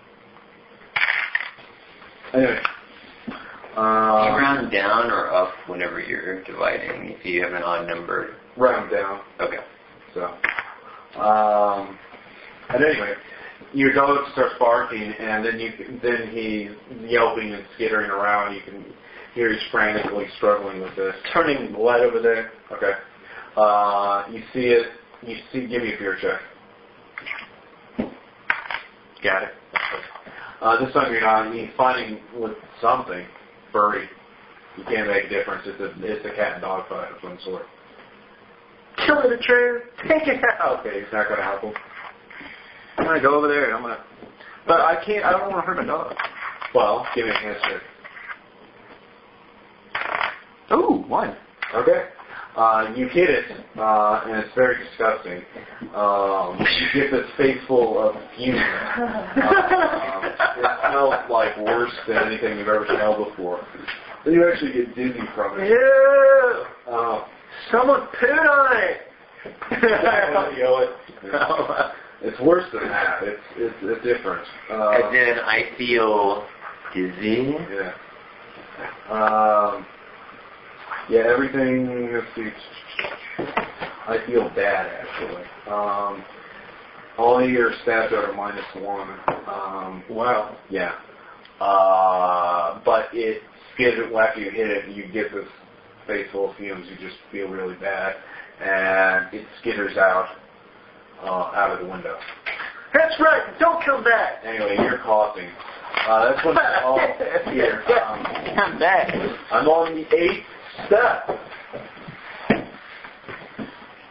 Anyway. You Um, round down or up whenever you're dividing, if you have an odd number. round down. Okay. So, um, and anyway, your dog starts barking, and then you then he's yelping and skittering around. You can hear he's frantically struggling with this. Turning the light over there. Okay. Uh, you see it. You see. Give me a fear check. Got it. Uh, this time you're not. He's fighting with something furry. You can't make a difference. It's a it's a cat and dog fight of some sort. Kill it, a trainer. Take it out. Okay, it's not going to help him. I'm gonna go over there and I'm gonna. But I can't. I don't want to hurt my dog. Well, give me a hand check. Ooh, one. Okay. Uh, you hit it, uh, and it's very disgusting. Um, you get this face full of fume. Um, it smells like worse than anything you've ever smelled before. Then you actually get dizzy from it. Uh, Yeah. Oh. Someone pooed on it. yell it. It's worse than that. It's it's, it's different. And Uh, then I feel dizzy. yeah. Um, yeah. Everything. Let's see. I feel bad actually. Um, all your stats are minus one. Um, wow. yeah. Uh, but it skids it after you hit it. You get this face full of fumes. You just feel really bad, and it skitters out uh, out of the window. That's right. Don't kill that. Anyway, you're coughing. Uh, that's when it's all here. Um, I'm back. I'm on the eighth step.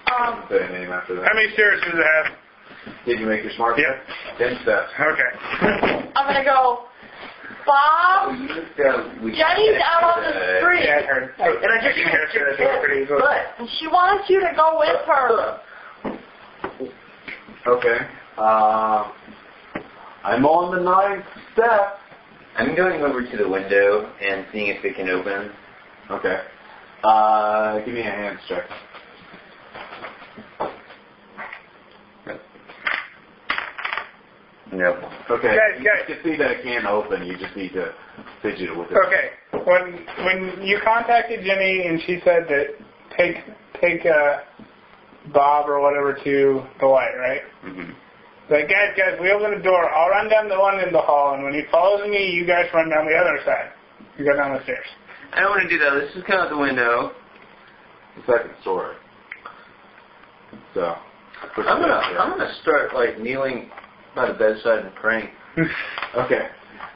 Um, Say a name after How that. many stairs does it have? Did you make your smart? Yeah. Ten steps. Okay. I'm gonna go. Bob, Jenny's out on the street. Yeah, I heard. And I just can hear it kicked pretty his easily. butt, and she wants you to go with her. Okay. Um, I'm on the ninth step. I'm going over to the window and seeing if it can open. Okay. Uh, give me a hands check. No. Okay. Guys, guys. You can see that it can open. You just need to fidget with it. Okay. When when you contacted Jenny and she said that take take uh, Bob or whatever to the light, right? hmm Like, guys, guys, we open the door. I'll run down the one in the hall, and when he follows me, you guys run down the other side. You go down the stairs. I don't want to do that. Let's just come out the window. The second story. So. put I'm gonna. it out there. I'm gonna start like kneeling by the bedside and praying. Okay.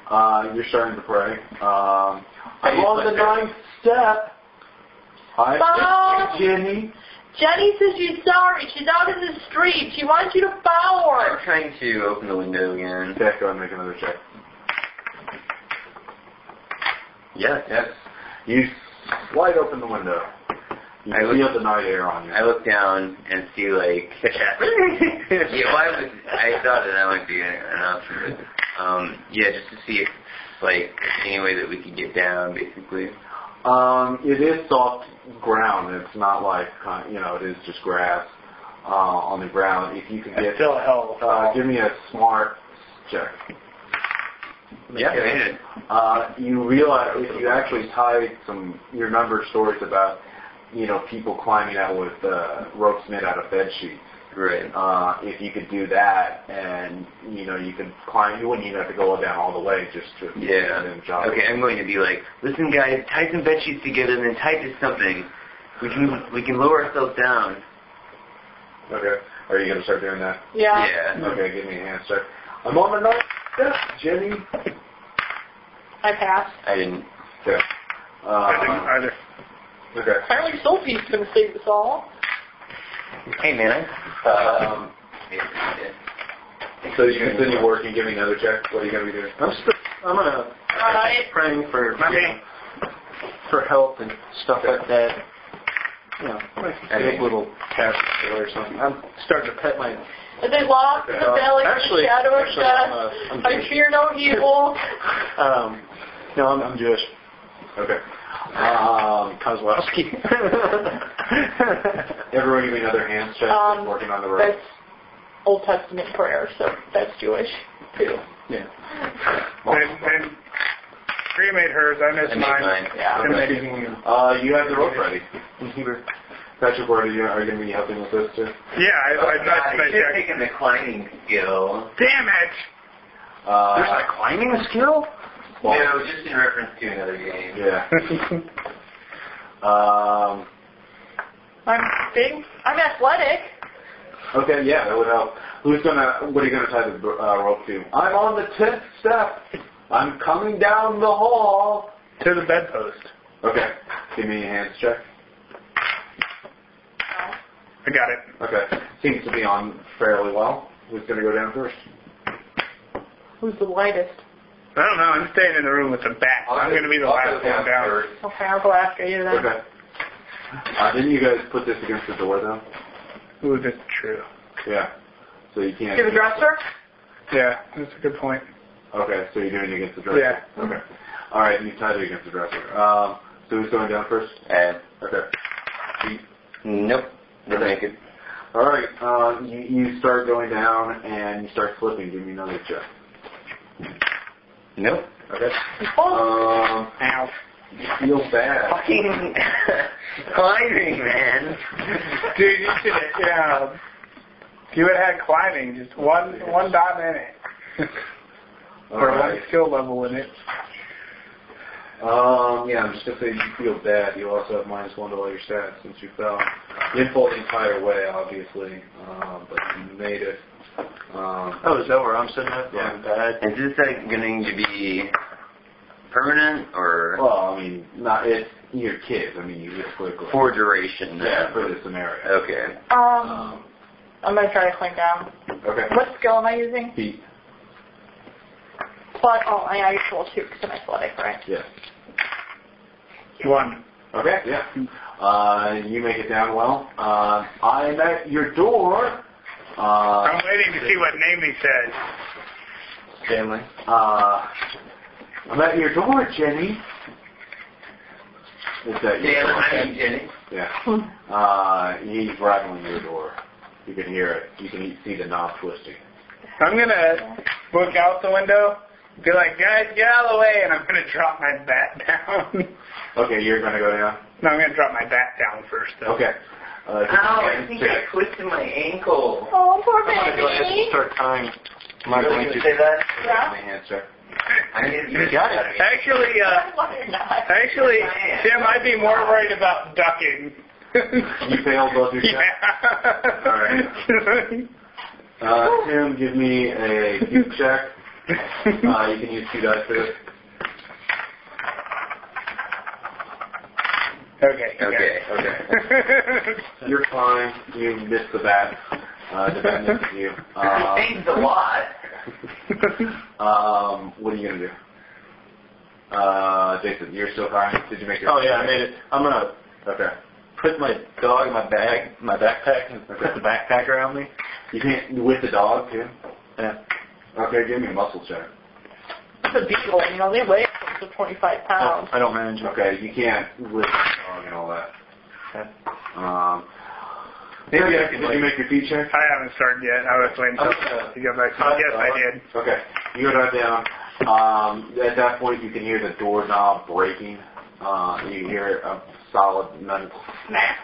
Uh, you're starting to pray. Um, Are I'm you on the like- ninth step. Hi, Bob. Jenny. Jenny says she's sorry. She's out in the street. She wants you to follow her. I'm trying to open the window again. Okay, go ahead and make another check. Yes. Yes. You slide open the window. You I feel look- the night air on you. I look down and see like yeah, well, I, was, I thought that that might be an option. But, um, yeah, just to see if like any way that we could get down, basically. Um, it is soft ground. It's not like uh, you know, it is just grass uh, on the ground. If you can It's get, still a hell of a uh, fall. give me a smart check. Yeah, they did. Uh, you realize if you actually tie some your number stories about you know people climbing out with uh, ropes made out of bed sheets. Great. Uh, if you could do that, and you know you could climb, you wouldn't even have to go down all the way just to Yeah. and jump. Okay, I'm going to be like, listen, guys, tie some bed sheets together and then tie to something. We can we can lower ourselves down. Okay. Are you gonna start doing that? Yeah. Yeah. Okay, give me an answer. I'm on the ninth step, Jenny. I passed. I didn't. Okay. I didn't Uh, either. okay. Apparently Sophie's gonna save us all. Hey, man. Um, so you continue working, give me another check. What are you gonna be doing? I'm still, I'm gonna Alright. praying for Not me. for help and stuff like that. You know, like Okay. big little task or something. I'm starting to pet my. As I walk in the Uh, valley of the actually- shadow of actually, I'm, uh, death, I'm I Jewish. fear no evil. Um, no, I'm, I'm Jewish. Okay. Um, Kozlowski. everyone give me another hand check. Um, working on the road. That's Old Testament prayer, so that's Jewish too. yeah. And, and Rhea made hers. I missed I made mine. mine. Yeah. Tim Okay. made his. Uh, you have the rope ready. In Hebrew. Patrick, what are you, are you gonna be helping with this too? Yeah, I, I, God, that's my you should've check. taken the climbing skill. Damn it! There's Uh, a climbing skill? no, just in reference to another game. yeah. Um, I'm big. I'm athletic. okay, yeah, that would help. Who's gonna, what are you gonna tie the uh, rope to? I'm on the tenth step. I'm coming down the hall. To the bedpost. Okay, give me a hands check. I got it. Okay, seems to be on fairly well. Who's gonna go down first? Who's the lightest? I don't know. I'm staying in the room with the bat. I'm going to be the last one down. Okay, I'll go after you then. Okay. Uh, didn't you guys put this against the door though? Ooh, that's true. Yeah. So you can't. To the dresser? Yeah, that's a good point. Okay, so you're doing it against the dresser. Yeah. Okay. All right, you tied it against the dresser. Um, so who's going down first? Uh, Okay. nope. Doesn't make it. All right. Um, you, you start going down and you start slipping. Give me another check. Nope. Okay. Oh, Um, Ow. you feel bad. Fucking climbing, man. Dude, you should have, yeah. If you would have had climbing, just one one dot in it. All or right. one skill level in it. Um, yeah, I'm just gonna say you feel bad. You also have minus one to all your stats since you fell. You didn't fall the entire way, obviously, um, but you made it. Um, Oh, is that where I'm sitting at? Yeah. I'm bad. Is this like going to be permanent or well, I mean, not it's your kids. I mean, you just quickly. for duration? Yeah, for the scenario. Okay. um, Um, I'm gonna try to clean down. okay. What skill am I using? Feet. Plus, oh, I I roll two because I'm athletic, right? Yes. One. Okay. Yeah. Uh, you make it down well. Uh, I'm at your door. Uh, I'm waiting to see what name he says. Stanley. uh, I'm at your door, Jenny. Is that you? Dan, I mean Jenny. Yeah. Uh, he's rattling your door. You can hear it. You can see the knob twisting. I'm going to look out the window, be like, guys, get out of the way, and I'm going to drop my bat down. Okay, you're gonna go down. no, I'm going to drop my bat down first, though. Okay. Uh, give me Ow, a I hand think check. I twisted my ankle. Oh, poor I'm gonna go ahead and baby. start tying my You really gonna blanket. say that? Give Yeah. me a hand check. I mean, you got it. Actually, uh, Why not? Actually, Tim, I'd be more worried about ducking. You failed both your yeah. checks. Uh, Tim, give me a cube check. Uh, you can use two dice for this. okay. Okay. Okay. okay. You're fine. You missed the bat. Uh, the bat misses you. Uh, Thanks a lot. um, what are you gonna do? Uh, Jason, you're still fine. Did you make your? Oh yeah, I made it. I'm gonna Okay. put my dog in my bag, my backpack, and put the backpack around me. You can't with the dog too. Yeah. Okay, give me a muscle check. It's a beetle, you know, they weigh up to 25 Oh. pounds. Oh. I don't manage. it. Okay, you can't with the dog and all that. Okay. Um, Maybe I Did can you make your feet check? I haven't started yet. I was Oh, waiting until you got back to me. Yes, I did. Okay. You go dive down. Um, at that point, you can hear the doorknob breaking. Uh, you can hear a solid metal snap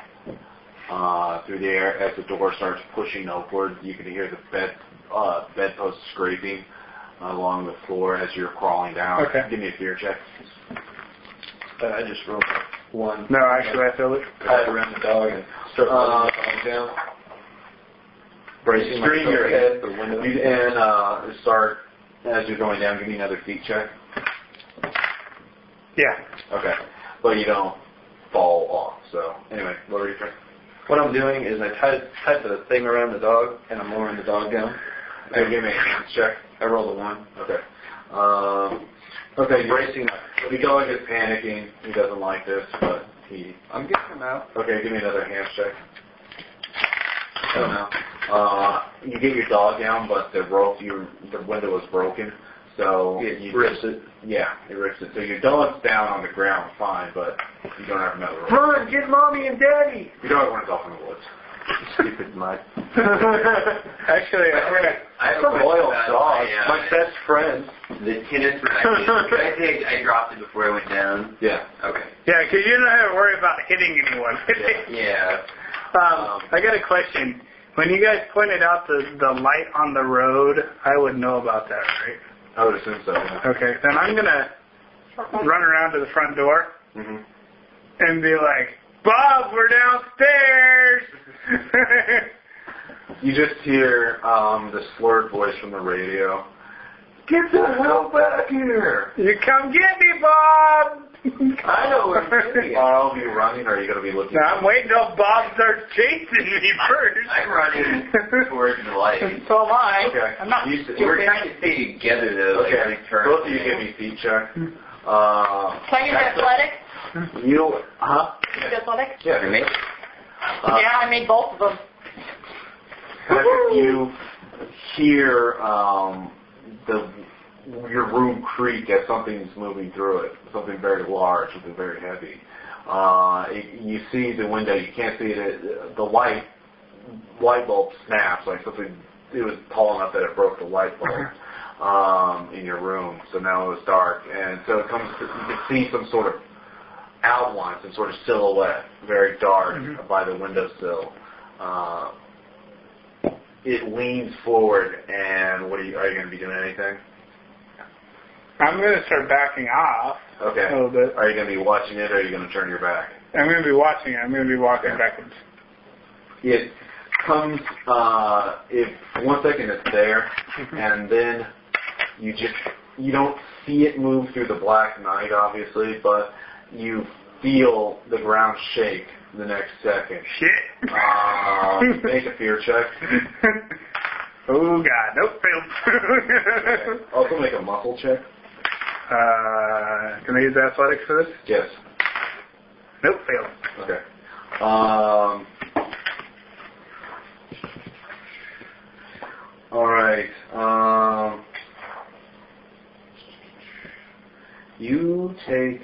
uh, through the air as the door starts pushing upward. You can hear the bed uh, bedpost scraping along the floor as you're crawling down. Okay. Give me a fear check. I just rolled one. No, actually, I feel it. I had around the dog and started Uh, uh, down. Bracing Screen your myself. head for window. You can uh, start as you're going down. Give me another feet check. Yeah. Okay. But you don't fall off. So anyway, what were you trying? What I'm doing is I tied tied the thing around the dog and I'm lowering the dog down. Okay, give me a hand check. I rolled a one. Okay. Um, okay, you're racing up. The dog is panicking. He doesn't like this, but he. I'm getting him out. Okay, give me another hand check. I don't know. Uh, you get your dog down, but the rope, you, the window was broken, so It you rips it. Yeah, it rips it. So your dog's down on the ground, fine, but you don't have another rope. Run, get mommy and daddy. Your dog runs off in the woods. Stupid mutt. Actually, I'm gonna. I have a Some question loyal about dog. my, uh, My best friend. The tennis racket. I think I dropped it before I went down. Yeah. Okay. Yeah, because you don't have to worry about hitting anyone. Yeah. um, I got a question. When you guys pointed out the the light on the road, I would know about that, right? I would assume so. Yeah. Okay. Then I'm gonna run around to the front door Mm-hmm. hmm and be like, "Bob, we're downstairs." You just hear um, the slurred voice from the radio. Get the hell back here! you come get me, Bob. I know where Are all of you running, or are you going to be looking? Now I'm waiting till Bob starts chasing me first. I'm running towards the light. so am I. Okay. I'm not. You- We're trying to stay together though. Like, Okay. like turn. Both of you give me feet check. Uh, Can I use athletic? you, huh? Use athletic? Yeah. Make- Uh, yeah, I made both of them. Patrick, you hear um, the your room creak as something's moving through it, something very large, something very heavy. Uh, it, you see the window. You can't see it. The light light bulb snaps like something. It was tall enough that it broke the light bulb um, in your room. So now it was dark, and so it comes. To, you can see some sort of outline, some sort of silhouette, very dark by the windowsill. Uh, it leans forward, and what are you? Are you going to be doing anything? I'm gonna start backing off a Okay. little bit. Are you going to be watching it, or are you going to turn your back? I'm gonna be watching it. I'm gonna be walking backwards. It comes. Uh, it one second it's there, and then you just you don't see it move through the black night, obviously, but you feel the ground shake the next second. Shit. Uh, make a fear check. oh god, nope, failed. Okay. Also make a muscle check. uh, can I use athletics for this? Yes. Nope, failed. Okay. Um, all right. Um, you take.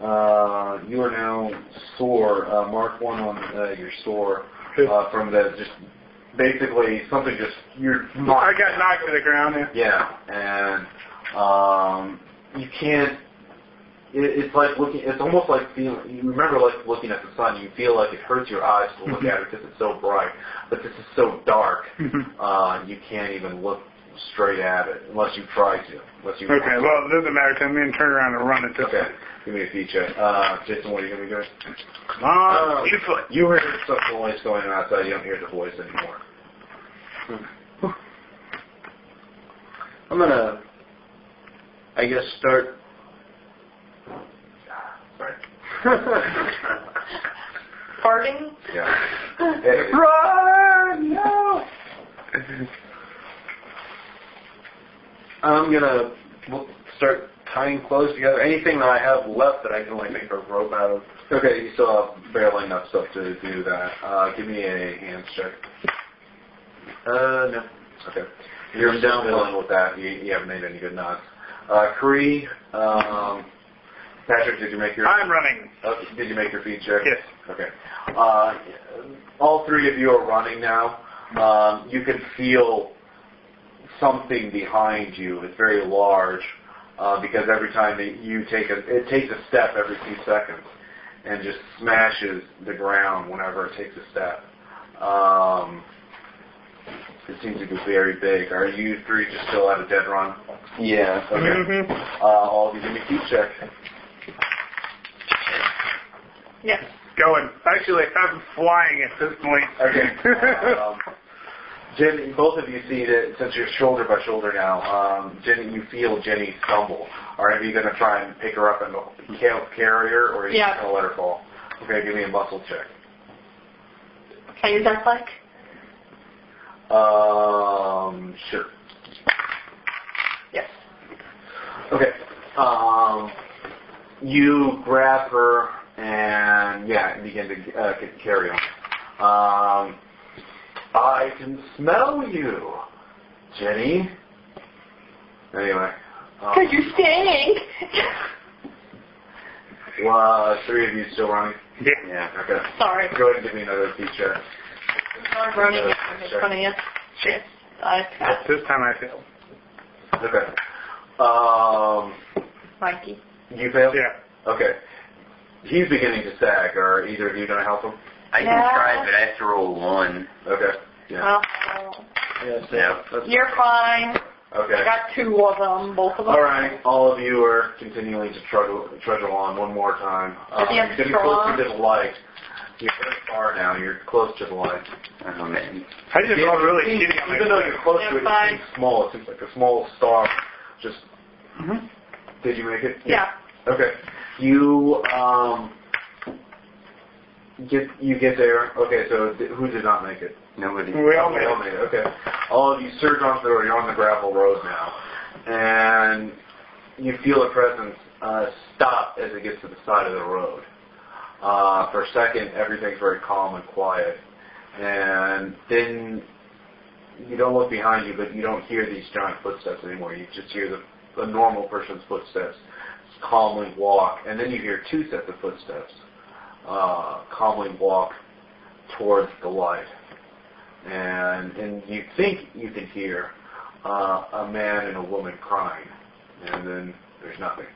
Uh, you are now sore. Uh, mark one on uh, your sore uh, from the just basically something just you're I got knocked to the ground. Yeah. yeah, and um, you can't. It, it's like looking. It's almost like feeling. You remember like looking at the sun. You feel like it hurts your eyes to look at it because it's so bright. But this is so dark. Uh, you can't even look straight at it unless you try to. Unless you. Okay, well, it doesn't matter 'cause I'm gonna turn around and run until. Okay. Give me a feature. Uh, Jason, what are you gonna be doing? Come on, Uh, you foot. You heard some noise going on outside. You don't hear the voice anymore. I'm gonna, I guess, start. Sorry. Farting? Yeah. It- Run! No. I'm gonna w- start tying clothes together. Anything that I have left that I can like make a rope out of. Okay, you still have barely enough stuff to do that. Uh, give me a hands check. Uh, no. Okay. You're still dealing with that. You, you haven't made any good knots. Uh, Kree, um, Patrick, did you make your I'm running. uh, did you make your feed check? Yes. Okay. Uh, all three of you are running now. Um, you can feel something behind you. It's very large uh, because every time that you take a, it takes a step every few seconds and just smashes the ground whenever it takes a step. Um, it seems to be very big. Are you three just still at a dead run? Yeah. Okay. Uh, all of you give me feed check. Yes. Going. Actually, I'm flying at this point. Okay. um, Jenny, both of you see that since you're shoulder by shoulder now, um, Jenny, you feel Jenny stumble. Are you going to try and pick her up and ca- carry her, or are you Yeah. just going to let her fall? Okay, give me a muscle check. Can I use that flag? Um, sure. Yes. Okay. Um, you grab her and yeah, begin to uh, c- carry on. Um, I can smell you, Jenny. Anyway, um, Because you stink. well, three of you still running. Yeah. Yeah. Okay. Sorry. Go ahead and give me another feature. I'm running. I'm in front of you. Shit. I, This time I failed. Okay. Um, Mikey. you failed. Yeah. Okay. He's beginning to sag. Are either of you going to help him? I can Yeah. try, but I have to roll one. Okay. Yeah. Oh, Yeah, so Yeah. that's- you're fine. Okay. I got two of them, both of them. All right, all of you are continuing to trudge, trudge along one more time. Um, At the end you're getting of the closer trot. to the light. You're very far now. You're close to the light. Oh man. I just Yeah, rolled really it seems- shitty on my Even though you're close to it, Yeah, it seems small. It seems like a small star. Just. Mm-hmm. Did you make it? Yeah. Okay. You um. Get you get there. Okay, so th- who did not make it? Nobody. We all Okay, made all it. made it. Okay. All of you surge onto the road. You're on the gravel road now, and you feel a presence uh, stop as it gets to the side of the road. Uh, for a second, everything's very calm and quiet, and then you don't look behind you, but you don't hear these giant footsteps anymore. You just hear the, the normal person's footsteps calmly walk, and then you hear two sets of footsteps uh, calmly walk towards the light and and you think you can hear uh, a man and a woman crying, and then there's nothing.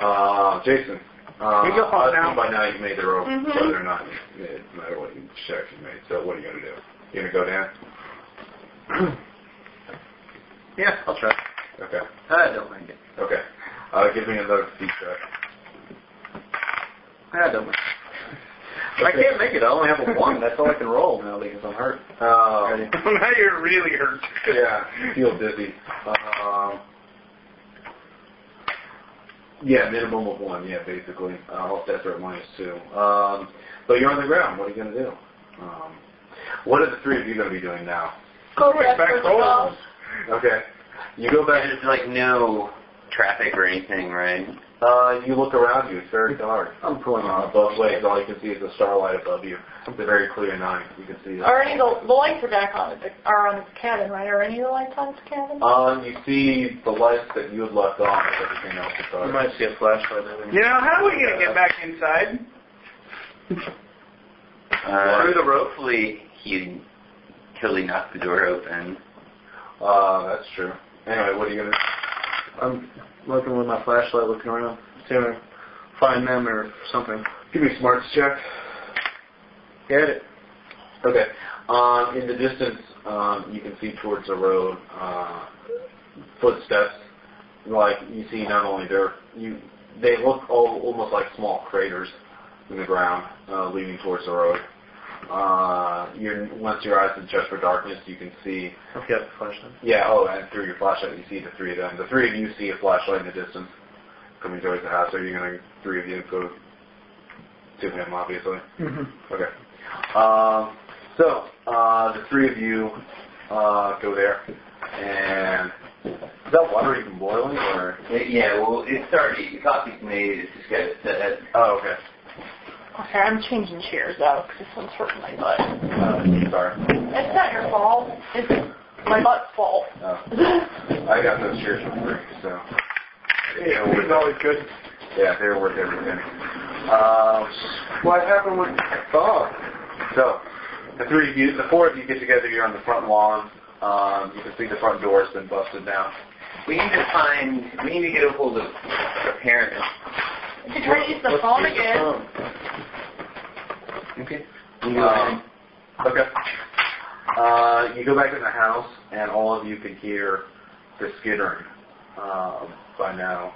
Uh, Jason, uh, We go home I now. assume by now you've made the rope, Mhm. whether or not you did, no matter what you check you made. So what are you gonna do? You gonna go down? Yeah, I'll try. Okay, I don't mind it. okay. Uh, give me another feed check. I don't mind. it. I can't make it. I only have a one. That's all I can roll now because I'm hurt. Um, Ready? now you're really hurt. yeah, you feel dizzy. Um, yeah, minimum of one. Yeah, basically, uh, all stats are at minus two. Um, but you're on the ground. What are you gonna do? Um, what are the three of you gonna be doing now? Go Wait, back back for the home. dog. Okay, you go back. There's like no traffic or anything, right? Uh, you look around you. It's very dark. I'm pulling Uh, off. above waves, all you can see is the starlight above you. It's a very clear night. You can see. Are any of the, the lights are back on the, are on the cabin, right? Are any of the lights on the cabin? Um, you see the lights that you had left on. but Everything else is You dark. might see a flashlight. I mean. You know, how are we going to get back inside? Uh, Through the rope? Hopefully he totally knocked the door open. Uh, that's true. Anyway, what are you gonna? I'm looking with my flashlight, looking around, seeing if I find them or something. Give me a smarts check. Get it. Okay. Um, in the distance, um, you can see towards the road uh, footsteps. Like you see, not only their you, they look all, almost like small craters in the ground uh, leading towards the road. Uh, you're, once your eyes adjust for darkness, you can see. I've got the flashlight. Yeah. Oh, and through your flashlight, you see the three of them. The three of you see a flashlight in the distance coming towards the house. Are you gonna three of you go to him? Obviously. Okay. Um, so uh, the three of you uh, go there, and is that water even boiling or? Yeah, well, it's already, coffee's made, it's just gotta set. Oh, okay. Okay, I'm changing chairs though, because this one's hurting my butt. Uh, sorry. It's not your fault. It's My butt's full. Uh, I got those chairs for free, so. They're worth- It's always good. Yeah, they're worth everything. Um, what happened with oh? So the three of you, the four of you get together. You're on the front lawn. Um, you can see the front door has been busted down. We need to find. We need to get a hold of our parents. To try to use the phone again. Okay. Um, okay. Uh, you go back in the house, and all of you can hear the skittering um, by now.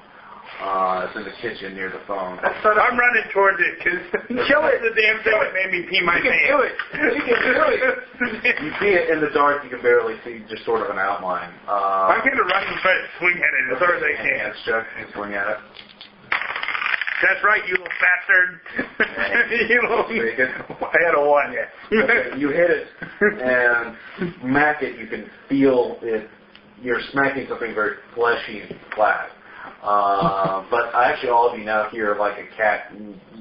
Uh, it's in the kitchen near the phone. I'm running towards it because Kill it. the damn thing that made me pee my pants. do it. You can do You see it in the dark. You can barely see just sort of an outline. Uh, I'm gonna run and try to swing at it as hard as I can. Yes, Jeff, he's swing at it. That's right, you little bastard. you little. Make it. I had a one. Yeah. Okay, you hit it and smack it. You can feel it. You're smacking something very fleshy and flat. Uh, but actually, all of you now hear like a cat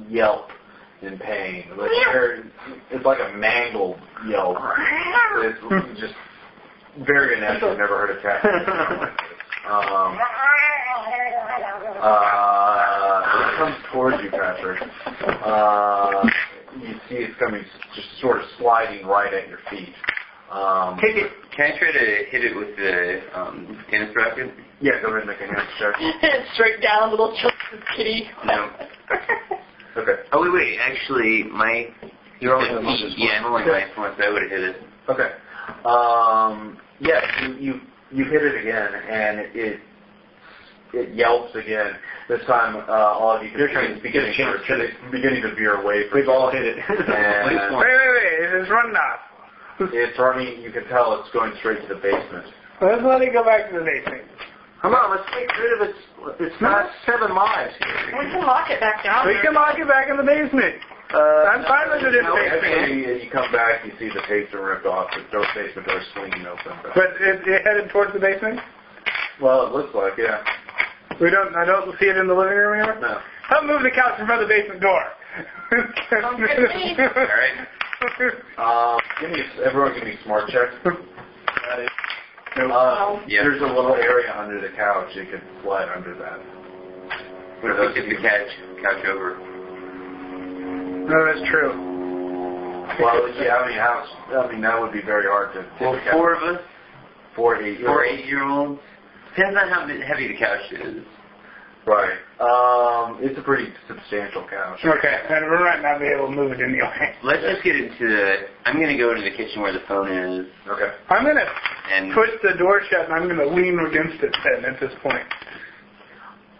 yelp in pain. Like very- it's like a mangled yelp. It's just very unnatural. I've never heard a cat. yelp like this. Um, uh, it comes towards you, Patrick. Uh, you see it's coming, just sort of sliding right at your feet. Um, Take it. Can I try to hit it with the um, tennis racket? yeah, go ahead and make a hand check. Straight down, little children's kitty. No. Okay, Oh wait, wait. Actually, my. You're only gonna lose this Yeah, I'm only one. minus one, so I would have hit it. okay. Um, yeah, you, you you hit it again, and it it, it yelps again. This time, uh, all of you can see it's beginning, it's beginning to veer away. We've all hit it. least And Wait, wait, wait! It's running off. it's running. You can tell it's going straight to the basement. Let's let it go back to the basement. Come on, let's get rid of it. It's not seven miles. We can lock it back down. We can lock it back in the basement. Uh, I'm fine with it in the no, basement. Actually, you come back, you see the tapes are ripped off, the door basement door swinging open. But, But it, it headed towards the basement. well, it looks like, yeah. We don't. I don't see it in the living room anymore. No. I'll move the couch in front of the basement door. Sounds good to me. All right. Um, give me, everyone give me smart checks. Uh, Yeah. There's a little area under the couch. You can slide under that. What if we tip the couch, couch over? no, that's true. Well, if you have any house, I mean, that would be very hard to Well, take a couch. four of us, Four, eight, four eight-year-olds. Depends on how bi- heavy the couch is. Right. Um, it's a pretty substantial couch. Okay, and we might not be able to move it anyway. Let's just get into the. I'm gonna go into the kitchen where the phone is, Okay. I'm gonna and push the door shut and I'm gonna lean against it then at this point.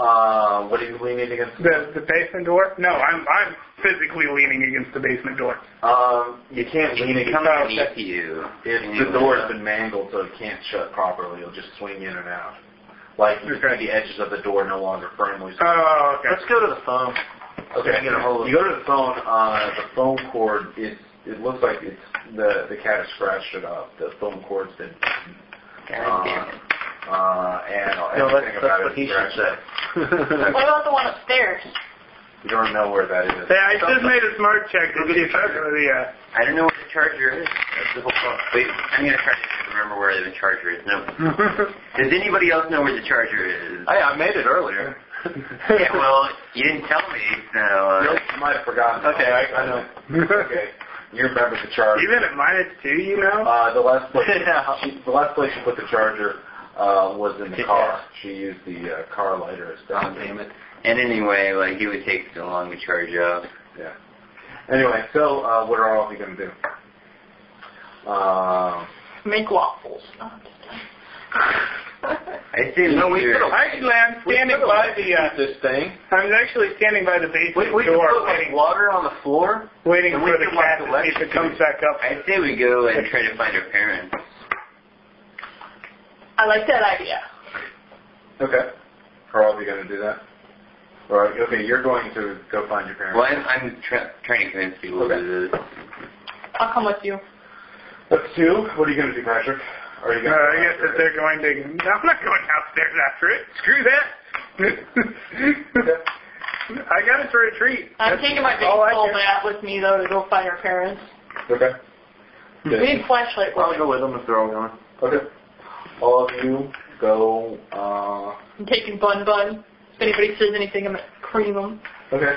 Uh, what are you leaning against? The the basement door? No, I'm I'm physically leaning against the basement door. Um, you can't lean it against comes Oh, beneath okay. you. It's, the door's been mangled, so it can't shut properly. It'll just swing in and out. Like you can see the edges of the door no longer firmly. Oh, let's okay. go to the phone. Okay, get a hold of- you go to the phone. Uh, the phone cord is. It looks like it's the the cat has scratched it up. The phone cord's been. God damn it. Uh, and No, that's, everything that's about it what he is should scratched up. say. What about the one upstairs? You don't know where that is. Yeah, I just made a smart check to see if I really, uh, I don't know where the charger is. That's the whole problem. Wait, I'm gonna try to remember where the charger is. No. Does anybody else know where the charger is? I, I made it earlier. yeah, well, you didn't tell me, so. Uh, Nope, you might have forgotten. Okay, I, I know. Okay, you remember the charger. even at minus two, you know? Uh, the last place, Yeah. she, the last place she put the charger uh, was in the car. She used the uh, car lighter as Oh, damn it. And anyway, like, it would take so long to charge up. Yeah. Anyway, so uh, what are all of you gonna do? Um, Make waffles. I say no, we Actually, I'm standing by the, uh, this thing. I'm actually standing by the We, basement we can door, put like waiting, water on the floor. waiting and we for the can watch cat the to see if it lecture. comes back up. I say we go and try to find our parents. I like that idea. okay. Are all of you gonna do that? All right. Okay, you're going to go find your Well, parents. I'm, I'm tra- trying to convince people Okay. to do this. I'll come with you. That's two. What are you gonna do, Patrick? Are you Uh, gonna? I guess if they're going to, I'm not going downstairs after it. Screw that. I got it for a treat. I'm taking my all I baseball can- bat with me though to go find our parents. Okay. We need flashlight. I'll go with them if they're all gone. Okay. all of you go. Uh, I'm taking Bun Bun. If anybody says anything, I'm gonna cream them. okay.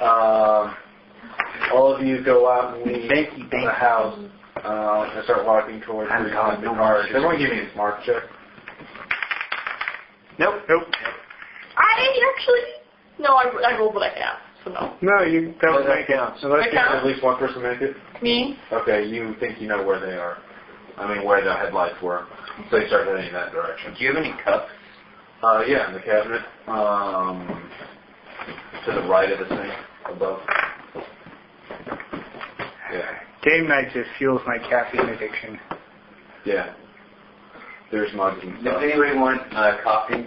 Um, all of you go out and leave Thank you, thank the you. house uh, and start walking towards I'm the gone, the no cars. one should- Everyone, give me a smart check. Nope. Nope. I actually, no, I, I rolled what I have, so no. No, you that Well, was that make out. So I let's count. At least one person make it. Me? Okay, you think you know where they are. I mean, where the headlights were. So you start heading in that direction. Do you have any cups? Uh, yeah, in the cabinet. Um, to the right of the thing, above. Yeah, Game night just fuels my caffeine addiction. yeah. There's mugs and Does stuff. anybody want uh, coffee? I'm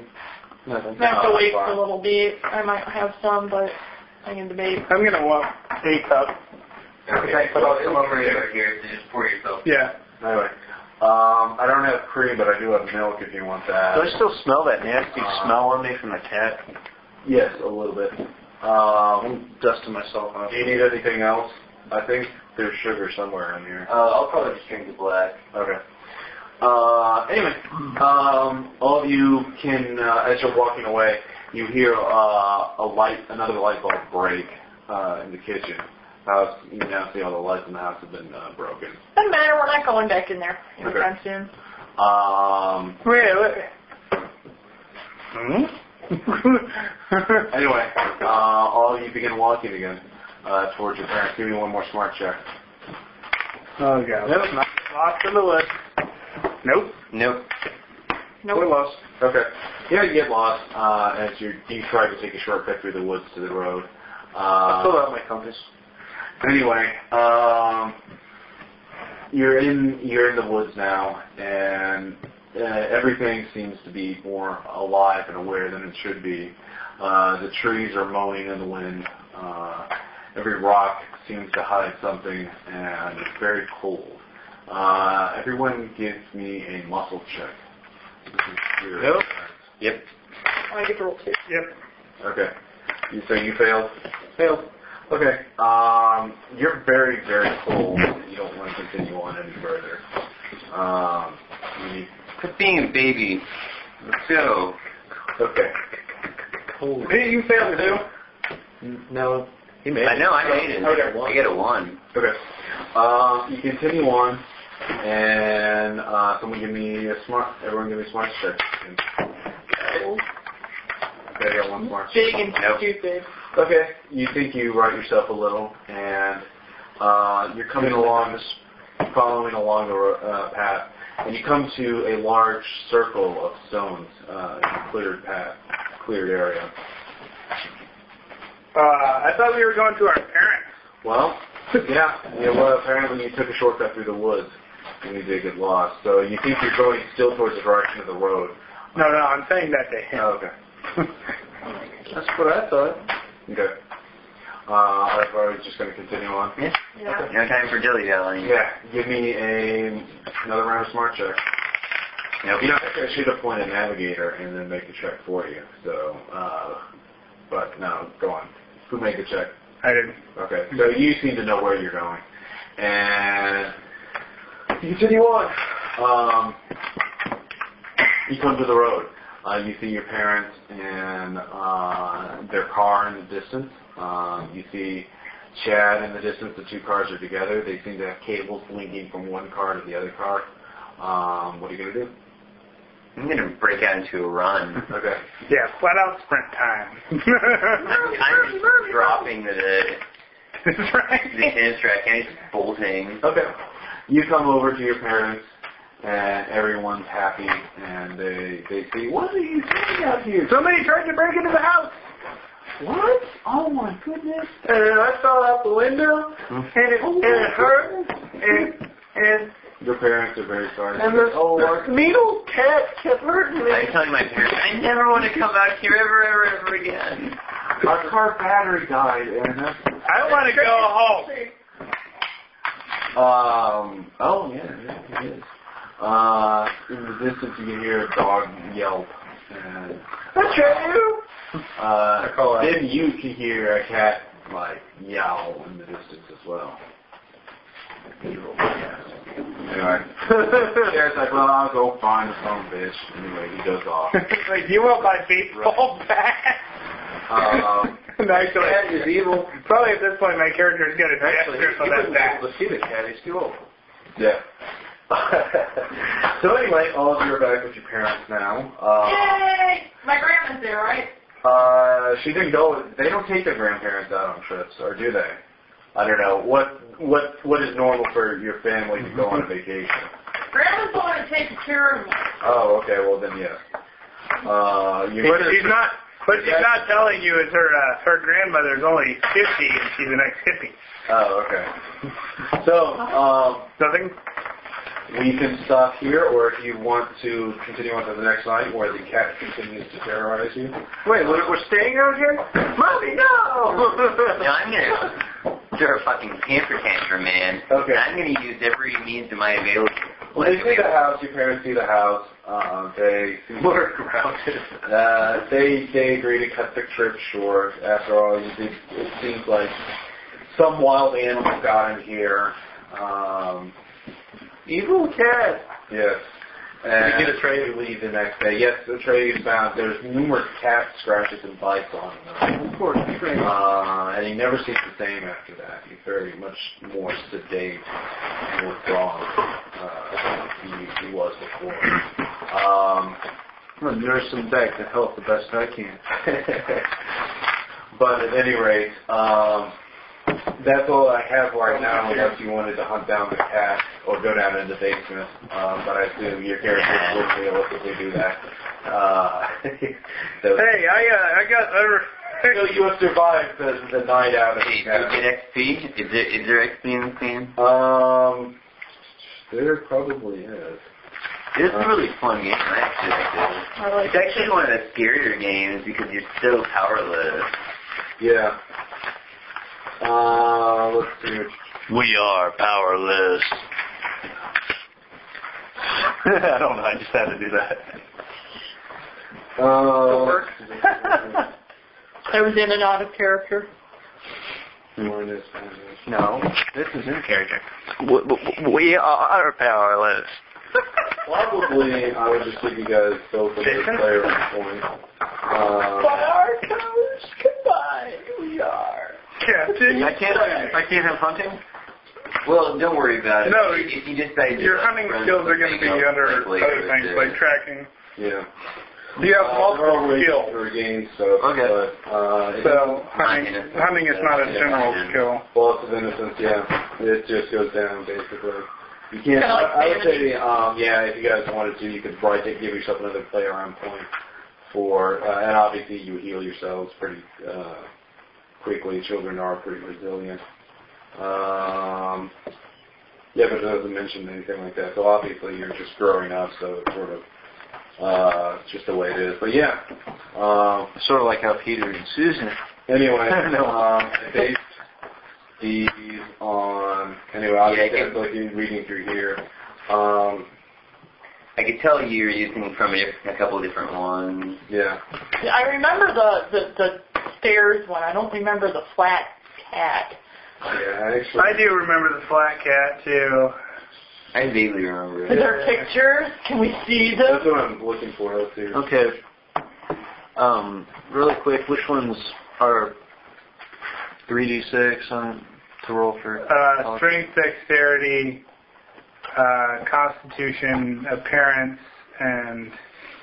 gonna have to No, wait fine. for a little bit. I might have some, but I can debate. I'm gonna want a cup. Okay, well, come over here, here, just pour yourself. Yeah. Anyway, um, I don't have cream, but I do have milk if you want that. Do I still smell that nasty Uh, smell on me from the cat? Yes, a little bit. Um, I'm dusting myself off. do you need anything else? I think there's sugar somewhere in here. Uh, I'll probably just drink the black. Okay. Uh, anyway, um, all of you can, uh, as you're walking away, you hear uh, a light, another light bulb break uh, in the kitchen. Uh, you now see all the lights in the house have been uh, broken. Doesn't matter, we're not going back in there Okay. anytime soon. Um, Wait, wait. Hmm? anyway, uh, all of you begin walking again uh, towards your parents. Give me one more smart check. oh god. Nope. Not lost in the list. Nope. Nope. Nope. lost. Oh, Okay. Yeah, you get lost uh, as you you try to take a shortcut through the woods to the road. I still Uh, have my compass. anyway, um, you're in you're in the woods now, and uh, everything seems to be more alive and aware than it should be. Uh, the trees are moaning in the wind. Uh, every rock seems to hide something, and it's very cold. Uh, everyone gives me a muscle check. This is your- Nope. Yep. I get to roll two. Okay. You so you failed? Failed. Okay. Um, you're very, very cold. You don't want to continue on any further. Um, you- Quit being a baby. Let's go. okay. Hey, you failed too. No. He made I it. know, I made it. Okay. I get a one. Okay. Um, you continue on, and uh, someone give me a smart. Everyone give me a smart check. Okay, I got one smart. Big and Nope. stupid. Okay. You think you right yourself a little, and uh, you're coming along this following along the ro- uh, path, and you come to a large circle of stones, uh, cleared path, cleared area. Uh, I thought we were going to our parents. Well, yeah, you know, well, apparently you took a shortcut through the woods and you did get lost. So you think you're going still towards the direction of the road. Oh, No, no, I'm saying that to him. Okay. That's what I thought. Okay. Uh, I thought I was just going to continue on. Yeah. No time for dilly dallying. Yeah, give me a another round of smart check. Nope. You know, actually, I should appoint a navigator and then make a check for you. So, uh, but no, go on. Who made the check? I didn't. Okay, so you seem to know where you're going, and you continue on. Um, you come to the road. Uh, you see your parents and uh, their car in the distance. Um, you see Chad in the distance. The two cars are together. They seem to have cables linking from one car to the other car. Um, what are you gonna do? I'm gonna break out into a run. Okay. Yeah, flat out sprint time. I'm just dropping the, That's the right. tennis racket and just bolting. Okay. You come over to your parents, and everyone's happy, and they they see, what are you doing out here? Somebody tried to break into the house. What? Oh my goodness. Oh And I fell out the window, Mm-hmm. and it, and it hurt, and, and, Your parents are very sorry. Oh, and the, the needle cat kept hurting me. I'm telling my parents, I never want to come out here ever, ever, ever again. Our car battery died, and that's... I want to go home. Um, oh yeah, yeah, it is. Uh, in the distance you can hear a dog yelp. And, Uh-huh. uh, call out. then you can hear a cat, like, yowl in the distance as well. Anyway. Jared's like, well, I'll go find some bitch. Anyway, he goes off. like, you want my baseball bat? Um, and actually, cat is evil. probably at this point, my character's got a Actually, death grip he on wouldn't that bat. be able to see the cat. He's too old. Yeah. so anyway, all of you are back with your parents now. Uh, Yay! My grandma's there, right? uh, she didn't go. They don't take their grandparents out on trips, or do they? I don't know. What what what is normal for your family to go on a vacation? Grandma's the one that takes care of me. Oh, okay. Well then, yeah. Uh, you But she's not. But she's not telling you is her uh, her grandmother's only fifty and she's an ex hippie. Oh, okay. So um, Nothing. we can stop here, or if you want to continue on to the next night, where the cat continues to terrorize you. Wait, we're, we're staying out here? Mommy, no! Now I'm gonna throw a fucking temper tantrum, man. Okay. And I'm gonna use every means in my available. Well, they see the house. Your parents see the house. Uh, they we're grounded. uh, they they agree to cut the trip short. After all, it, it, it seems like some wild animal got in here. Um, Evil cat. yes. And you get a tray you leave the next day. Yes, the tray is found. There's numerous cat scratches and bites on them. Of course, great. Uh, and he never seems the same after that. He's very much more sedate and withdrawn uh, than he, he was before. Um, I'm gonna nurse him back to health the best I can. but at any rate, um, that's all I have right now. Unless you wanted to hunt down the cat or go down in the basement, um, but I assume your character would realistically do that. Uh, so, Hey, I uh, I got over. so you have survived the, the night out of Hey, the do we cat. get XP? Is there is there XP in this game? Um, there probably is. This is a really fun game. I actually like this. I like It's actually one of the scarier games because you're so powerless. Yeah. Uh, let's see. We are powerless. I don't know, I just had to do that. Uh, I was in and out of character. minus- No, this is in character. We are powerless. probably I would just give you guys both of the player point. Uh, Captain. I can't. I can't have hunting. Well, don't worry about it. No, if you decide to Your like, hunting run skills are going to something be else, under like, later other things this- like tracking. yeah. You have Uh, there are multiple ways skills, for gain stuff, Okay. but uh, it's so hunting hunting is not a general skill. loss of innocence. Yeah, it just goes down basically. You can't. I, Kinda like I would sanity. say, um, yeah, if you guys wanted to, you could probably take, give yourself another player on point for, uh, and obviously you heal yourselves pretty uh, quickly. Children are pretty resilient. Um, yeah, but it doesn't mention anything like that. So obviously you're just growing up, so it's sort of uh, just the way it is. But yeah. Um, Sort of like how Peter and Susan. Anyway, No. um, I based these on anyway. I'll Yeah, just I end like you reading through here. Um, I could tell you're using from a, a couple different ones. yeah, I remember the, the, the stairs one. I don't remember the flat cat. yeah. Actually, I do remember the flat cat too. I vaguely remember Is it. there pictures? Can we see that's them? what I'm looking for. Let's see. Okay. Um, really quick, which ones are 3d6 on to roll for? Uh, strength, dexterity, uh, constitution, appearance, and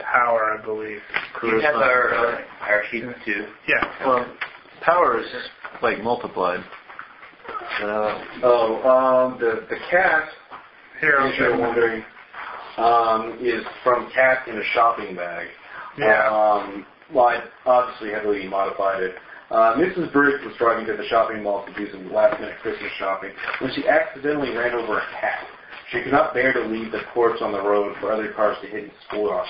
power, I believe. You have charisma? our, uh, our sheet too. Yeah. Well, power is like multiplied. Uh, Oh, um, the the cat. Here, If you're I'll wondering, um, is from cat in a shopping bag. Yeah. Um, well, I obviously heavily modified it. Uh, Mrs. Bruce was driving to the shopping mall to do some last-minute Christmas shopping when she accidentally ran over a cat. She could not bear to leave the corpse on the road for other cars to hit and squash.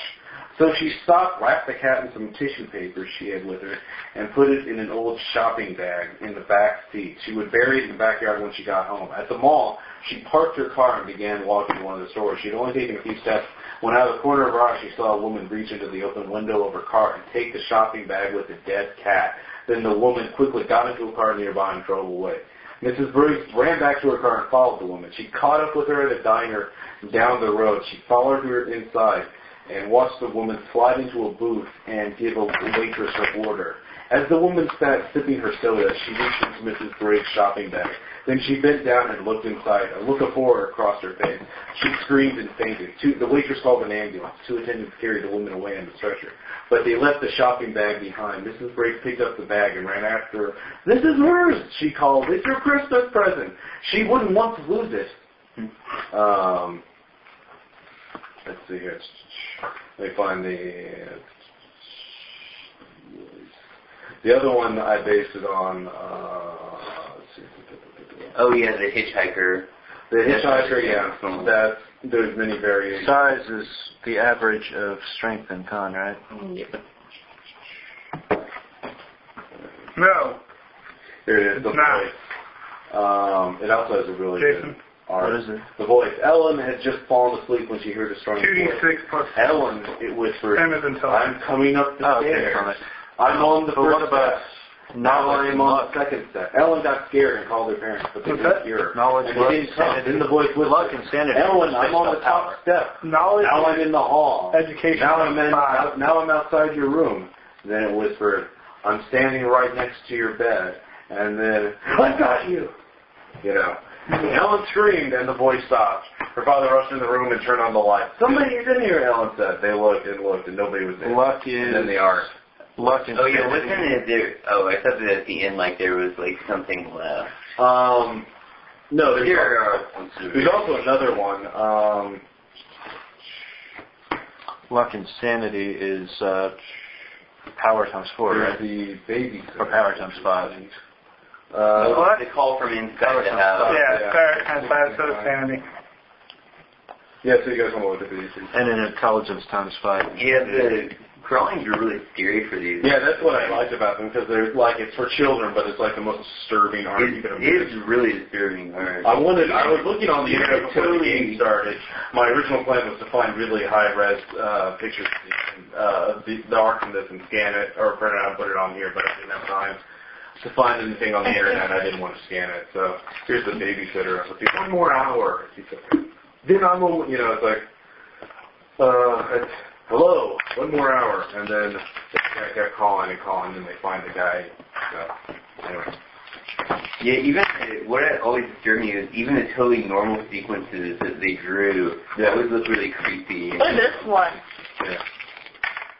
So she stopped, wrapped the cat in some tissue paper she had with her, and put it in an old shopping bag in the back seat. She would bury it in the backyard when she got home. At the mall, she parked her car and began walking to one of the stores. She had only taken a few steps when out of the corner of her eye she saw a woman reach into the open window of her car and take the shopping bag with the dead cat. Then the woman quickly got into a car nearby and drove away. Mrs. Briggs ran back to her car and followed the woman. She caught up with her at a diner down the road. She followed her inside and watched the woman slide into a booth and give a waitress her order. As the woman sat sipping her soda, she reached into Mrs. Briggs' shopping bag. Then she bent down and looked inside. A look of horror crossed her face. She screamed and fainted. Two, the waitress called an ambulance. Two attendants carried the woman away on the stretcher. But they left the shopping bag behind. Mrs. Briggs picked up the bag and ran after her. This is hers, she called. It's your Christmas present. She wouldn't want to lose it. Um, let's see here. Let me find the... The other one I based it on... Uh, let's see. Oh yeah, the hitchhiker. The Yes, hitchhiker, yes, yeah. yes. That there's many variations. Size is the average of strength and con, right? No. Here it is. The It's not. voice. Um, it also has a really Jason. good art. What is it? The voice. Ellen had just fallen asleep when she heard a strong voice. 2d6 plus Ellen, it whispered, 10 is intelligence. "I'm coming up the Oh, okay, stairs. fine. I'm on the But first what about step. Now knowledge I'm and on luck? the second step." Ellen got scared and called her parents, but they What's didn't that? hear her. Knowledge, and luck, they didn't come. sanity. Then the voice whispered, Luck and sanity. Ellen, I'm on the Based on top step. Knowledge Now I'm in the hall. Education Now I'm in, five. out- now I'm outside your room. Then it whispered, "I'm standing right next to your bed." And then, "I got you." You know. Ellen screamed, and the voice stopped. Her father rushed in the room and turned on the light. Somebody's in here, Ellen said. They looked and looked, and nobody was there. Luck and then is the art. luck and Oh yeah, wasn't sanity. it there? Oh, I thought that at the end, like there was like something left. Um, no, there's Here al- are some there's also another one. Um, Luck and sanity is uh, power times four, there's right? the baby. Or power times five. Uh, What? The call from inside the house. Yeah, Yeah. sorry, times 5, so it's sanity. yeah, so you guys want to look at these? And an intelligence times five. Yeah, the crawlings are really scary for these. Yeah, that's what I liked about them because they're like it's for children, but it's like the most disturbing art you It can imagine. is really disturbing. Art. I wanted. I was looking on the Yeah, internet before the totally. game started. My original plan was to find really high res uh, pictures of the- uh, of the, the art from this and scan it or print it out and put it on here, but I didn't have time to find anything on the internet. I didn't want to scan it, so here's the babysitter. I was like, one more hour. He said, Then I'm, al- you know, it's like, uh, it's, hello, one more hour, and then they kept- kept calling and calling, and they find the guy. So anyway. Yeah, even the- what I always disturbed me is even the totally normal sequences that they drew Yeah. always look really creepy. Look at this one.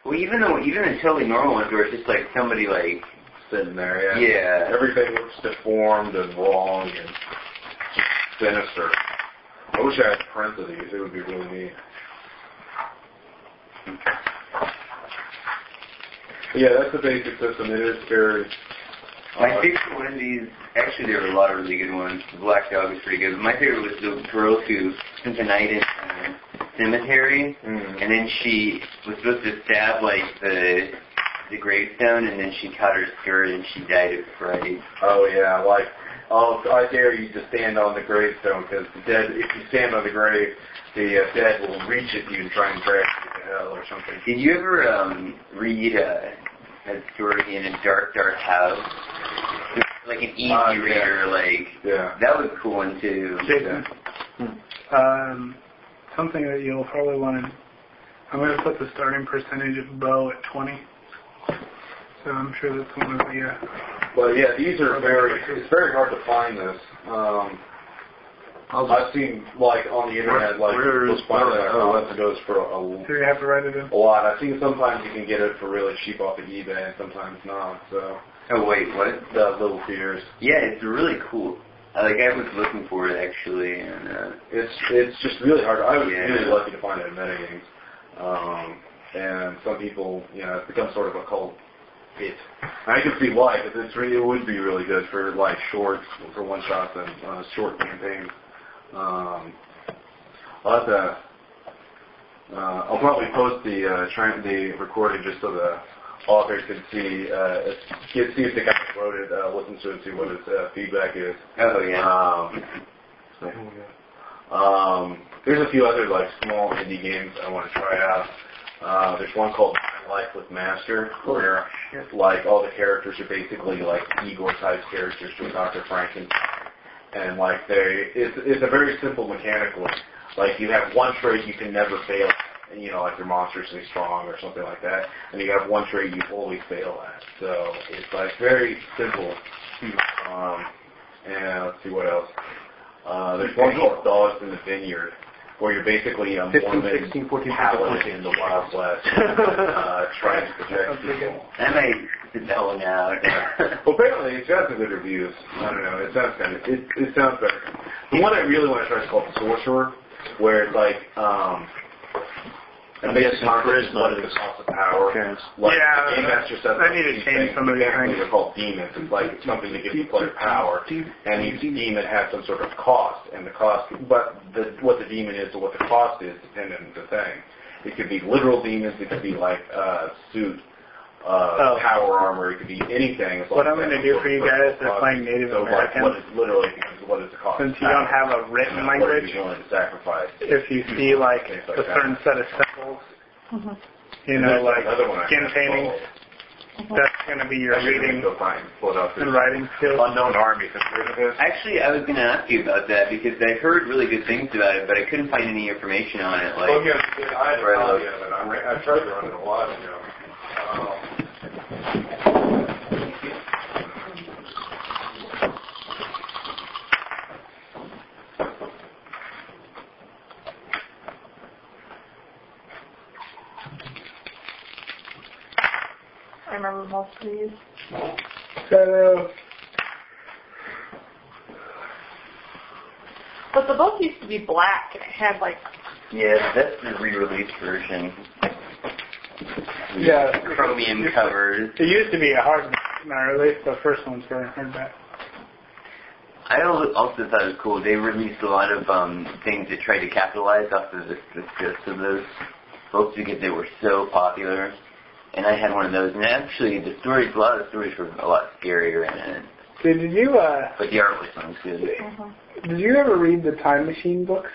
Well, even though even the totally normal ones where it's just like somebody like sitting there. Yeah. yeah, Everything looks deformed and wrong and sinister. I wish I had prints of these. It would be really neat. Yeah, that's the basic system. It is very. uh, My favorite one of these, actually there were a lot of really good ones. The Black Dog was pretty good. But my favorite was the girl who spent the night in a cemetery, Mm. and then she was supposed to stab like the the gravestone, and then she cut her skirt and she died of fright. Oh yeah, like oh, I dare you to stand on the gravestone because the dead. If you stand on the grave, the uh, dead will reach at you and try and drag you to hell or something. Did you ever um, read uh, a story in a dark, dark house? Like an easy Uh, yeah. reader, like Yeah. that was a cool one too. Jason. Hmm. Um, something that you'll probably want to. I'm going to put the starting percentage of bow at 20. So I'm sure that's one of the. Uh, But yeah, these are very. It's very hard to find this. Um, I've seen like on the internet like Where- those finders where- that oh, cost goes for a, do you have to write it in? a lot. I've seen sometimes you can get it for really cheap off of eBay and sometimes not. So Oh wait, what? the little fears. Yeah, it's really cool. Uh, Like I was looking for it actually, and uh, It's it's just really hard. I was Yeah. really lucky to find it in metagames. Um, and some people, you know, it's become sort of a cult hit. And I can see why because it's really it would be really good for like shorts for one shots and uh, short campaigns. Um, I'll have to. Uh, I'll probably post the uh, tra- the recording just so the author can see uh, can see if the guy who wrote it uh, listens to it, see what his uh, feedback is. oh yeah, hmm. Um, um, there's a few other like small indie games I want to try out. Uh, there's one called My Life with Master, where like all the characters are basically like Igor type characters from Dr. Frankenstein. and like they, it's it's a very simple mechanically. Like you have one trait you can never fail, at, you know, like you're monstrously strong or something like that, and you have one trait you always fail at. So it's like very simple. Um, and let's see what else. Uh, there's one called Dogs in the Vineyard, where you're basically a 15, Mormon 16, 14, paladin in the Wild West, uh, trying to protect people. That might spell it out. Well, apparently it's got some good reviews. I don't know. It sounds kind of it, it sounds better. The one I really want to try is called Sorcerer, where it's like um. It I'm makes guessing conflict charisma what is the cost of power. Yes. Like, Yeah, the game master says I need to these things, change some of these mechanically things. They're called demons. It's like something that gives the player power, and each demon has some sort of cost, and the cost, but the, what the demon is or what the cost is, dependent on the thing. It could be literal demons. It could be like uh, suit, uh, Oh. power armor. It could be anything. as long What as it I'm gonna has do some for you sort of guys, they're cost. playing Native so American. Like, what is literally becomes what is the cost? Since you don't have a You written know, what are language, you willing to sacrifice? if you see like Hmm. Things like a that. certain set of symbols, you There's know, like another one I skin have. paintings, that's going to be your I should reading go find Philadelphia. and writing skills. Unknown Army. Have you heard of this? Actually, I was going to ask you about that because I heard really good things about it, but I couldn't find any information on it. Well, Like, yeah, I had a copy of it. I ran- I tried to run it a while ago. Um, I remember most of these. So, But the book used to be black and it had like yeah, that's the re-release version. yeah, Chromium covers. it used to be a hard not released. The first ones were hardback. I al- also thought it was cool. They released a lot of um, things that tried to capitalize off of the success of those books because they were so popular. And I had one of those, and actually, the stories, a lot of the stories were a lot scarier in it, So did you uh but the art was sounds good. did you ever read the Time Machine books?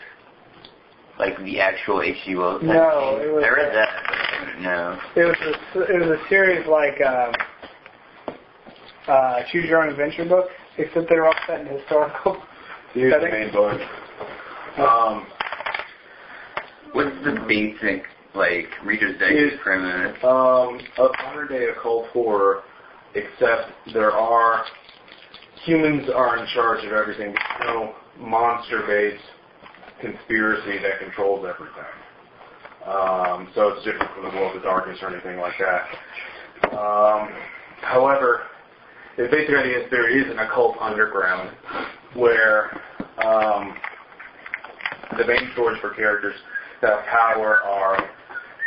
Like the actual H.G. Wells. No, type. it was- uh, I read that, but I don't know. It was a, it was a series like um, uh, Choose Your Own Adventure book, except they were all set in historical. Here's the Setting? main book. Um, What's the basic like Reader's Digest It's- premise? um, a modern day occult horror, except there are humans are in charge of everything. There's no monster-based conspiracy that controls everything. Um, so it's different from the world of darkness or anything like that. Um, however, the basic idea is there is an occult underground where um, the main stories for characters that have power are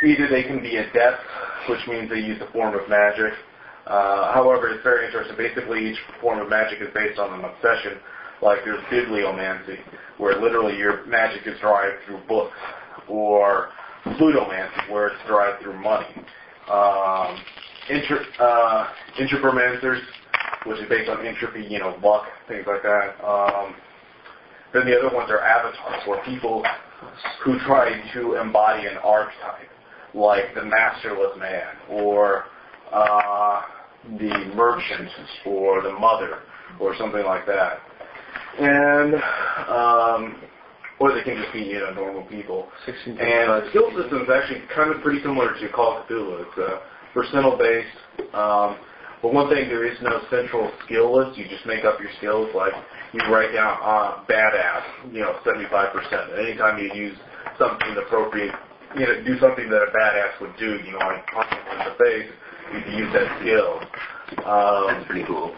either they can be adept, which means they use the form of magic. Uh, however, it's very interesting. Basically, each form of magic is based on an obsession. Like there's bibliomancy, where literally your magic is derived through books, or plutomancy, where it's derived through money. Um, inter- uh, entropomancers, which is based on entropy, you know, luck, things like that. Um, then the other ones are avatars, or people who try to embody an archetype, like the masterless man, or uh, the merchant, or the mother, or something like that. And, um, or they can just be, you know, normal people. And the skill system is actually kind of pretty similar to Call of Cthulhu. It's uh, percentile based. Um, but one thing, there is no central skill list. You just make up your skills. Like you write down uh, badass, you know, 75%. And anytime you use something appropriate, you know, do something that a badass would do, you know, like punch him in the face, you can use that skill. That's Um, pretty cool.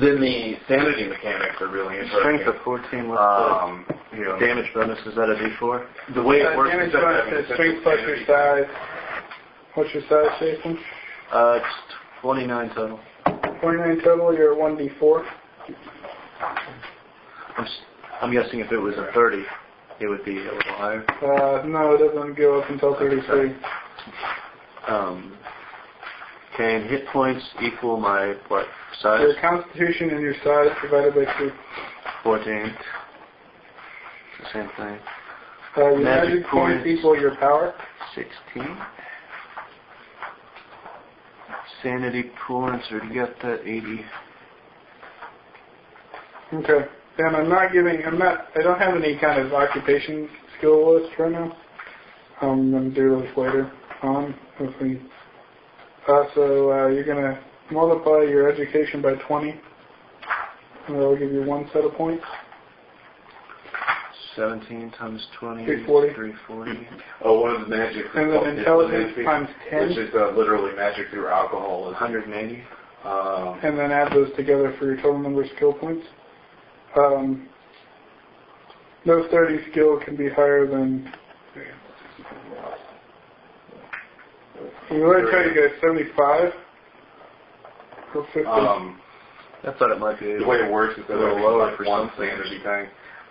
then the sanity mechanics are really Strength of interesting. 14 less Um, you know, Damage bonus is that a D4? the way it Uh, works damage is just bonus having is central strength plus your sanity. size. What's your size, Jason? Uh, it's 29 total. 29 total. You're a 1d4. I'm, s- I'm guessing if it was a 30, it would be a little higher. Uh, no, it doesn't go up until 33. Um, can hit points equal my what size? Your constitution and your size divided by two. 14. It's the Same thing. Uh, your Magic magic, points points. equal your power. 16. Sanity points, or you got that 80. Okay. And I'm not giving, I'm not, I don't have any kind of occupation skill list right now. Um, I'm going to do those later on. If we, uh, so uh, you're going to multiply your education by 20. And that'll give you one set of points. 17 times 20. 340. 340. Oh, one of the magic. And then intelligence times 10. Which is uh, literally magic through alcoholism. 180. Um, and then add those together for your total number of skill points. Um, no 30 skill can be higher than. We really try to get 75 or 50. um, I thought it might be. the way it works is that Little it's lower like for one some sanity things. thing.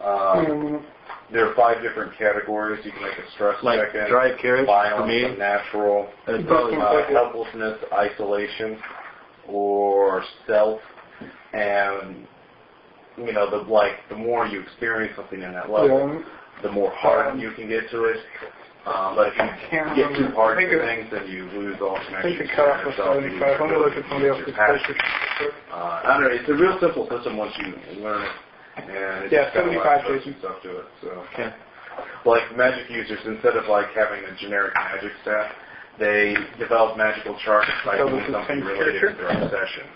Um, Um, there are five different categories. You can make a stress Like check in. dry carrots for me. Violence, natural, That's Bucking Hmm. probably Buck- not. uh, helplessness, isolation, or self, and you know the like. The more you experience something in that level, yeah. the more hardened you can get to it. Um, but if you can't get too remember. hard I think to it- things, then you lose all I connection. think the to cutoff was yourself. You 75. I'm going to look at somebody lose else's your passion. picture. Uh, I don't know. It's a real simple system once you learn it. And it's Yeah, just got a lot 75 of tricks Jason. and stuff to it. So, Okay. like magic users, instead of like having a generic magic staff, they develop magical charts by So doing this is something Tim's related to their obsession.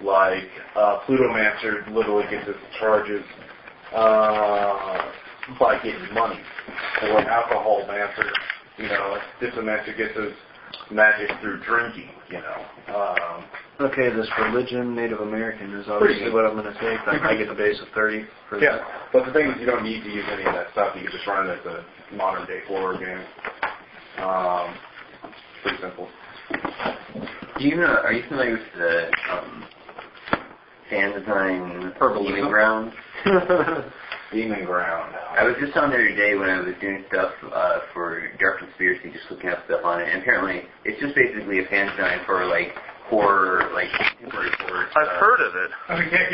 Like uh, Plutomancer literally gets his charges uh, by getting money, or an alcohol mancer, you know, diplomancer gets his magic through drinking, you know. Um, Okay, this religion, Native American is Pretty obviously good. what I'm going to take. I I get the base of 30. For Yeah. But the thing is, you don't need to use any of that stuff. You can just run it as a modern day horror game. Um, pretty simple. Do you know? Are you familiar with the um, fan design Herbalism. Demon Ground? Demon Ground. I was just on there today when I was doing stuff uh, for Dark Conspiracy, just looking up stuff on it. And apparently, it's just basically a fan design for like horror, like contemporary horror. stuff. heard of it. I think